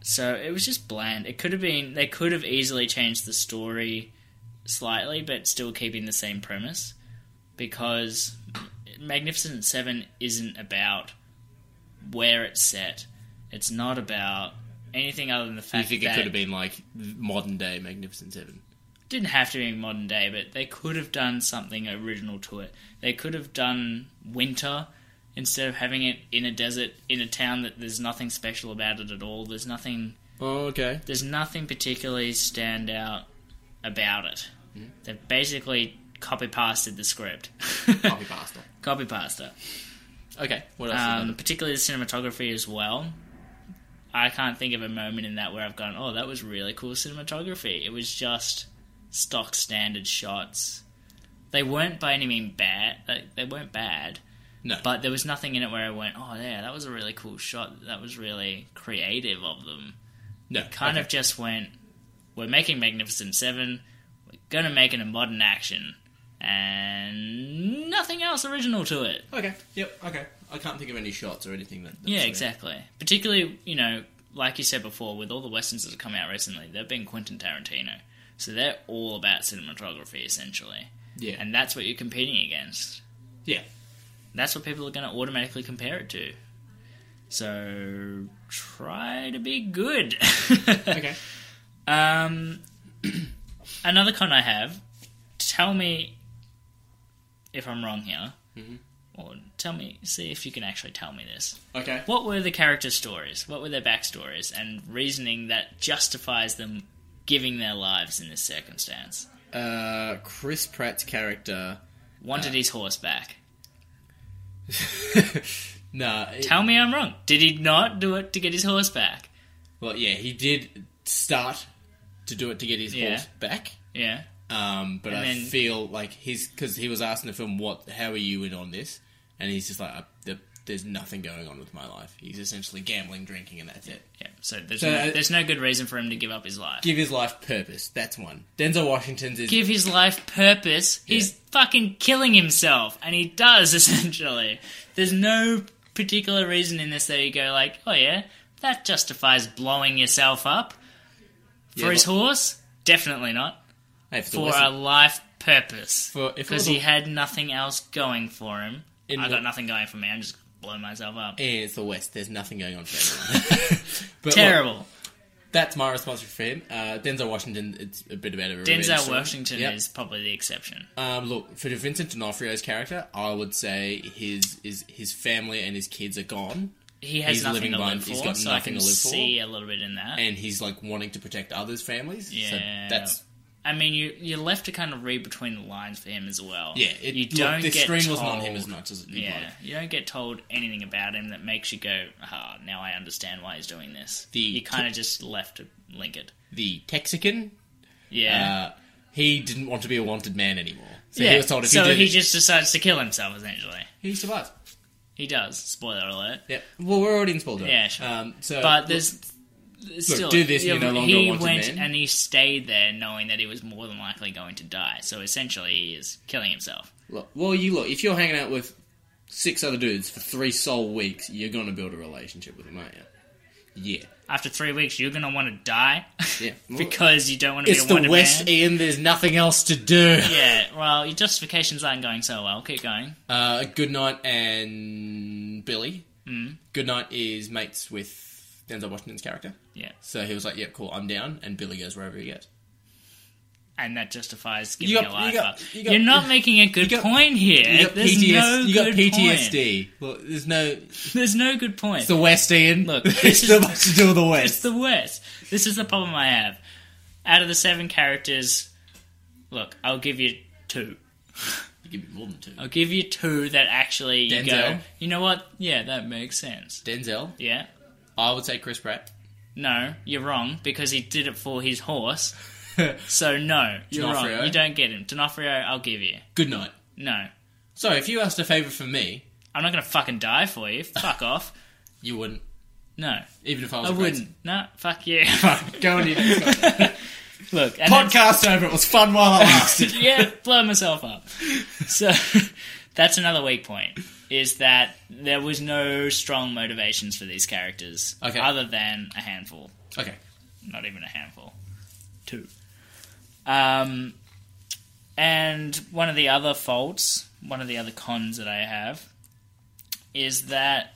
[SPEAKER 4] So it was just bland. It could have been they could have easily changed the story slightly, but still keeping the same premise because Magnificent Seven isn't about where it's set. It's not about anything other than the
[SPEAKER 3] Do you
[SPEAKER 4] fact
[SPEAKER 3] think
[SPEAKER 4] that
[SPEAKER 3] it could have been like modern day Magnificent Seven?
[SPEAKER 4] didn't have to be modern day, but they could have done something original to it. They could have done winter instead of having it in a desert in a town that there's nothing special about it at all. There's nothing
[SPEAKER 3] Oh, okay.
[SPEAKER 4] there's nothing particularly stand out about it. They've basically copy pasted the script.
[SPEAKER 3] Copy pasta.
[SPEAKER 4] copy pasta.
[SPEAKER 3] Okay. What else? is
[SPEAKER 4] Um,
[SPEAKER 3] there?
[SPEAKER 4] particularly the cinematography as well. I can't think of a moment in that where I've gone, oh, that was really cool cinematography. It was just stock standard shots. They weren't by any means bad. They, they weren't bad,
[SPEAKER 3] no.
[SPEAKER 4] but there was nothing in it where I went, oh, yeah, that was a really cool shot. That was really creative of them
[SPEAKER 3] no.
[SPEAKER 4] kind
[SPEAKER 3] okay.
[SPEAKER 4] of just went, we're making Magnificent Seven, we're gonna make it a modern action, and nothing else original to it.
[SPEAKER 3] Okay. Yep. Okay. I can't think of any shots or anything that. that
[SPEAKER 4] yeah,
[SPEAKER 3] sort of-
[SPEAKER 4] exactly. Particularly, you know, like you said before, with all the westerns that have come out recently, they've been Quentin Tarantino, so they're all about cinematography essentially,
[SPEAKER 3] Yeah.
[SPEAKER 4] and that's what you're competing against.
[SPEAKER 3] yeah.
[SPEAKER 4] That's what people are going to automatically compare it to. So try to be good.
[SPEAKER 3] Okay.
[SPEAKER 4] Um,
[SPEAKER 3] Mm-hmm.
[SPEAKER 4] another con I have. Tell me if I'm wrong here. or tell me, see if you can actually tell me this.
[SPEAKER 11] Okay.
[SPEAKER 4] What were the character stories? What were their backstories and reasoning that justifies them giving their lives in this circumstance?
[SPEAKER 3] Uh, Chris Pratt's character.
[SPEAKER 4] Wanted his horse back.
[SPEAKER 3] Nah. it-
[SPEAKER 4] Tell me I'm wrong. Did he not do it to get his horse back?
[SPEAKER 3] well, yeah, he did start to do it to get his
[SPEAKER 4] Yeah.
[SPEAKER 3] horse back.
[SPEAKER 4] Yeah.
[SPEAKER 3] Um, but
[SPEAKER 4] And
[SPEAKER 3] I
[SPEAKER 4] then-
[SPEAKER 3] feel like he's because he was asking the film, "What? How are you in on this?" And he's just like, I, there, "There's nothing going on with my life." He's essentially gambling, drinking, and that's it.
[SPEAKER 4] Yeah. So there's
[SPEAKER 3] So,
[SPEAKER 4] no,
[SPEAKER 3] uh,
[SPEAKER 4] there's no good reason for him to give up his life.
[SPEAKER 3] Give his life purpose. That's one. Denzel Washington's is
[SPEAKER 4] Give his life purpose. He's fucking killing himself, and he does essentially. There's no particular reason in this that you go like, oh yeah, that justifies blowing yourself up for
[SPEAKER 3] Yeah,
[SPEAKER 4] his
[SPEAKER 3] but-
[SPEAKER 4] horse. Definitely not
[SPEAKER 3] Hey, if it
[SPEAKER 4] for
[SPEAKER 3] wasn't-
[SPEAKER 4] a life purpose.
[SPEAKER 3] For- if it
[SPEAKER 4] because
[SPEAKER 3] was
[SPEAKER 4] he
[SPEAKER 3] a-
[SPEAKER 4] had nothing else going for him.
[SPEAKER 3] In
[SPEAKER 4] I
[SPEAKER 3] the-
[SPEAKER 4] got nothing going for me. I'm just blowing myself up.
[SPEAKER 3] and it's the West. There's nothing going on for everyone. But look,
[SPEAKER 4] Terrible.
[SPEAKER 3] that's my response for him. Uh, Denzel Washington, it's a bit about a revenge
[SPEAKER 4] Denzel
[SPEAKER 3] story.
[SPEAKER 4] Washington
[SPEAKER 3] Yep.
[SPEAKER 4] is probably the exception.
[SPEAKER 3] Um, look for Vincent D'Onofrio's character. I would say his is his family and his kids are gone,
[SPEAKER 4] He has
[SPEAKER 3] He's
[SPEAKER 4] nothing
[SPEAKER 3] living
[SPEAKER 4] to
[SPEAKER 3] by-
[SPEAKER 4] live for,
[SPEAKER 3] he's got
[SPEAKER 4] so I
[SPEAKER 3] nothing
[SPEAKER 4] can
[SPEAKER 3] to live for.
[SPEAKER 4] see a little bit in that.
[SPEAKER 3] and he's like wanting to protect others' families. So
[SPEAKER 4] Yeah.
[SPEAKER 3] that's
[SPEAKER 4] I mean, you you're left to kind of read between the lines for him as well.
[SPEAKER 3] yeah. It,
[SPEAKER 4] you
[SPEAKER 3] look, the screen wasn't on him as much as it did.
[SPEAKER 4] Yeah,
[SPEAKER 3] like,
[SPEAKER 4] you don't get told anything about him that makes you go, "Ah, now I understand why he's doing this."
[SPEAKER 3] The-
[SPEAKER 4] You're kind of just left to link it.
[SPEAKER 3] the Texican.
[SPEAKER 4] Yeah,
[SPEAKER 3] Uh, he didn't want to be a wanted man anymore, so
[SPEAKER 4] yeah.
[SPEAKER 3] he was told if
[SPEAKER 4] so
[SPEAKER 3] he did,
[SPEAKER 4] he
[SPEAKER 3] it,
[SPEAKER 4] just decides to kill himself. Essentially,
[SPEAKER 3] he survived.
[SPEAKER 4] he does. Spoiler alert.
[SPEAKER 3] Yeah. Well, we're already in spoiler.
[SPEAKER 4] Yeah, sure.
[SPEAKER 3] Um, so,
[SPEAKER 4] But there's, there's
[SPEAKER 3] look,
[SPEAKER 4] still
[SPEAKER 3] do this,
[SPEAKER 4] yeah,
[SPEAKER 3] you're no longer a
[SPEAKER 4] he
[SPEAKER 3] wanted
[SPEAKER 4] went
[SPEAKER 3] man.
[SPEAKER 4] and he stayed there, knowing that he was more than likely going to die. So essentially, he is killing himself.
[SPEAKER 11] Look, well, you look. If you're hanging out with six other dudes for three sole weeks, you're gonna build a relationship with them, aren't you? Yeah.
[SPEAKER 4] After three weeks, you're gonna want to die
[SPEAKER 11] Yeah.
[SPEAKER 4] because you don't want to be
[SPEAKER 3] it's
[SPEAKER 4] a
[SPEAKER 3] the
[SPEAKER 4] wanted
[SPEAKER 3] West,
[SPEAKER 4] man.
[SPEAKER 3] Ian. There's nothing else to do.
[SPEAKER 4] Yeah, well, your justifications aren't going so well. Keep going.
[SPEAKER 3] Uh, Goodnight and Billy. Mm. Goodnight is mates with Denzel Washington's character.
[SPEAKER 4] Yeah,
[SPEAKER 3] So he was like, yep, cool, I'm down. And Billy goes wherever he goes.
[SPEAKER 4] and that justifies
[SPEAKER 3] You
[SPEAKER 4] giving
[SPEAKER 3] got-
[SPEAKER 4] your
[SPEAKER 3] you
[SPEAKER 4] life
[SPEAKER 3] got-
[SPEAKER 4] up.
[SPEAKER 3] you
[SPEAKER 4] You
[SPEAKER 3] got-
[SPEAKER 4] are not making a good
[SPEAKER 3] got-
[SPEAKER 4] point here.
[SPEAKER 3] You got,
[SPEAKER 4] There's
[SPEAKER 3] PTS,
[SPEAKER 4] no
[SPEAKER 3] you got
[SPEAKER 4] good Point.
[SPEAKER 3] PTSD. Look, there's no.
[SPEAKER 4] There's no good point.
[SPEAKER 3] It's the West, Ian.
[SPEAKER 4] Look, this
[SPEAKER 3] it's
[SPEAKER 4] is-
[SPEAKER 3] not much to do with the
[SPEAKER 4] It's
[SPEAKER 3] West.
[SPEAKER 4] the worst. This is the problem I have. Out of the seven characters, look, I'll give you two.
[SPEAKER 3] You give me more than two.
[SPEAKER 4] I'll give you two that actually you go.
[SPEAKER 3] Denzel.
[SPEAKER 4] You know what? Yeah, that makes sense.
[SPEAKER 3] Denzel.
[SPEAKER 4] Yeah.
[SPEAKER 3] I would say Chris Pratt.
[SPEAKER 4] No, you're wrong because he did it for his horse. so no, you're
[SPEAKER 3] D'Onofrio.
[SPEAKER 4] wrong. You don't get him. D'Onofrio, I'll give you.
[SPEAKER 3] Goodnight.
[SPEAKER 4] No,
[SPEAKER 3] So if you asked a favour from me,
[SPEAKER 4] I'm not gonna fucking die for you. Fuck off.
[SPEAKER 3] you wouldn't.
[SPEAKER 4] No,
[SPEAKER 3] Even if I was
[SPEAKER 4] I
[SPEAKER 3] a
[SPEAKER 4] wouldn't. No, fuck you.
[SPEAKER 3] Fuck, go on your next one.
[SPEAKER 4] Look, and that's-
[SPEAKER 3] Podcast over. It was fun while I lasted.
[SPEAKER 4] yeah, blow myself up. So that's another weak point is that there was no strong motivations for these characters
[SPEAKER 3] Okay.
[SPEAKER 4] other than a handful,
[SPEAKER 3] okay.
[SPEAKER 4] not even a handful, two. Um, and one of the other faults, one of the other cons that I have, is that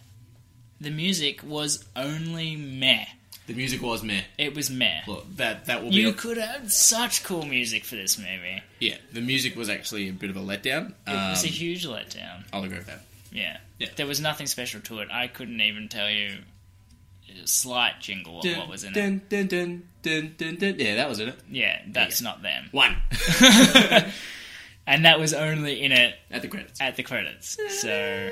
[SPEAKER 4] the music was only meh.
[SPEAKER 3] The music was meh.
[SPEAKER 4] It was meh.
[SPEAKER 3] Look, that that will be.
[SPEAKER 4] You
[SPEAKER 3] a-
[SPEAKER 4] could have such cool music for this movie.
[SPEAKER 3] yeah, the music was actually a bit of a letdown.
[SPEAKER 4] It was a
[SPEAKER 3] Um,
[SPEAKER 4] huge letdown.
[SPEAKER 3] I'll agree with that.
[SPEAKER 4] Yeah.
[SPEAKER 3] Yeah.
[SPEAKER 4] There was nothing special to it. I couldn't even tell you a slight jingle of what was in it.
[SPEAKER 3] dun, Dun, dun, dun, dun, dun. Yeah, that was in it.
[SPEAKER 4] Yeah, that's not them.
[SPEAKER 3] One.
[SPEAKER 4] And that was only in it
[SPEAKER 3] At the credits.
[SPEAKER 4] at the credits. So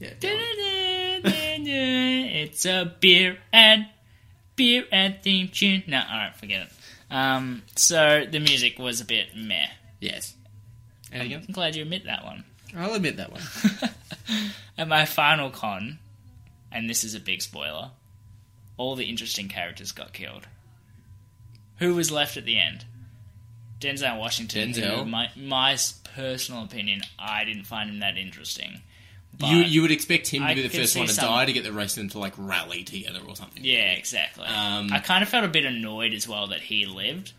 [SPEAKER 3] Yeah.
[SPEAKER 4] it's a beer and beer and theme tune. No, alright, forget it. Um so the music was a bit meh.
[SPEAKER 3] Yes. And
[SPEAKER 4] I'm
[SPEAKER 3] again,
[SPEAKER 4] glad you admit that one.
[SPEAKER 3] I'll admit that one.
[SPEAKER 4] And my final con, and this is a big spoiler, all the interesting characters got killed. Who was left at the end? Denzel Washington. who,
[SPEAKER 3] Denzel.
[SPEAKER 4] My, my s- personal opinion, I didn't find him that interesting. But,
[SPEAKER 3] you you would expect him
[SPEAKER 4] I
[SPEAKER 3] to be the
[SPEAKER 4] could
[SPEAKER 3] first
[SPEAKER 4] see
[SPEAKER 3] one to
[SPEAKER 4] some-
[SPEAKER 3] die to get the rest of them to like rally together or something.
[SPEAKER 4] Yeah, exactly.
[SPEAKER 3] Um,
[SPEAKER 4] I kind of felt a bit annoyed as well that he lived,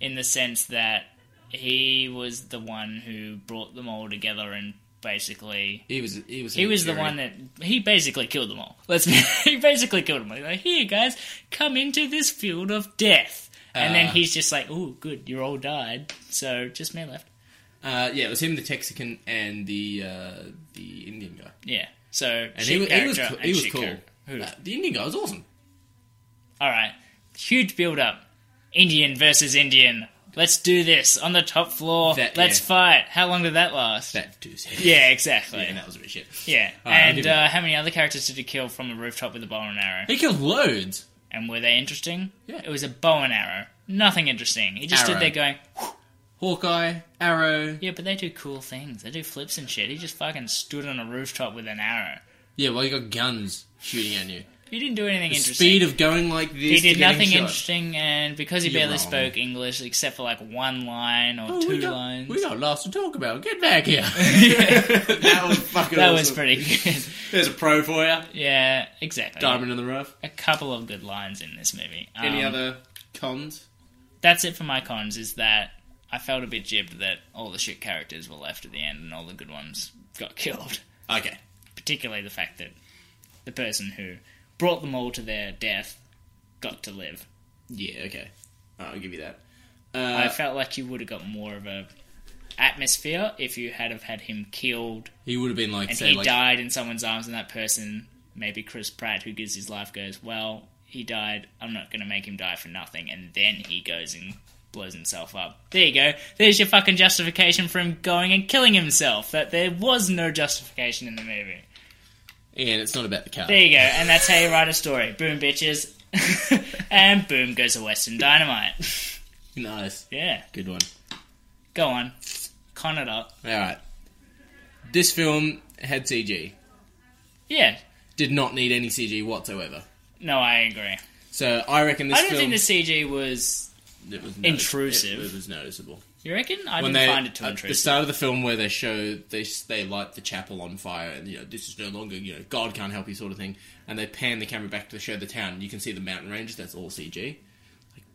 [SPEAKER 4] in the sense that he was the one who brought them all together and basically
[SPEAKER 3] He was he was
[SPEAKER 4] He was the
[SPEAKER 3] fury.
[SPEAKER 4] one that he basically killed them all. Let's be, he basically killed them all. He's like, here, guys, come into this field of death. And then
[SPEAKER 3] Uh.
[SPEAKER 4] he's just like, "Ooh, good, you're all died, so just me left."
[SPEAKER 12] Uh, yeah, it was him, the Texican, and the uh, the Indian guy.
[SPEAKER 4] Yeah. So
[SPEAKER 12] And
[SPEAKER 4] she
[SPEAKER 12] he, wa- he was co-
[SPEAKER 4] character and
[SPEAKER 12] he was
[SPEAKER 4] she
[SPEAKER 12] cool.
[SPEAKER 4] character. Who?
[SPEAKER 12] Uh, the Indian guy was awesome.
[SPEAKER 4] All right. Huge build up. Indian versus Indian. Let's do this on the top floor.
[SPEAKER 3] That-
[SPEAKER 4] Let's
[SPEAKER 3] yeah.
[SPEAKER 4] fight. How long did that last?
[SPEAKER 3] That dude's head.
[SPEAKER 4] yeah, exactly.
[SPEAKER 3] And
[SPEAKER 4] Yeah.
[SPEAKER 3] that was a bit shit. All right, I'll
[SPEAKER 4] And
[SPEAKER 3] give you
[SPEAKER 4] uh, how many other characters did you kill from a rooftop with a bow and arrow?
[SPEAKER 3] He killed loads.
[SPEAKER 4] And were they interesting?
[SPEAKER 3] Yeah.
[SPEAKER 4] It was a bow and arrow. Nothing interesting. He just stood
[SPEAKER 3] Arrow.
[SPEAKER 4] there going,
[SPEAKER 3] Hawkeye, Arrow.
[SPEAKER 4] yeah, but they do cool things. They do flips and shit. He just fucking stood on a rooftop with an arrow.
[SPEAKER 3] Yeah, well, you got guns shooting at you.
[SPEAKER 4] He didn't do anything
[SPEAKER 3] The
[SPEAKER 4] interesting.
[SPEAKER 3] speed of going like this.
[SPEAKER 4] he
[SPEAKER 3] to
[SPEAKER 4] did
[SPEAKER 3] getting
[SPEAKER 4] nothing
[SPEAKER 3] shot.
[SPEAKER 4] interesting, and because he
[SPEAKER 3] You're
[SPEAKER 4] barely
[SPEAKER 3] wrong.
[SPEAKER 4] spoke English except for like one line or
[SPEAKER 3] Oh,
[SPEAKER 4] two
[SPEAKER 3] we got,
[SPEAKER 4] lines,
[SPEAKER 3] We got lots to talk about. Get back here.
[SPEAKER 4] that
[SPEAKER 3] that was fucking.
[SPEAKER 4] that
[SPEAKER 3] awesome.
[SPEAKER 4] was pretty good.
[SPEAKER 3] There's a pro for you.
[SPEAKER 4] yeah, exactly.
[SPEAKER 3] Diamond in the rough.
[SPEAKER 4] A couple of good lines in this movie. Um,
[SPEAKER 3] Any other cons?
[SPEAKER 4] That's it for my cons. Is that I felt a bit jibbed that all the shit characters were left at the end, and all the good ones got killed.
[SPEAKER 3] Okay.
[SPEAKER 4] Particularly the fact that the person who brought them all to their death got to live.
[SPEAKER 3] Yeah. Okay. I'll give you that.
[SPEAKER 4] I
[SPEAKER 3] Uh,
[SPEAKER 4] felt like you would have got more of a atmosphere if you had have had him killed
[SPEAKER 3] he would have been like,
[SPEAKER 4] and
[SPEAKER 3] say,
[SPEAKER 4] he
[SPEAKER 3] like,
[SPEAKER 4] died in someone's arms, and that person, maybe Chris Pratt, who gives his life, goes, "Well, he died. I'm not going to make him die for nothing." And then he goes and blows himself up. There you go. There's your fucking justification for him going and killing himself. That there was no justification in the movie.
[SPEAKER 3] and it's not about the car.
[SPEAKER 4] There you go. And that's how you write a story. Boom, bitches. and boom goes a Western Dynamite.
[SPEAKER 3] Nice.
[SPEAKER 4] Yeah,
[SPEAKER 3] Good one.
[SPEAKER 4] go on, con it up.
[SPEAKER 3] All right. This film had CG.
[SPEAKER 4] Yeah.
[SPEAKER 3] Did not need any CG whatsoever.
[SPEAKER 4] No, I agree.
[SPEAKER 3] So I reckon this
[SPEAKER 4] I don't
[SPEAKER 3] film
[SPEAKER 4] think the CG was.
[SPEAKER 3] it was
[SPEAKER 4] intrusive.
[SPEAKER 3] It, it was noticeable.
[SPEAKER 4] You reckon? I
[SPEAKER 3] when
[SPEAKER 4] didn't
[SPEAKER 3] they
[SPEAKER 4] find it too
[SPEAKER 3] at the
[SPEAKER 4] intrusive.
[SPEAKER 3] start of the film where they show they they light the chapel on fire and you know this is no longer you know God can't help you sort of thing and they pan the camera back to show the town you can see the mountain ranges that's all CG. Like,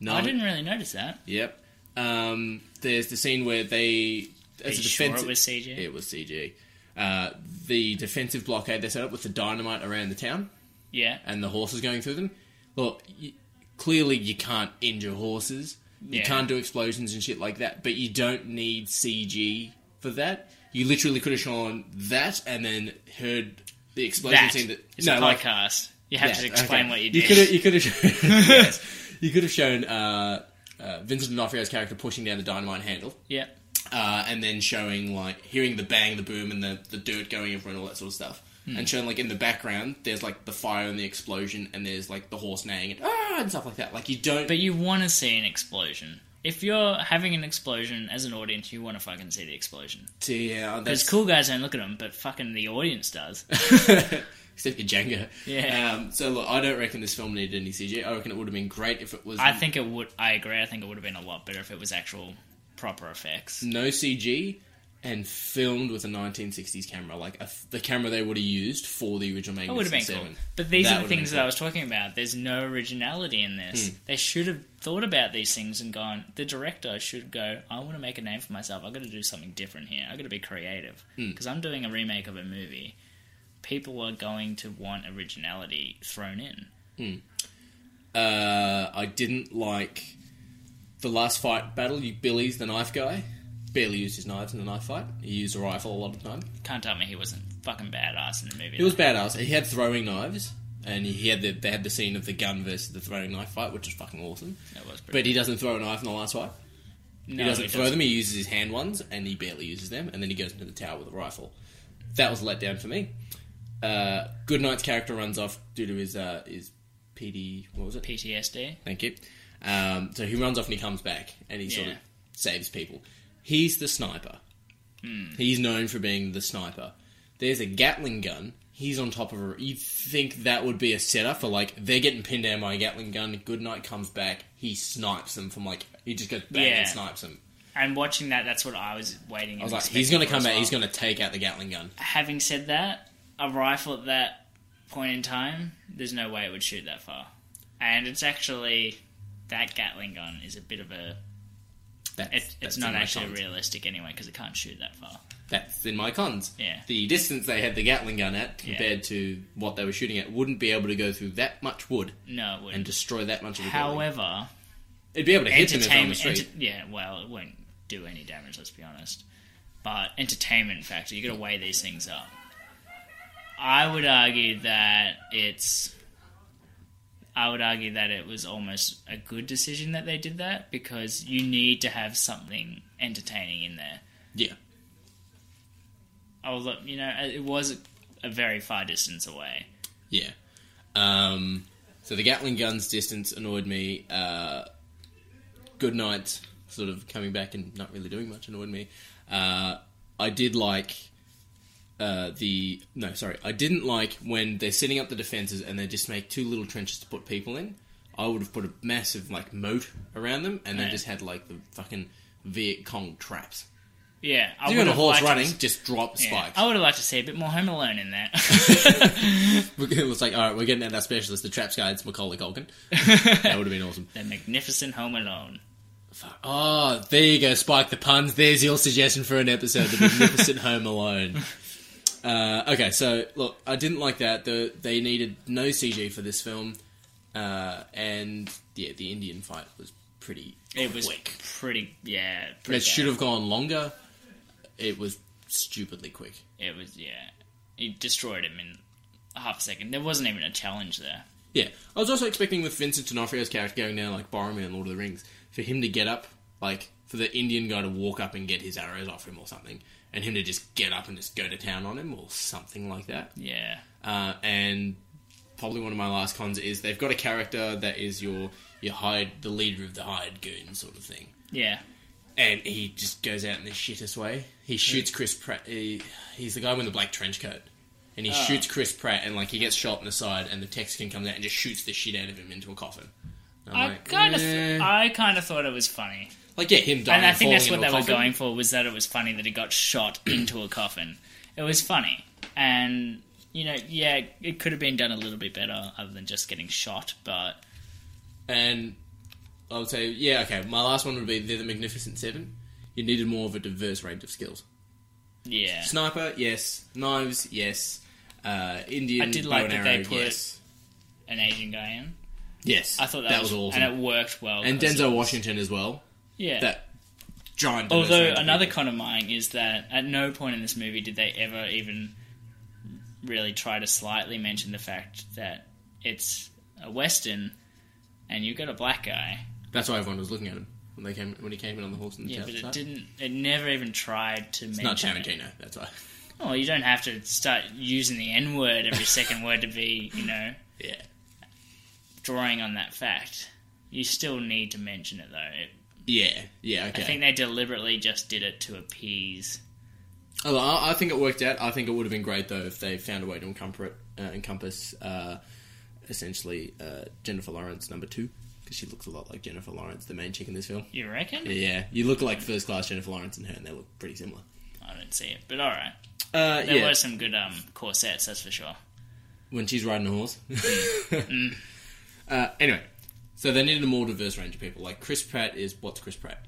[SPEAKER 3] no,
[SPEAKER 4] I didn't really notice that.
[SPEAKER 3] Yep. Um, there's the scene where they
[SPEAKER 4] Are
[SPEAKER 3] as a
[SPEAKER 4] you sure
[SPEAKER 3] defensive
[SPEAKER 4] it was CG?
[SPEAKER 3] It was CG. Uh, the defensive blockade they set up with the dynamite around the town
[SPEAKER 4] Yeah.
[SPEAKER 3] and the horses going through them. Look, you, clearly you can't injure horses. You
[SPEAKER 4] Yeah.
[SPEAKER 3] can't do explosions and shit like that, but you don't need CG for that. You literally could have shown that and then heard the explosion
[SPEAKER 4] That
[SPEAKER 3] scene that
[SPEAKER 4] is a podcast. You have to
[SPEAKER 3] yeah,
[SPEAKER 4] explain
[SPEAKER 3] okay.
[SPEAKER 4] what you
[SPEAKER 3] You could have,
[SPEAKER 4] did.
[SPEAKER 3] you could have, yes. you could have shown uh, uh, Vincent D'Onofrio's character pushing down the dynamite handle,
[SPEAKER 4] Yeah.
[SPEAKER 3] uh, and then showing like hearing the bang, the boom, and the, the dirt going over and all that sort of stuff,
[SPEAKER 4] Hmm.
[SPEAKER 3] and showing like in the background there's like the fire and the explosion, and there's like the horse neighing and ah and stuff like that. Like you don't,
[SPEAKER 4] But you want to see an explosion. If you're having an explosion as an audience, you want to fucking see the explosion.
[SPEAKER 3] yeah,
[SPEAKER 4] Because
[SPEAKER 3] that's
[SPEAKER 4] cool guys don't look at them, but fucking the audience does.
[SPEAKER 3] Except your Jenga.
[SPEAKER 4] Yeah.
[SPEAKER 3] Um, so look, I don't reckon this film needed any CG. I reckon it would have been great if it was.
[SPEAKER 4] I think it would. I agree. I think it would have been a lot better if it was actual proper effects.
[SPEAKER 3] no CG and filmed with a 1960s camera, like a, the camera they would have used for the original
[SPEAKER 4] That would have
[SPEAKER 3] Magnificent
[SPEAKER 4] been cool.
[SPEAKER 3] Seven.
[SPEAKER 4] But these
[SPEAKER 3] That
[SPEAKER 4] are the
[SPEAKER 3] would have
[SPEAKER 4] things
[SPEAKER 3] been
[SPEAKER 4] that I
[SPEAKER 3] cool. Hmm.
[SPEAKER 4] was talking about. There's no originality in this. They should have thought about these things and gone, the director should go, I want to make a name for myself. I've got to do something different here. I've got to be creative.
[SPEAKER 3] Hmm.
[SPEAKER 4] Because I'm doing a remake of a movie. People are going to want originality thrown in.
[SPEAKER 3] Uh, I didn't like the last fight battle. You Billy's the knife guy. Barely used his knives in the knife fight. He used a rifle a lot of the time.
[SPEAKER 4] Can't tell me he wasn't fucking badass in the movie.
[SPEAKER 3] He was badass. He had throwing knives, and he had the, they had the scene of the gun versus the throwing knife fight, which is fucking awesome.
[SPEAKER 4] That was pretty
[SPEAKER 3] But he doesn't throw a knife in the last fight.
[SPEAKER 4] No,
[SPEAKER 3] He doesn't throw them. He uses his hand ones, and he barely uses them. And then he goes into the tower with a rifle. That was a letdown for me. Uh, Goodnight's character runs off due to his uh, his PD. What was it?
[SPEAKER 4] PTSD.
[SPEAKER 3] Thank you. Um, so he runs off and he comes back, and he sort of
[SPEAKER 4] Yeah.
[SPEAKER 3] saves people. He's the sniper.
[SPEAKER 4] Hmm.
[SPEAKER 3] He's known for being the sniper. There's a Gatling gun. He's on top of a. You think that would be a setup for like they're getting pinned down by a Gatling gun. Goodnight comes back. He snipes them from like he just goes bang
[SPEAKER 4] Yeah.
[SPEAKER 3] and snipes them.
[SPEAKER 4] And watching that, that's what I was waiting.
[SPEAKER 3] I was like, he's
[SPEAKER 4] going
[SPEAKER 3] gonna
[SPEAKER 4] to
[SPEAKER 3] come
[SPEAKER 4] out.
[SPEAKER 3] out. He's gonna take out the Gatling gun.
[SPEAKER 4] having said that, a rifle at that point in time, there's no way it would shoot that far. And it's actually that Gatling gun is a bit of a.
[SPEAKER 3] That's,
[SPEAKER 4] It, it's
[SPEAKER 3] that's
[SPEAKER 4] not
[SPEAKER 3] in my
[SPEAKER 4] actually
[SPEAKER 3] cons.
[SPEAKER 4] realistic anyway because it can't shoot that far.
[SPEAKER 3] That's in my cons.
[SPEAKER 4] Yeah.
[SPEAKER 3] The distance they had the Gatling gun at compared to what they were shooting at wouldn't be able to go through that much wood
[SPEAKER 4] No, it
[SPEAKER 3] and
[SPEAKER 4] wouldn't.
[SPEAKER 3] destroy that much of a building.
[SPEAKER 4] However,
[SPEAKER 3] It'd be able to hit them if they're on the
[SPEAKER 4] entertainment.
[SPEAKER 3] street.
[SPEAKER 4] enter- yeah, well, it won't do any damage. Let's be honest. but entertainment factor. You got to weigh these things up. I would argue that it's. I would argue that it was almost a good decision that they did that because you need to have something entertaining in there.
[SPEAKER 3] Yeah.
[SPEAKER 4] Oh, look, you know, it was a very far distance away.
[SPEAKER 3] Yeah. Um, so the Gatling guns distance annoyed me. Uh, good night, sort of coming back and not really doing much annoyed me. Uh, I did like uh, the no, sorry, I didn't like when they're setting up the defenses and they just make two little trenches to put people in. I would have put a massive like moat around them and then
[SPEAKER 4] Yeah.
[SPEAKER 3] just had like the fucking Viet Cong traps.
[SPEAKER 4] Yeah, I
[SPEAKER 3] Doing a
[SPEAKER 4] would've
[SPEAKER 3] horse
[SPEAKER 4] liked to-
[SPEAKER 3] running, just drop
[SPEAKER 4] yeah,
[SPEAKER 3] spikes.
[SPEAKER 4] I would have liked to see a bit more Home Alone in there.
[SPEAKER 3] it was like, all right, we're getting at our specialist, the traps guy. It's Macaulay Culkin. that would have been awesome.
[SPEAKER 4] the magnificent Home Alone.
[SPEAKER 3] Oh, there you go, Spike the puns. There's your suggestion for an episode, The Magnificent Home Alone. Uh, okay, so look, I didn't like that. The, they needed no CG for this film, uh, and yeah, the Indian fight was pretty.
[SPEAKER 4] It was
[SPEAKER 3] quick.
[SPEAKER 4] pretty, yeah, pretty.
[SPEAKER 3] It should
[SPEAKER 4] bad.
[SPEAKER 3] have gone longer. It was stupidly quick.
[SPEAKER 4] It was, yeah. It destroyed him in half a second. There wasn't even a challenge there.
[SPEAKER 3] Yeah, I was also expecting with Vincent D'Onofrio's character going down like Boromir in Lord of the Rings for him to get up, like for the Indian guy to walk up and get his arrows off him or something, and him to just get up and just go to town on him or something like that.
[SPEAKER 4] Yeah,
[SPEAKER 3] Uh, and probably one of my last cons is they've got a character that is your your hired the leader of the hired goon sort of thing,
[SPEAKER 4] yeah,
[SPEAKER 3] and he just goes out in the shittest way.
[SPEAKER 4] Hmm.
[SPEAKER 3] He shoots Chris Pratt. He, he's the guy with the black trench coat. And he
[SPEAKER 4] Ah.
[SPEAKER 3] shoots Chris Pratt, and like he gets shot in the side, and the Texan comes out and just shoots the shit out of him into a coffin. And I'm
[SPEAKER 4] I
[SPEAKER 3] like,
[SPEAKER 4] kind of,
[SPEAKER 3] "Eh."
[SPEAKER 4] I kind of thought it was funny,
[SPEAKER 3] like yeah, him dying.
[SPEAKER 4] and I think that's what they
[SPEAKER 3] coffin.
[SPEAKER 4] were going for was that it was funny that he got shot into a coffin. It was funny, and you know, yeah, it could have been done a little bit better other than just getting shot. But
[SPEAKER 3] And I would say, yeah, okay. My last one would be they're the Magnificent Seven. You needed more of a diverse range of skills.
[SPEAKER 4] yeah,
[SPEAKER 3] Sniper, yes. Knives, yes. Uh, Indian.
[SPEAKER 4] I did
[SPEAKER 3] bow
[SPEAKER 4] like
[SPEAKER 3] and
[SPEAKER 4] that
[SPEAKER 3] arrow,
[SPEAKER 4] they put-
[SPEAKER 3] yes.
[SPEAKER 4] an Asian guy in.
[SPEAKER 3] Yes,
[SPEAKER 4] I thought that,
[SPEAKER 3] was, awesome.
[SPEAKER 4] and it worked well.
[SPEAKER 3] And
[SPEAKER 4] because it
[SPEAKER 3] Denzel
[SPEAKER 4] was-
[SPEAKER 3] Washington as well.
[SPEAKER 4] yeah,
[SPEAKER 3] That giant. diverse
[SPEAKER 4] Although
[SPEAKER 3] range of
[SPEAKER 4] another
[SPEAKER 3] people.
[SPEAKER 4] con of mine is that at no point in this movie did they ever even really try to slightly mention the fact that it's a western and you've got a black guy.
[SPEAKER 3] That's why everyone was looking at him when they came when he came in on the horse and the
[SPEAKER 4] Yeah, but
[SPEAKER 3] chariot
[SPEAKER 4] it
[SPEAKER 3] side.
[SPEAKER 4] didn't. It never even tried to
[SPEAKER 3] It's
[SPEAKER 4] mention.
[SPEAKER 3] not
[SPEAKER 4] it.
[SPEAKER 3] Tarantino. That's why.
[SPEAKER 4] Well, you don't have to start using the N word every second word to be, you know,
[SPEAKER 3] Yeah.
[SPEAKER 4] drawing on that fact. You still need to mention it though. It,
[SPEAKER 3] Yeah. Yeah.
[SPEAKER 4] I
[SPEAKER 3] Okay.
[SPEAKER 4] think they deliberately just did it to appease.
[SPEAKER 3] Oh, I, I think it worked out. I think it would have been great though if they found a way to encompass, uh, encompass uh, essentially uh, Jennifer Lawrence number two because she looks a lot like Jennifer Lawrence, the main chick in this film.
[SPEAKER 4] You reckon?
[SPEAKER 3] Yeah, you look like first class Jennifer Lawrence and her, and they look pretty similar.
[SPEAKER 4] I don't see it, but all right.
[SPEAKER 3] Uh,
[SPEAKER 4] There
[SPEAKER 3] yeah,
[SPEAKER 4] were some good um, corsets, that's for sure.
[SPEAKER 3] when she's riding a horse.
[SPEAKER 4] Mm.
[SPEAKER 3] uh, anyway, so they needed a more diverse range of people. Like Chris Pratt is what's Chris Pratt?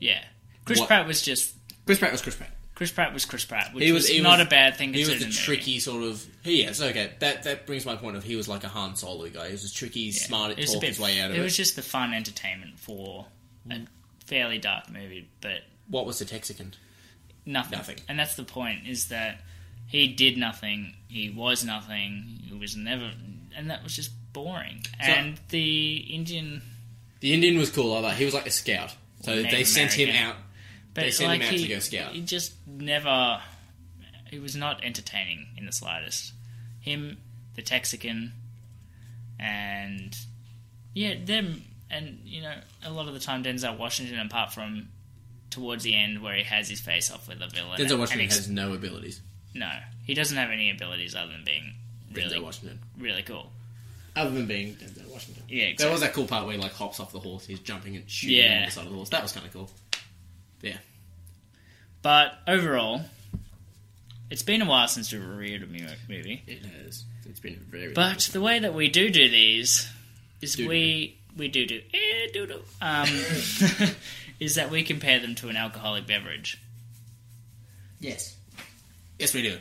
[SPEAKER 4] Yeah, Chris
[SPEAKER 3] What-
[SPEAKER 4] Pratt was just
[SPEAKER 3] Chris Pratt was Chris Pratt.
[SPEAKER 4] Chris Pratt was Chris Pratt, which
[SPEAKER 3] He was-
[SPEAKER 4] was,
[SPEAKER 3] he
[SPEAKER 4] not
[SPEAKER 3] was-
[SPEAKER 4] a bad thing.
[SPEAKER 3] He was
[SPEAKER 4] considering
[SPEAKER 3] the tricky sort of. He is okay. That that brings my point of he was like a Han Solo guy. He was just tricky, smart at
[SPEAKER 4] It was a
[SPEAKER 3] talk
[SPEAKER 4] bit-
[SPEAKER 3] his way out of
[SPEAKER 4] it
[SPEAKER 3] it. Mm.
[SPEAKER 4] was just the fun entertainment for a fairly dark movie, but
[SPEAKER 3] What was the Texican?
[SPEAKER 4] nothing.
[SPEAKER 3] Nothing.
[SPEAKER 4] And that's the point: is that he did nothing, he was nothing, he was never, and that was just boring. and the Indian,
[SPEAKER 3] The Indian was cool. I like. He was like a scout, so
[SPEAKER 4] Native
[SPEAKER 3] they sent him
[SPEAKER 4] American.
[SPEAKER 3] out.
[SPEAKER 4] but
[SPEAKER 3] They sent him
[SPEAKER 4] like
[SPEAKER 3] out to
[SPEAKER 4] he,
[SPEAKER 3] go scout.
[SPEAKER 4] he just never, he was not entertaining in the slightest. Him, the Texican, and yeah, them, and you know, a lot of the time Denzel Washington, apart from towards the end where he has his face off with a villain,
[SPEAKER 3] Denzel
[SPEAKER 4] and
[SPEAKER 3] Washington
[SPEAKER 4] ex-
[SPEAKER 3] has no abilities.
[SPEAKER 4] no, he doesn't have any abilities other than being
[SPEAKER 3] Denzel
[SPEAKER 4] really,
[SPEAKER 3] Washington,
[SPEAKER 4] really cool.
[SPEAKER 3] other than being Denzel Washington.
[SPEAKER 4] Yeah,
[SPEAKER 3] There
[SPEAKER 4] exactly.
[SPEAKER 3] was that cool part where he like hops off the horse. He's jumping and shooting
[SPEAKER 4] Yeah.
[SPEAKER 3] on the side of the horse. That was kind of cool. Yeah.
[SPEAKER 4] but overall, it's been a while since we reviewed a mu- movie.
[SPEAKER 3] It has. It's been a very.
[SPEAKER 4] But the way that we do do these is
[SPEAKER 3] Doodle.
[SPEAKER 4] we we do do eh, doodle, um, is that we compare them to an alcoholic beverage.
[SPEAKER 3] yes. Yes, we do.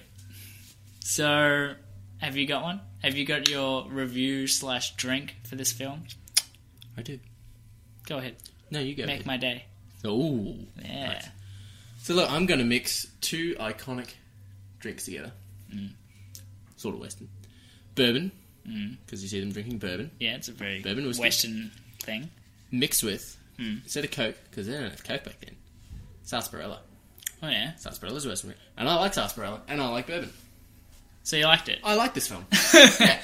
[SPEAKER 4] So, have you got one? Have you got your review slash drink for this film?
[SPEAKER 3] I do.
[SPEAKER 4] Go ahead,
[SPEAKER 3] No, you go.
[SPEAKER 4] make my day.
[SPEAKER 3] Oh.
[SPEAKER 4] Yeah,
[SPEAKER 3] So look, I'm going to mix two iconic drinks together. Mm. Sort of Western. Bourbon, because you see them drinking bourbon,
[SPEAKER 4] Yeah, it's a very
[SPEAKER 3] Bourbon whiskey.
[SPEAKER 4] Western thing.
[SPEAKER 3] mixed with, instead of Coke, because they didn't have Coke back then, sarsaparilla.
[SPEAKER 4] Oh yeah.
[SPEAKER 3] Sarsaparilla is Western. And I like sarsaparilla, and I like bourbon.
[SPEAKER 4] So you liked it?
[SPEAKER 3] I like this film.
[SPEAKER 4] yeah.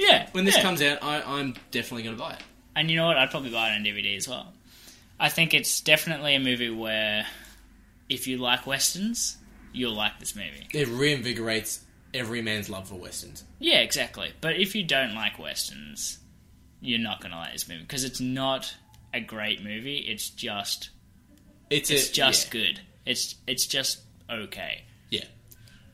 [SPEAKER 3] Oh. When this
[SPEAKER 4] yeah.
[SPEAKER 3] comes out, I, I'm definitely going to buy it.
[SPEAKER 4] and you know what? I'd probably buy it on DVD as well. I think it's definitely a movie where, if you like westerns, you'll like this movie.
[SPEAKER 3] It reinvigorates every man's love for Westerns.
[SPEAKER 4] Yeah, exactly. But if you don't like westerns, you're not gonna like this movie because it's not a great movie. It's just it's
[SPEAKER 3] a-
[SPEAKER 4] just
[SPEAKER 3] yeah.
[SPEAKER 4] good. It's it's just okay.
[SPEAKER 3] Yeah.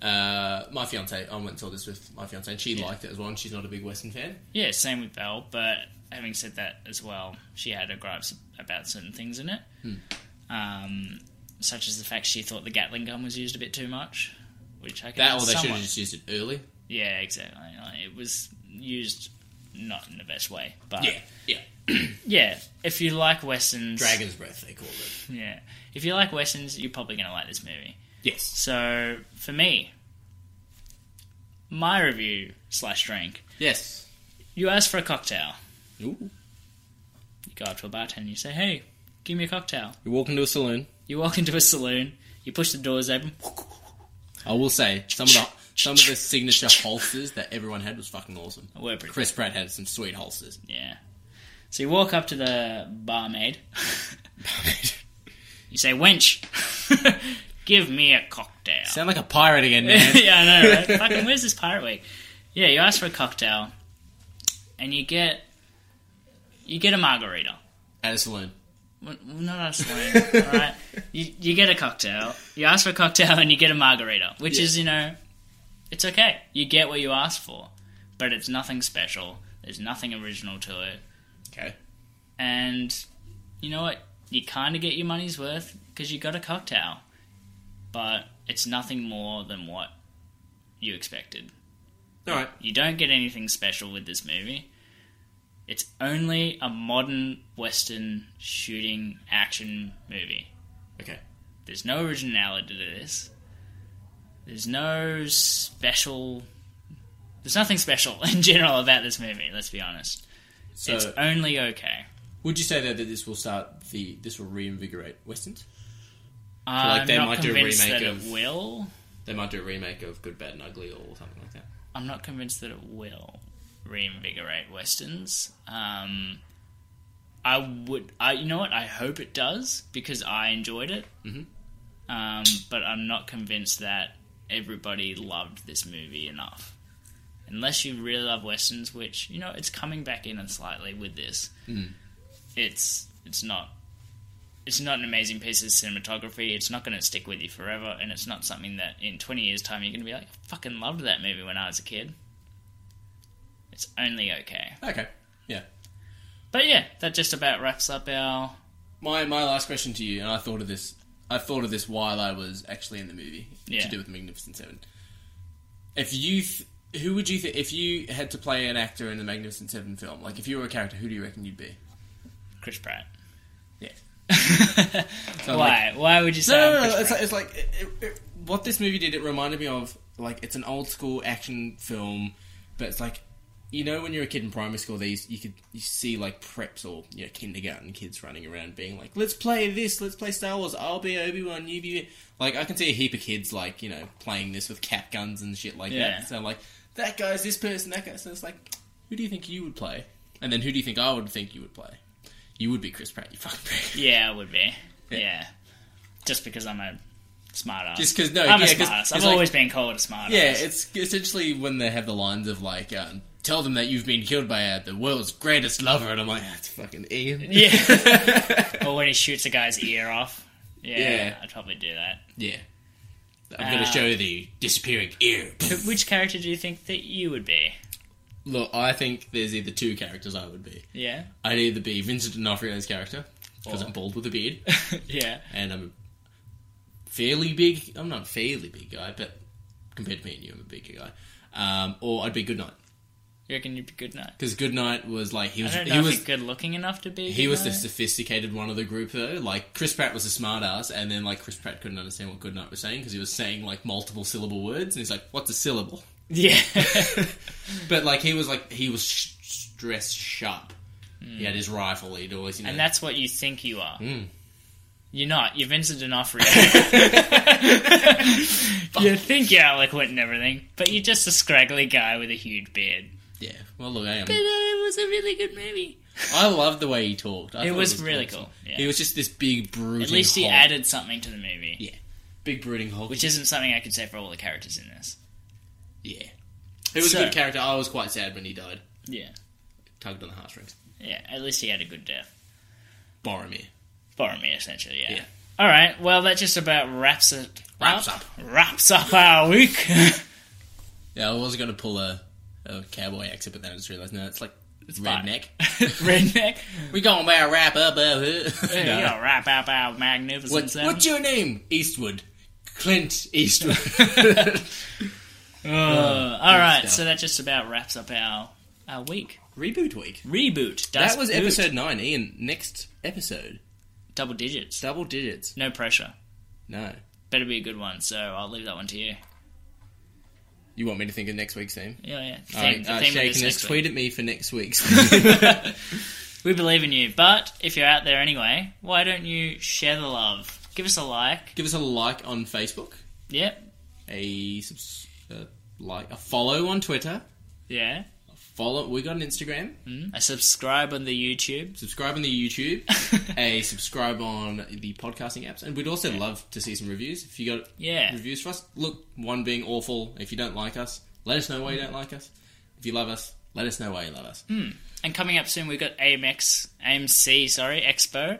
[SPEAKER 3] Uh, my fiance, I went and saw this with my fiance, and she
[SPEAKER 4] Yeah.
[SPEAKER 3] liked it as well. And she's not a big Western fan.
[SPEAKER 4] Yeah, same with Belle, but having said that as well, she had her gripes about certain things in it,
[SPEAKER 3] Hmm.
[SPEAKER 4] um, such as the fact she thought the Gatling gun was used a bit too much, which I can
[SPEAKER 3] That or they should
[SPEAKER 4] somewhat.
[SPEAKER 3] have just used it early.
[SPEAKER 4] Yeah, exactly. Like, it was used not in the best way, but
[SPEAKER 3] yeah.
[SPEAKER 4] yeah, if you like westerns,
[SPEAKER 3] Dragon's Breath, they called it.
[SPEAKER 4] Yeah, if you like westerns, you're probably going to like this movie.
[SPEAKER 3] Yes.
[SPEAKER 4] So for me, my review slash drink.
[SPEAKER 3] Yes.
[SPEAKER 4] You ask for a cocktail.
[SPEAKER 3] Ooh.
[SPEAKER 4] You go up to a bartender. You say, "Hey, give me a cocktail."
[SPEAKER 3] You walk into a saloon.
[SPEAKER 4] You walk into a saloon, you push the doors open.
[SPEAKER 3] I will say some of the some of the signature holsters that everyone had was fucking awesome.
[SPEAKER 4] Were pretty
[SPEAKER 3] Chris Pratt had some sweet holsters.
[SPEAKER 4] Yeah. So you walk up to the barmaid. you say, "Wench, give me a cocktail."
[SPEAKER 3] Sound like a pirate again, man.
[SPEAKER 4] yeah, I know, right? Fucking, where's this pirate week? Yeah, you ask for a cocktail, and you get you get a margarita.
[SPEAKER 3] At a saloon.
[SPEAKER 4] Well, Not a saloon, all right? You, you get a cocktail. You ask for a cocktail, and you get a margarita, which is you know, it's okay. You get what you asked for, but it's nothing special. There's nothing original to it,
[SPEAKER 3] Okay.
[SPEAKER 4] and you know what? You kind of get your money's worth because you got a cocktail, but it's nothing more than what you expected.
[SPEAKER 3] All right.
[SPEAKER 4] You don't get anything special with this movie. It's only a modern Western shooting action movie.
[SPEAKER 3] Okay.
[SPEAKER 4] There's no originality to this. There's no special. There's nothing special in general about this movie, let's be honest.
[SPEAKER 3] So,
[SPEAKER 4] it's only okay.
[SPEAKER 3] would you say though that this will start the this will reinvigorate westerns?
[SPEAKER 4] I'm
[SPEAKER 3] they
[SPEAKER 4] not
[SPEAKER 3] might do a
[SPEAKER 4] convinced
[SPEAKER 3] remake
[SPEAKER 4] that
[SPEAKER 3] of-
[SPEAKER 4] it will.
[SPEAKER 3] They might do a remake of Good, Bad, and Ugly or something like that.
[SPEAKER 4] I'm not convinced that it will reinvigorate westerns. Um, I would, I you know what? I hope it does because I enjoyed it. Mm-hmm. Um, but I'm not convinced that everybody loved this movie enough. Unless you really love westerns, which you know it's coming back in and slightly with this. It's it's not. It's not an amazing piece of cinematography. It's not going to stick with you forever, and it's not something that in 20 years' time you're going to be like, I fucking loved that movie when I was a kid. It's only okay.
[SPEAKER 3] Okay. Yeah.
[SPEAKER 4] But yeah, that just about wraps up our.
[SPEAKER 3] My my last question to you, and I thought of this. I thought of this while I was actually in the movie
[SPEAKER 4] Yeah.
[SPEAKER 3] to do with the Magnificent Seven. If you, th- who would you think if you had to play an actor in the Magnificent Seven film? Like if you were a character, who do you reckon you'd be?
[SPEAKER 4] Chris Pratt.
[SPEAKER 3] Yeah. So,
[SPEAKER 4] Why? Why would you say?
[SPEAKER 3] no,
[SPEAKER 4] I'm
[SPEAKER 3] no, no,
[SPEAKER 4] Chris
[SPEAKER 3] no. It's
[SPEAKER 4] Pratt?
[SPEAKER 3] like, it's like it, it, it- what this movie did. It reminded me of like it's an old school action film, but it's like you know when you're a kid in primary school, they used, you could you see like preps or you know kindergarten kids running around being like, let's play this, let's play Star Wars. I'll be Obi Wan, you be like I can see a heap of kids like you know playing this with cap guns and shit like
[SPEAKER 4] Yeah.
[SPEAKER 3] that. So like that guy's this person, that guy. So it's like, who do you think you would play? And then who do you think I would think you would play? You would be Chris Pratt, you fucking prick.
[SPEAKER 4] Yeah, I would be.
[SPEAKER 3] Yeah.
[SPEAKER 4] Yeah. Just because I'm a smart ass.
[SPEAKER 3] Just 'cause- no,
[SPEAKER 4] I'm a
[SPEAKER 3] yeah, 'cause-
[SPEAKER 4] smart ass.
[SPEAKER 3] 'cause
[SPEAKER 4] I've
[SPEAKER 3] like-
[SPEAKER 4] always been called a smart
[SPEAKER 3] Yeah,
[SPEAKER 4] ass.
[SPEAKER 3] it's essentially when they have the lines of like, um, "Tell them that you've been killed by uh, the world's greatest lover," and I'm like, "That's fucking Ian."
[SPEAKER 4] Yeah. or when he shoots a guy's ear off. Yeah,
[SPEAKER 3] Yeah.
[SPEAKER 4] I'd probably do that.
[SPEAKER 3] Yeah, I'm gonna
[SPEAKER 4] Uh,
[SPEAKER 3] show the disappearing ear.
[SPEAKER 4] Which character do you think that you would be?
[SPEAKER 3] Look, I think there's either two characters I would be.
[SPEAKER 4] Yeah.
[SPEAKER 3] I'd either be Vincent D'Onofrio's character because
[SPEAKER 4] Or-
[SPEAKER 3] I'm bald with a beard
[SPEAKER 4] Yeah.
[SPEAKER 3] and I'm fairly big. I'm not a fairly big guy, but compared to me and you, I'm a bigger guy. Um, or I'd be Goodnight
[SPEAKER 4] You reckon you'd be good night?
[SPEAKER 3] Because Goodnight was like he
[SPEAKER 4] I
[SPEAKER 3] was
[SPEAKER 4] don't
[SPEAKER 3] he
[SPEAKER 4] know if
[SPEAKER 3] was
[SPEAKER 4] he's good looking enough to be. a
[SPEAKER 3] he
[SPEAKER 4] good
[SPEAKER 3] was the
[SPEAKER 4] knight.
[SPEAKER 3] sophisticated one of the group though. Like Chris Pratt was a smartass, and then like Chris Pratt couldn't understand what Goodnight was saying because he was saying like multiple syllable words, and he's like, "What's a syllable?"
[SPEAKER 4] yeah.
[SPEAKER 3] But like he was like he was sh- stress sharp. He had his rifle. He'd always you know.
[SPEAKER 4] Hmm. and that's what you think you are.
[SPEAKER 3] Hmm.
[SPEAKER 4] You're not. You're Vincent D'Onofrio. you think you're eloquent and everything, but you're just a scraggly guy with a huge beard.
[SPEAKER 3] yeah. Well, look, I am.
[SPEAKER 4] But it was a really good movie.
[SPEAKER 3] I loved the way he talked. I
[SPEAKER 4] It
[SPEAKER 3] thought
[SPEAKER 4] was really
[SPEAKER 3] awesome.
[SPEAKER 4] cool, yeah.
[SPEAKER 3] He was just this big brooding.
[SPEAKER 4] At least he
[SPEAKER 3] Hulk.
[SPEAKER 4] added something to the movie,
[SPEAKER 3] Yeah. Big brooding Hulk.
[SPEAKER 4] which isn't something I could say for all the characters in this.
[SPEAKER 3] yeah. He was
[SPEAKER 4] So-
[SPEAKER 3] a good character. I was quite sad when he died.
[SPEAKER 4] Yeah,
[SPEAKER 3] Tugged on the heartstrings.
[SPEAKER 4] yeah. At least he had a good death.
[SPEAKER 3] Boromir.
[SPEAKER 4] Boromir, essentially. Yeah.
[SPEAKER 3] Yeah.
[SPEAKER 4] All right. Well, that just about wraps it.
[SPEAKER 3] Wraps
[SPEAKER 4] Wraps up our week.
[SPEAKER 3] Yeah, I was going to pull a, a cowboy accent, but then I just realised no, it's like it's
[SPEAKER 4] fine.
[SPEAKER 3] redneck.
[SPEAKER 4] Redneck.
[SPEAKER 3] we going about wrap up. Uh, huh?
[SPEAKER 4] Yeah,
[SPEAKER 3] No.
[SPEAKER 4] You gotta wrap up our magnificent.
[SPEAKER 3] What,
[SPEAKER 4] sound.
[SPEAKER 3] what's your name? Eastwood. Clint Eastwood.
[SPEAKER 4] Uh, all right,
[SPEAKER 3] stuff.
[SPEAKER 4] so that just about wraps up our our week.
[SPEAKER 3] Reboot week.
[SPEAKER 4] Reboot. Does
[SPEAKER 3] That was
[SPEAKER 4] boot.
[SPEAKER 3] episode nine. Ian, next episode,
[SPEAKER 4] double digits.
[SPEAKER 3] double digits.
[SPEAKER 4] No pressure.
[SPEAKER 3] No,
[SPEAKER 4] Better be a good one. So I'll leave that one to you.
[SPEAKER 3] you want me to think of next week's theme?
[SPEAKER 4] Yeah,
[SPEAKER 3] All
[SPEAKER 4] yeah. Theme,
[SPEAKER 3] right,
[SPEAKER 4] the
[SPEAKER 3] uh,
[SPEAKER 4] theme of
[SPEAKER 3] Shay
[SPEAKER 4] this
[SPEAKER 3] can
[SPEAKER 4] next
[SPEAKER 3] just
[SPEAKER 4] week.
[SPEAKER 3] tweet at me for next week's.
[SPEAKER 4] We believe in you, but if you're out there anyway, why don't you share the love? Give us a like.
[SPEAKER 3] Give us a like on Facebook,
[SPEAKER 4] Yep.
[SPEAKER 3] a, subs- a like, a follow on Twitter.
[SPEAKER 4] Yeah.
[SPEAKER 3] Follow. We got an Instagram.
[SPEAKER 4] Mm. A subscribe on the YouTube.
[SPEAKER 3] Subscribe on the YouTube. a subscribe on the podcasting apps, and we'd also love to see some reviews. If you got
[SPEAKER 4] Yeah.
[SPEAKER 3] reviews for us, look one being awful. If you don't like us, let us know why you don't like us. If you love us, let us know why you love us.
[SPEAKER 4] Mm. And coming up soon, we've got AMX, AMC, sorry, Expo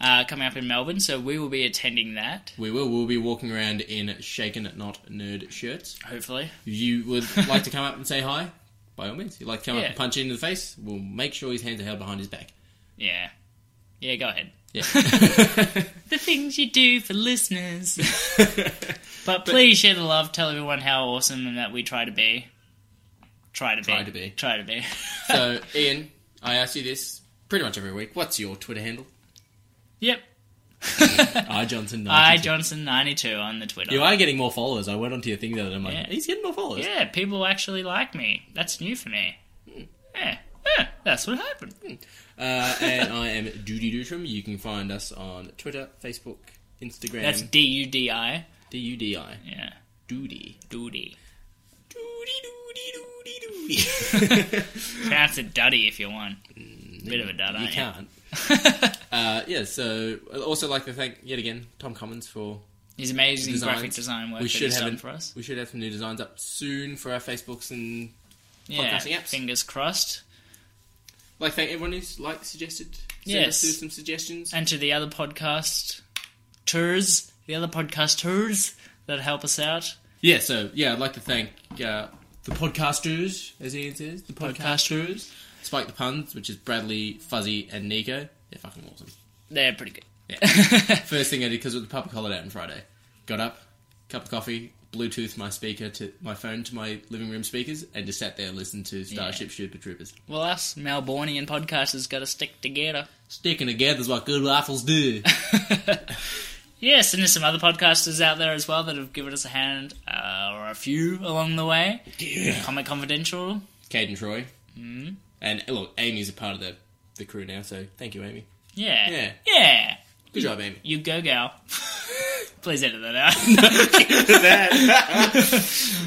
[SPEAKER 4] uh, coming up in Melbourne, so we will be attending that,
[SPEAKER 3] We will. We'll be walking around in shaken, not nerd shirts.
[SPEAKER 4] hopefully.
[SPEAKER 3] If you would like to come up and say hi, by all means. If you'd like to come
[SPEAKER 4] Yeah.
[SPEAKER 3] up and punch you in the face, we'll make sure his hands are held behind his back.
[SPEAKER 4] Yeah. Yeah, go ahead.
[SPEAKER 3] Yeah.
[SPEAKER 4] the things you do for listeners. but please share the love. Tell everyone how awesome and that we try to be. Try to be.
[SPEAKER 3] Try to be.
[SPEAKER 4] Try to be.
[SPEAKER 3] so, Ian, I ask you this pretty much every week. What's your Twitter handle?
[SPEAKER 4] yep.
[SPEAKER 3] I Johnson.
[SPEAKER 4] I Johnson ninety two on the Twitter.
[SPEAKER 3] You are getting more followers. I went onto your thing the other day. I'm like,
[SPEAKER 4] Yeah.
[SPEAKER 3] he's getting more followers.
[SPEAKER 4] yeah, people actually like me. That's new for me. Yeah. Yeah, that's what happened.
[SPEAKER 3] Uh, and I am Doody Dutram. You can find us on Twitter, Facebook, Instagram.
[SPEAKER 4] That's D U D I.
[SPEAKER 3] D U D I.
[SPEAKER 4] Yeah.
[SPEAKER 3] Doody.
[SPEAKER 4] Doody.
[SPEAKER 3] Doody doody doody doody.
[SPEAKER 4] Pronounce it Duddy if you want. Bit of a dud,
[SPEAKER 3] Mm, You
[SPEAKER 4] aren't you?
[SPEAKER 3] can't. uh, yeah, so I'd also like to thank yet again Tom Cummins for
[SPEAKER 4] His amazing
[SPEAKER 3] designs.
[SPEAKER 4] graphic design work
[SPEAKER 3] we
[SPEAKER 4] that
[SPEAKER 3] should
[SPEAKER 4] he's
[SPEAKER 3] have
[SPEAKER 4] done
[SPEAKER 3] an-
[SPEAKER 4] for us.
[SPEAKER 3] We should have some new designs up soon for our Facebooks and
[SPEAKER 4] Yeah,
[SPEAKER 3] podcasting apps.
[SPEAKER 4] fingers crossed.
[SPEAKER 3] like thank everyone who's like suggested. Send
[SPEAKER 4] Yes.
[SPEAKER 3] us through some suggestions.
[SPEAKER 4] and to the other podcast tours, the other podcast tours that help us out.
[SPEAKER 3] yeah, so yeah, I'd like to thank uh, the podcasters, as Ian says, the podcasters. Spike the puns, which is Bradley, Fuzzy, and Nico. They're fucking awesome.
[SPEAKER 4] They're pretty good.
[SPEAKER 3] First thing I did because it was a public holiday on Friday. Got up, cup of coffee, Bluetooth my speaker to my phone to my living room speakers, and just sat there and listened to Starship Super Troopers.
[SPEAKER 4] Well, us Melbourneian podcasters got to stick together.
[SPEAKER 3] Sticking together is what good rifles do.
[SPEAKER 4] Yes, and there's some other podcasters out there as well that have given us a hand uh, or a few along the way. Comic Confidential.
[SPEAKER 3] Cade and Troy, mm. and look, Amy's a part of the the crew now, so thank you, Amy.
[SPEAKER 4] Yeah.
[SPEAKER 3] Yeah.
[SPEAKER 4] Yeah.
[SPEAKER 3] Good job, Amy.
[SPEAKER 4] You go, gal. Please edit that out.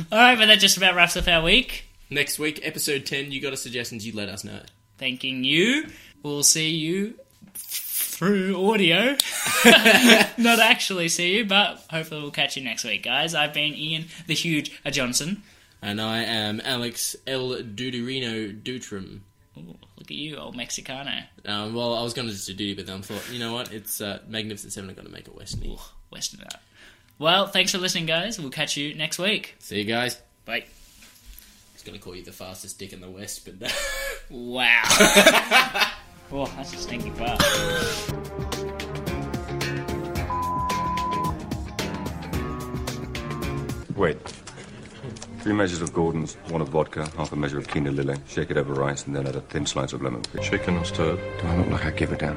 [SPEAKER 4] All right, but that just about wraps up our week.
[SPEAKER 3] Next week, episode ten. You got a suggestions? You let us know.
[SPEAKER 4] thanking you. We'll see you through audio. Not actually see you, but hopefully we'll catch you next week, guys. I've been Ian the Huge uh, Johnson.
[SPEAKER 3] And I am Alex L. Dudorino Dutram.
[SPEAKER 4] Ooh, look at you, old Mexicano.
[SPEAKER 3] Um, well, I was going to just do duty, but then I thought, you know what? It's uh, Magnificent Seven. I've got to make it Western.
[SPEAKER 4] Western out. Well, thanks for listening, guys. We'll catch you next week.
[SPEAKER 3] See you guys.
[SPEAKER 4] Bye.
[SPEAKER 3] I was going to call you the fastest dick in the West, but no.
[SPEAKER 4] Wow. oh, that's a stinky bar.
[SPEAKER 13] Wait.
[SPEAKER 8] Three measures of Gordon's, one of vodka, half a measure of quinoa lily. Shake it over rice and then add a thin slice of lemon.
[SPEAKER 2] Shaken and stirred.
[SPEAKER 8] Do I look like I give a damn?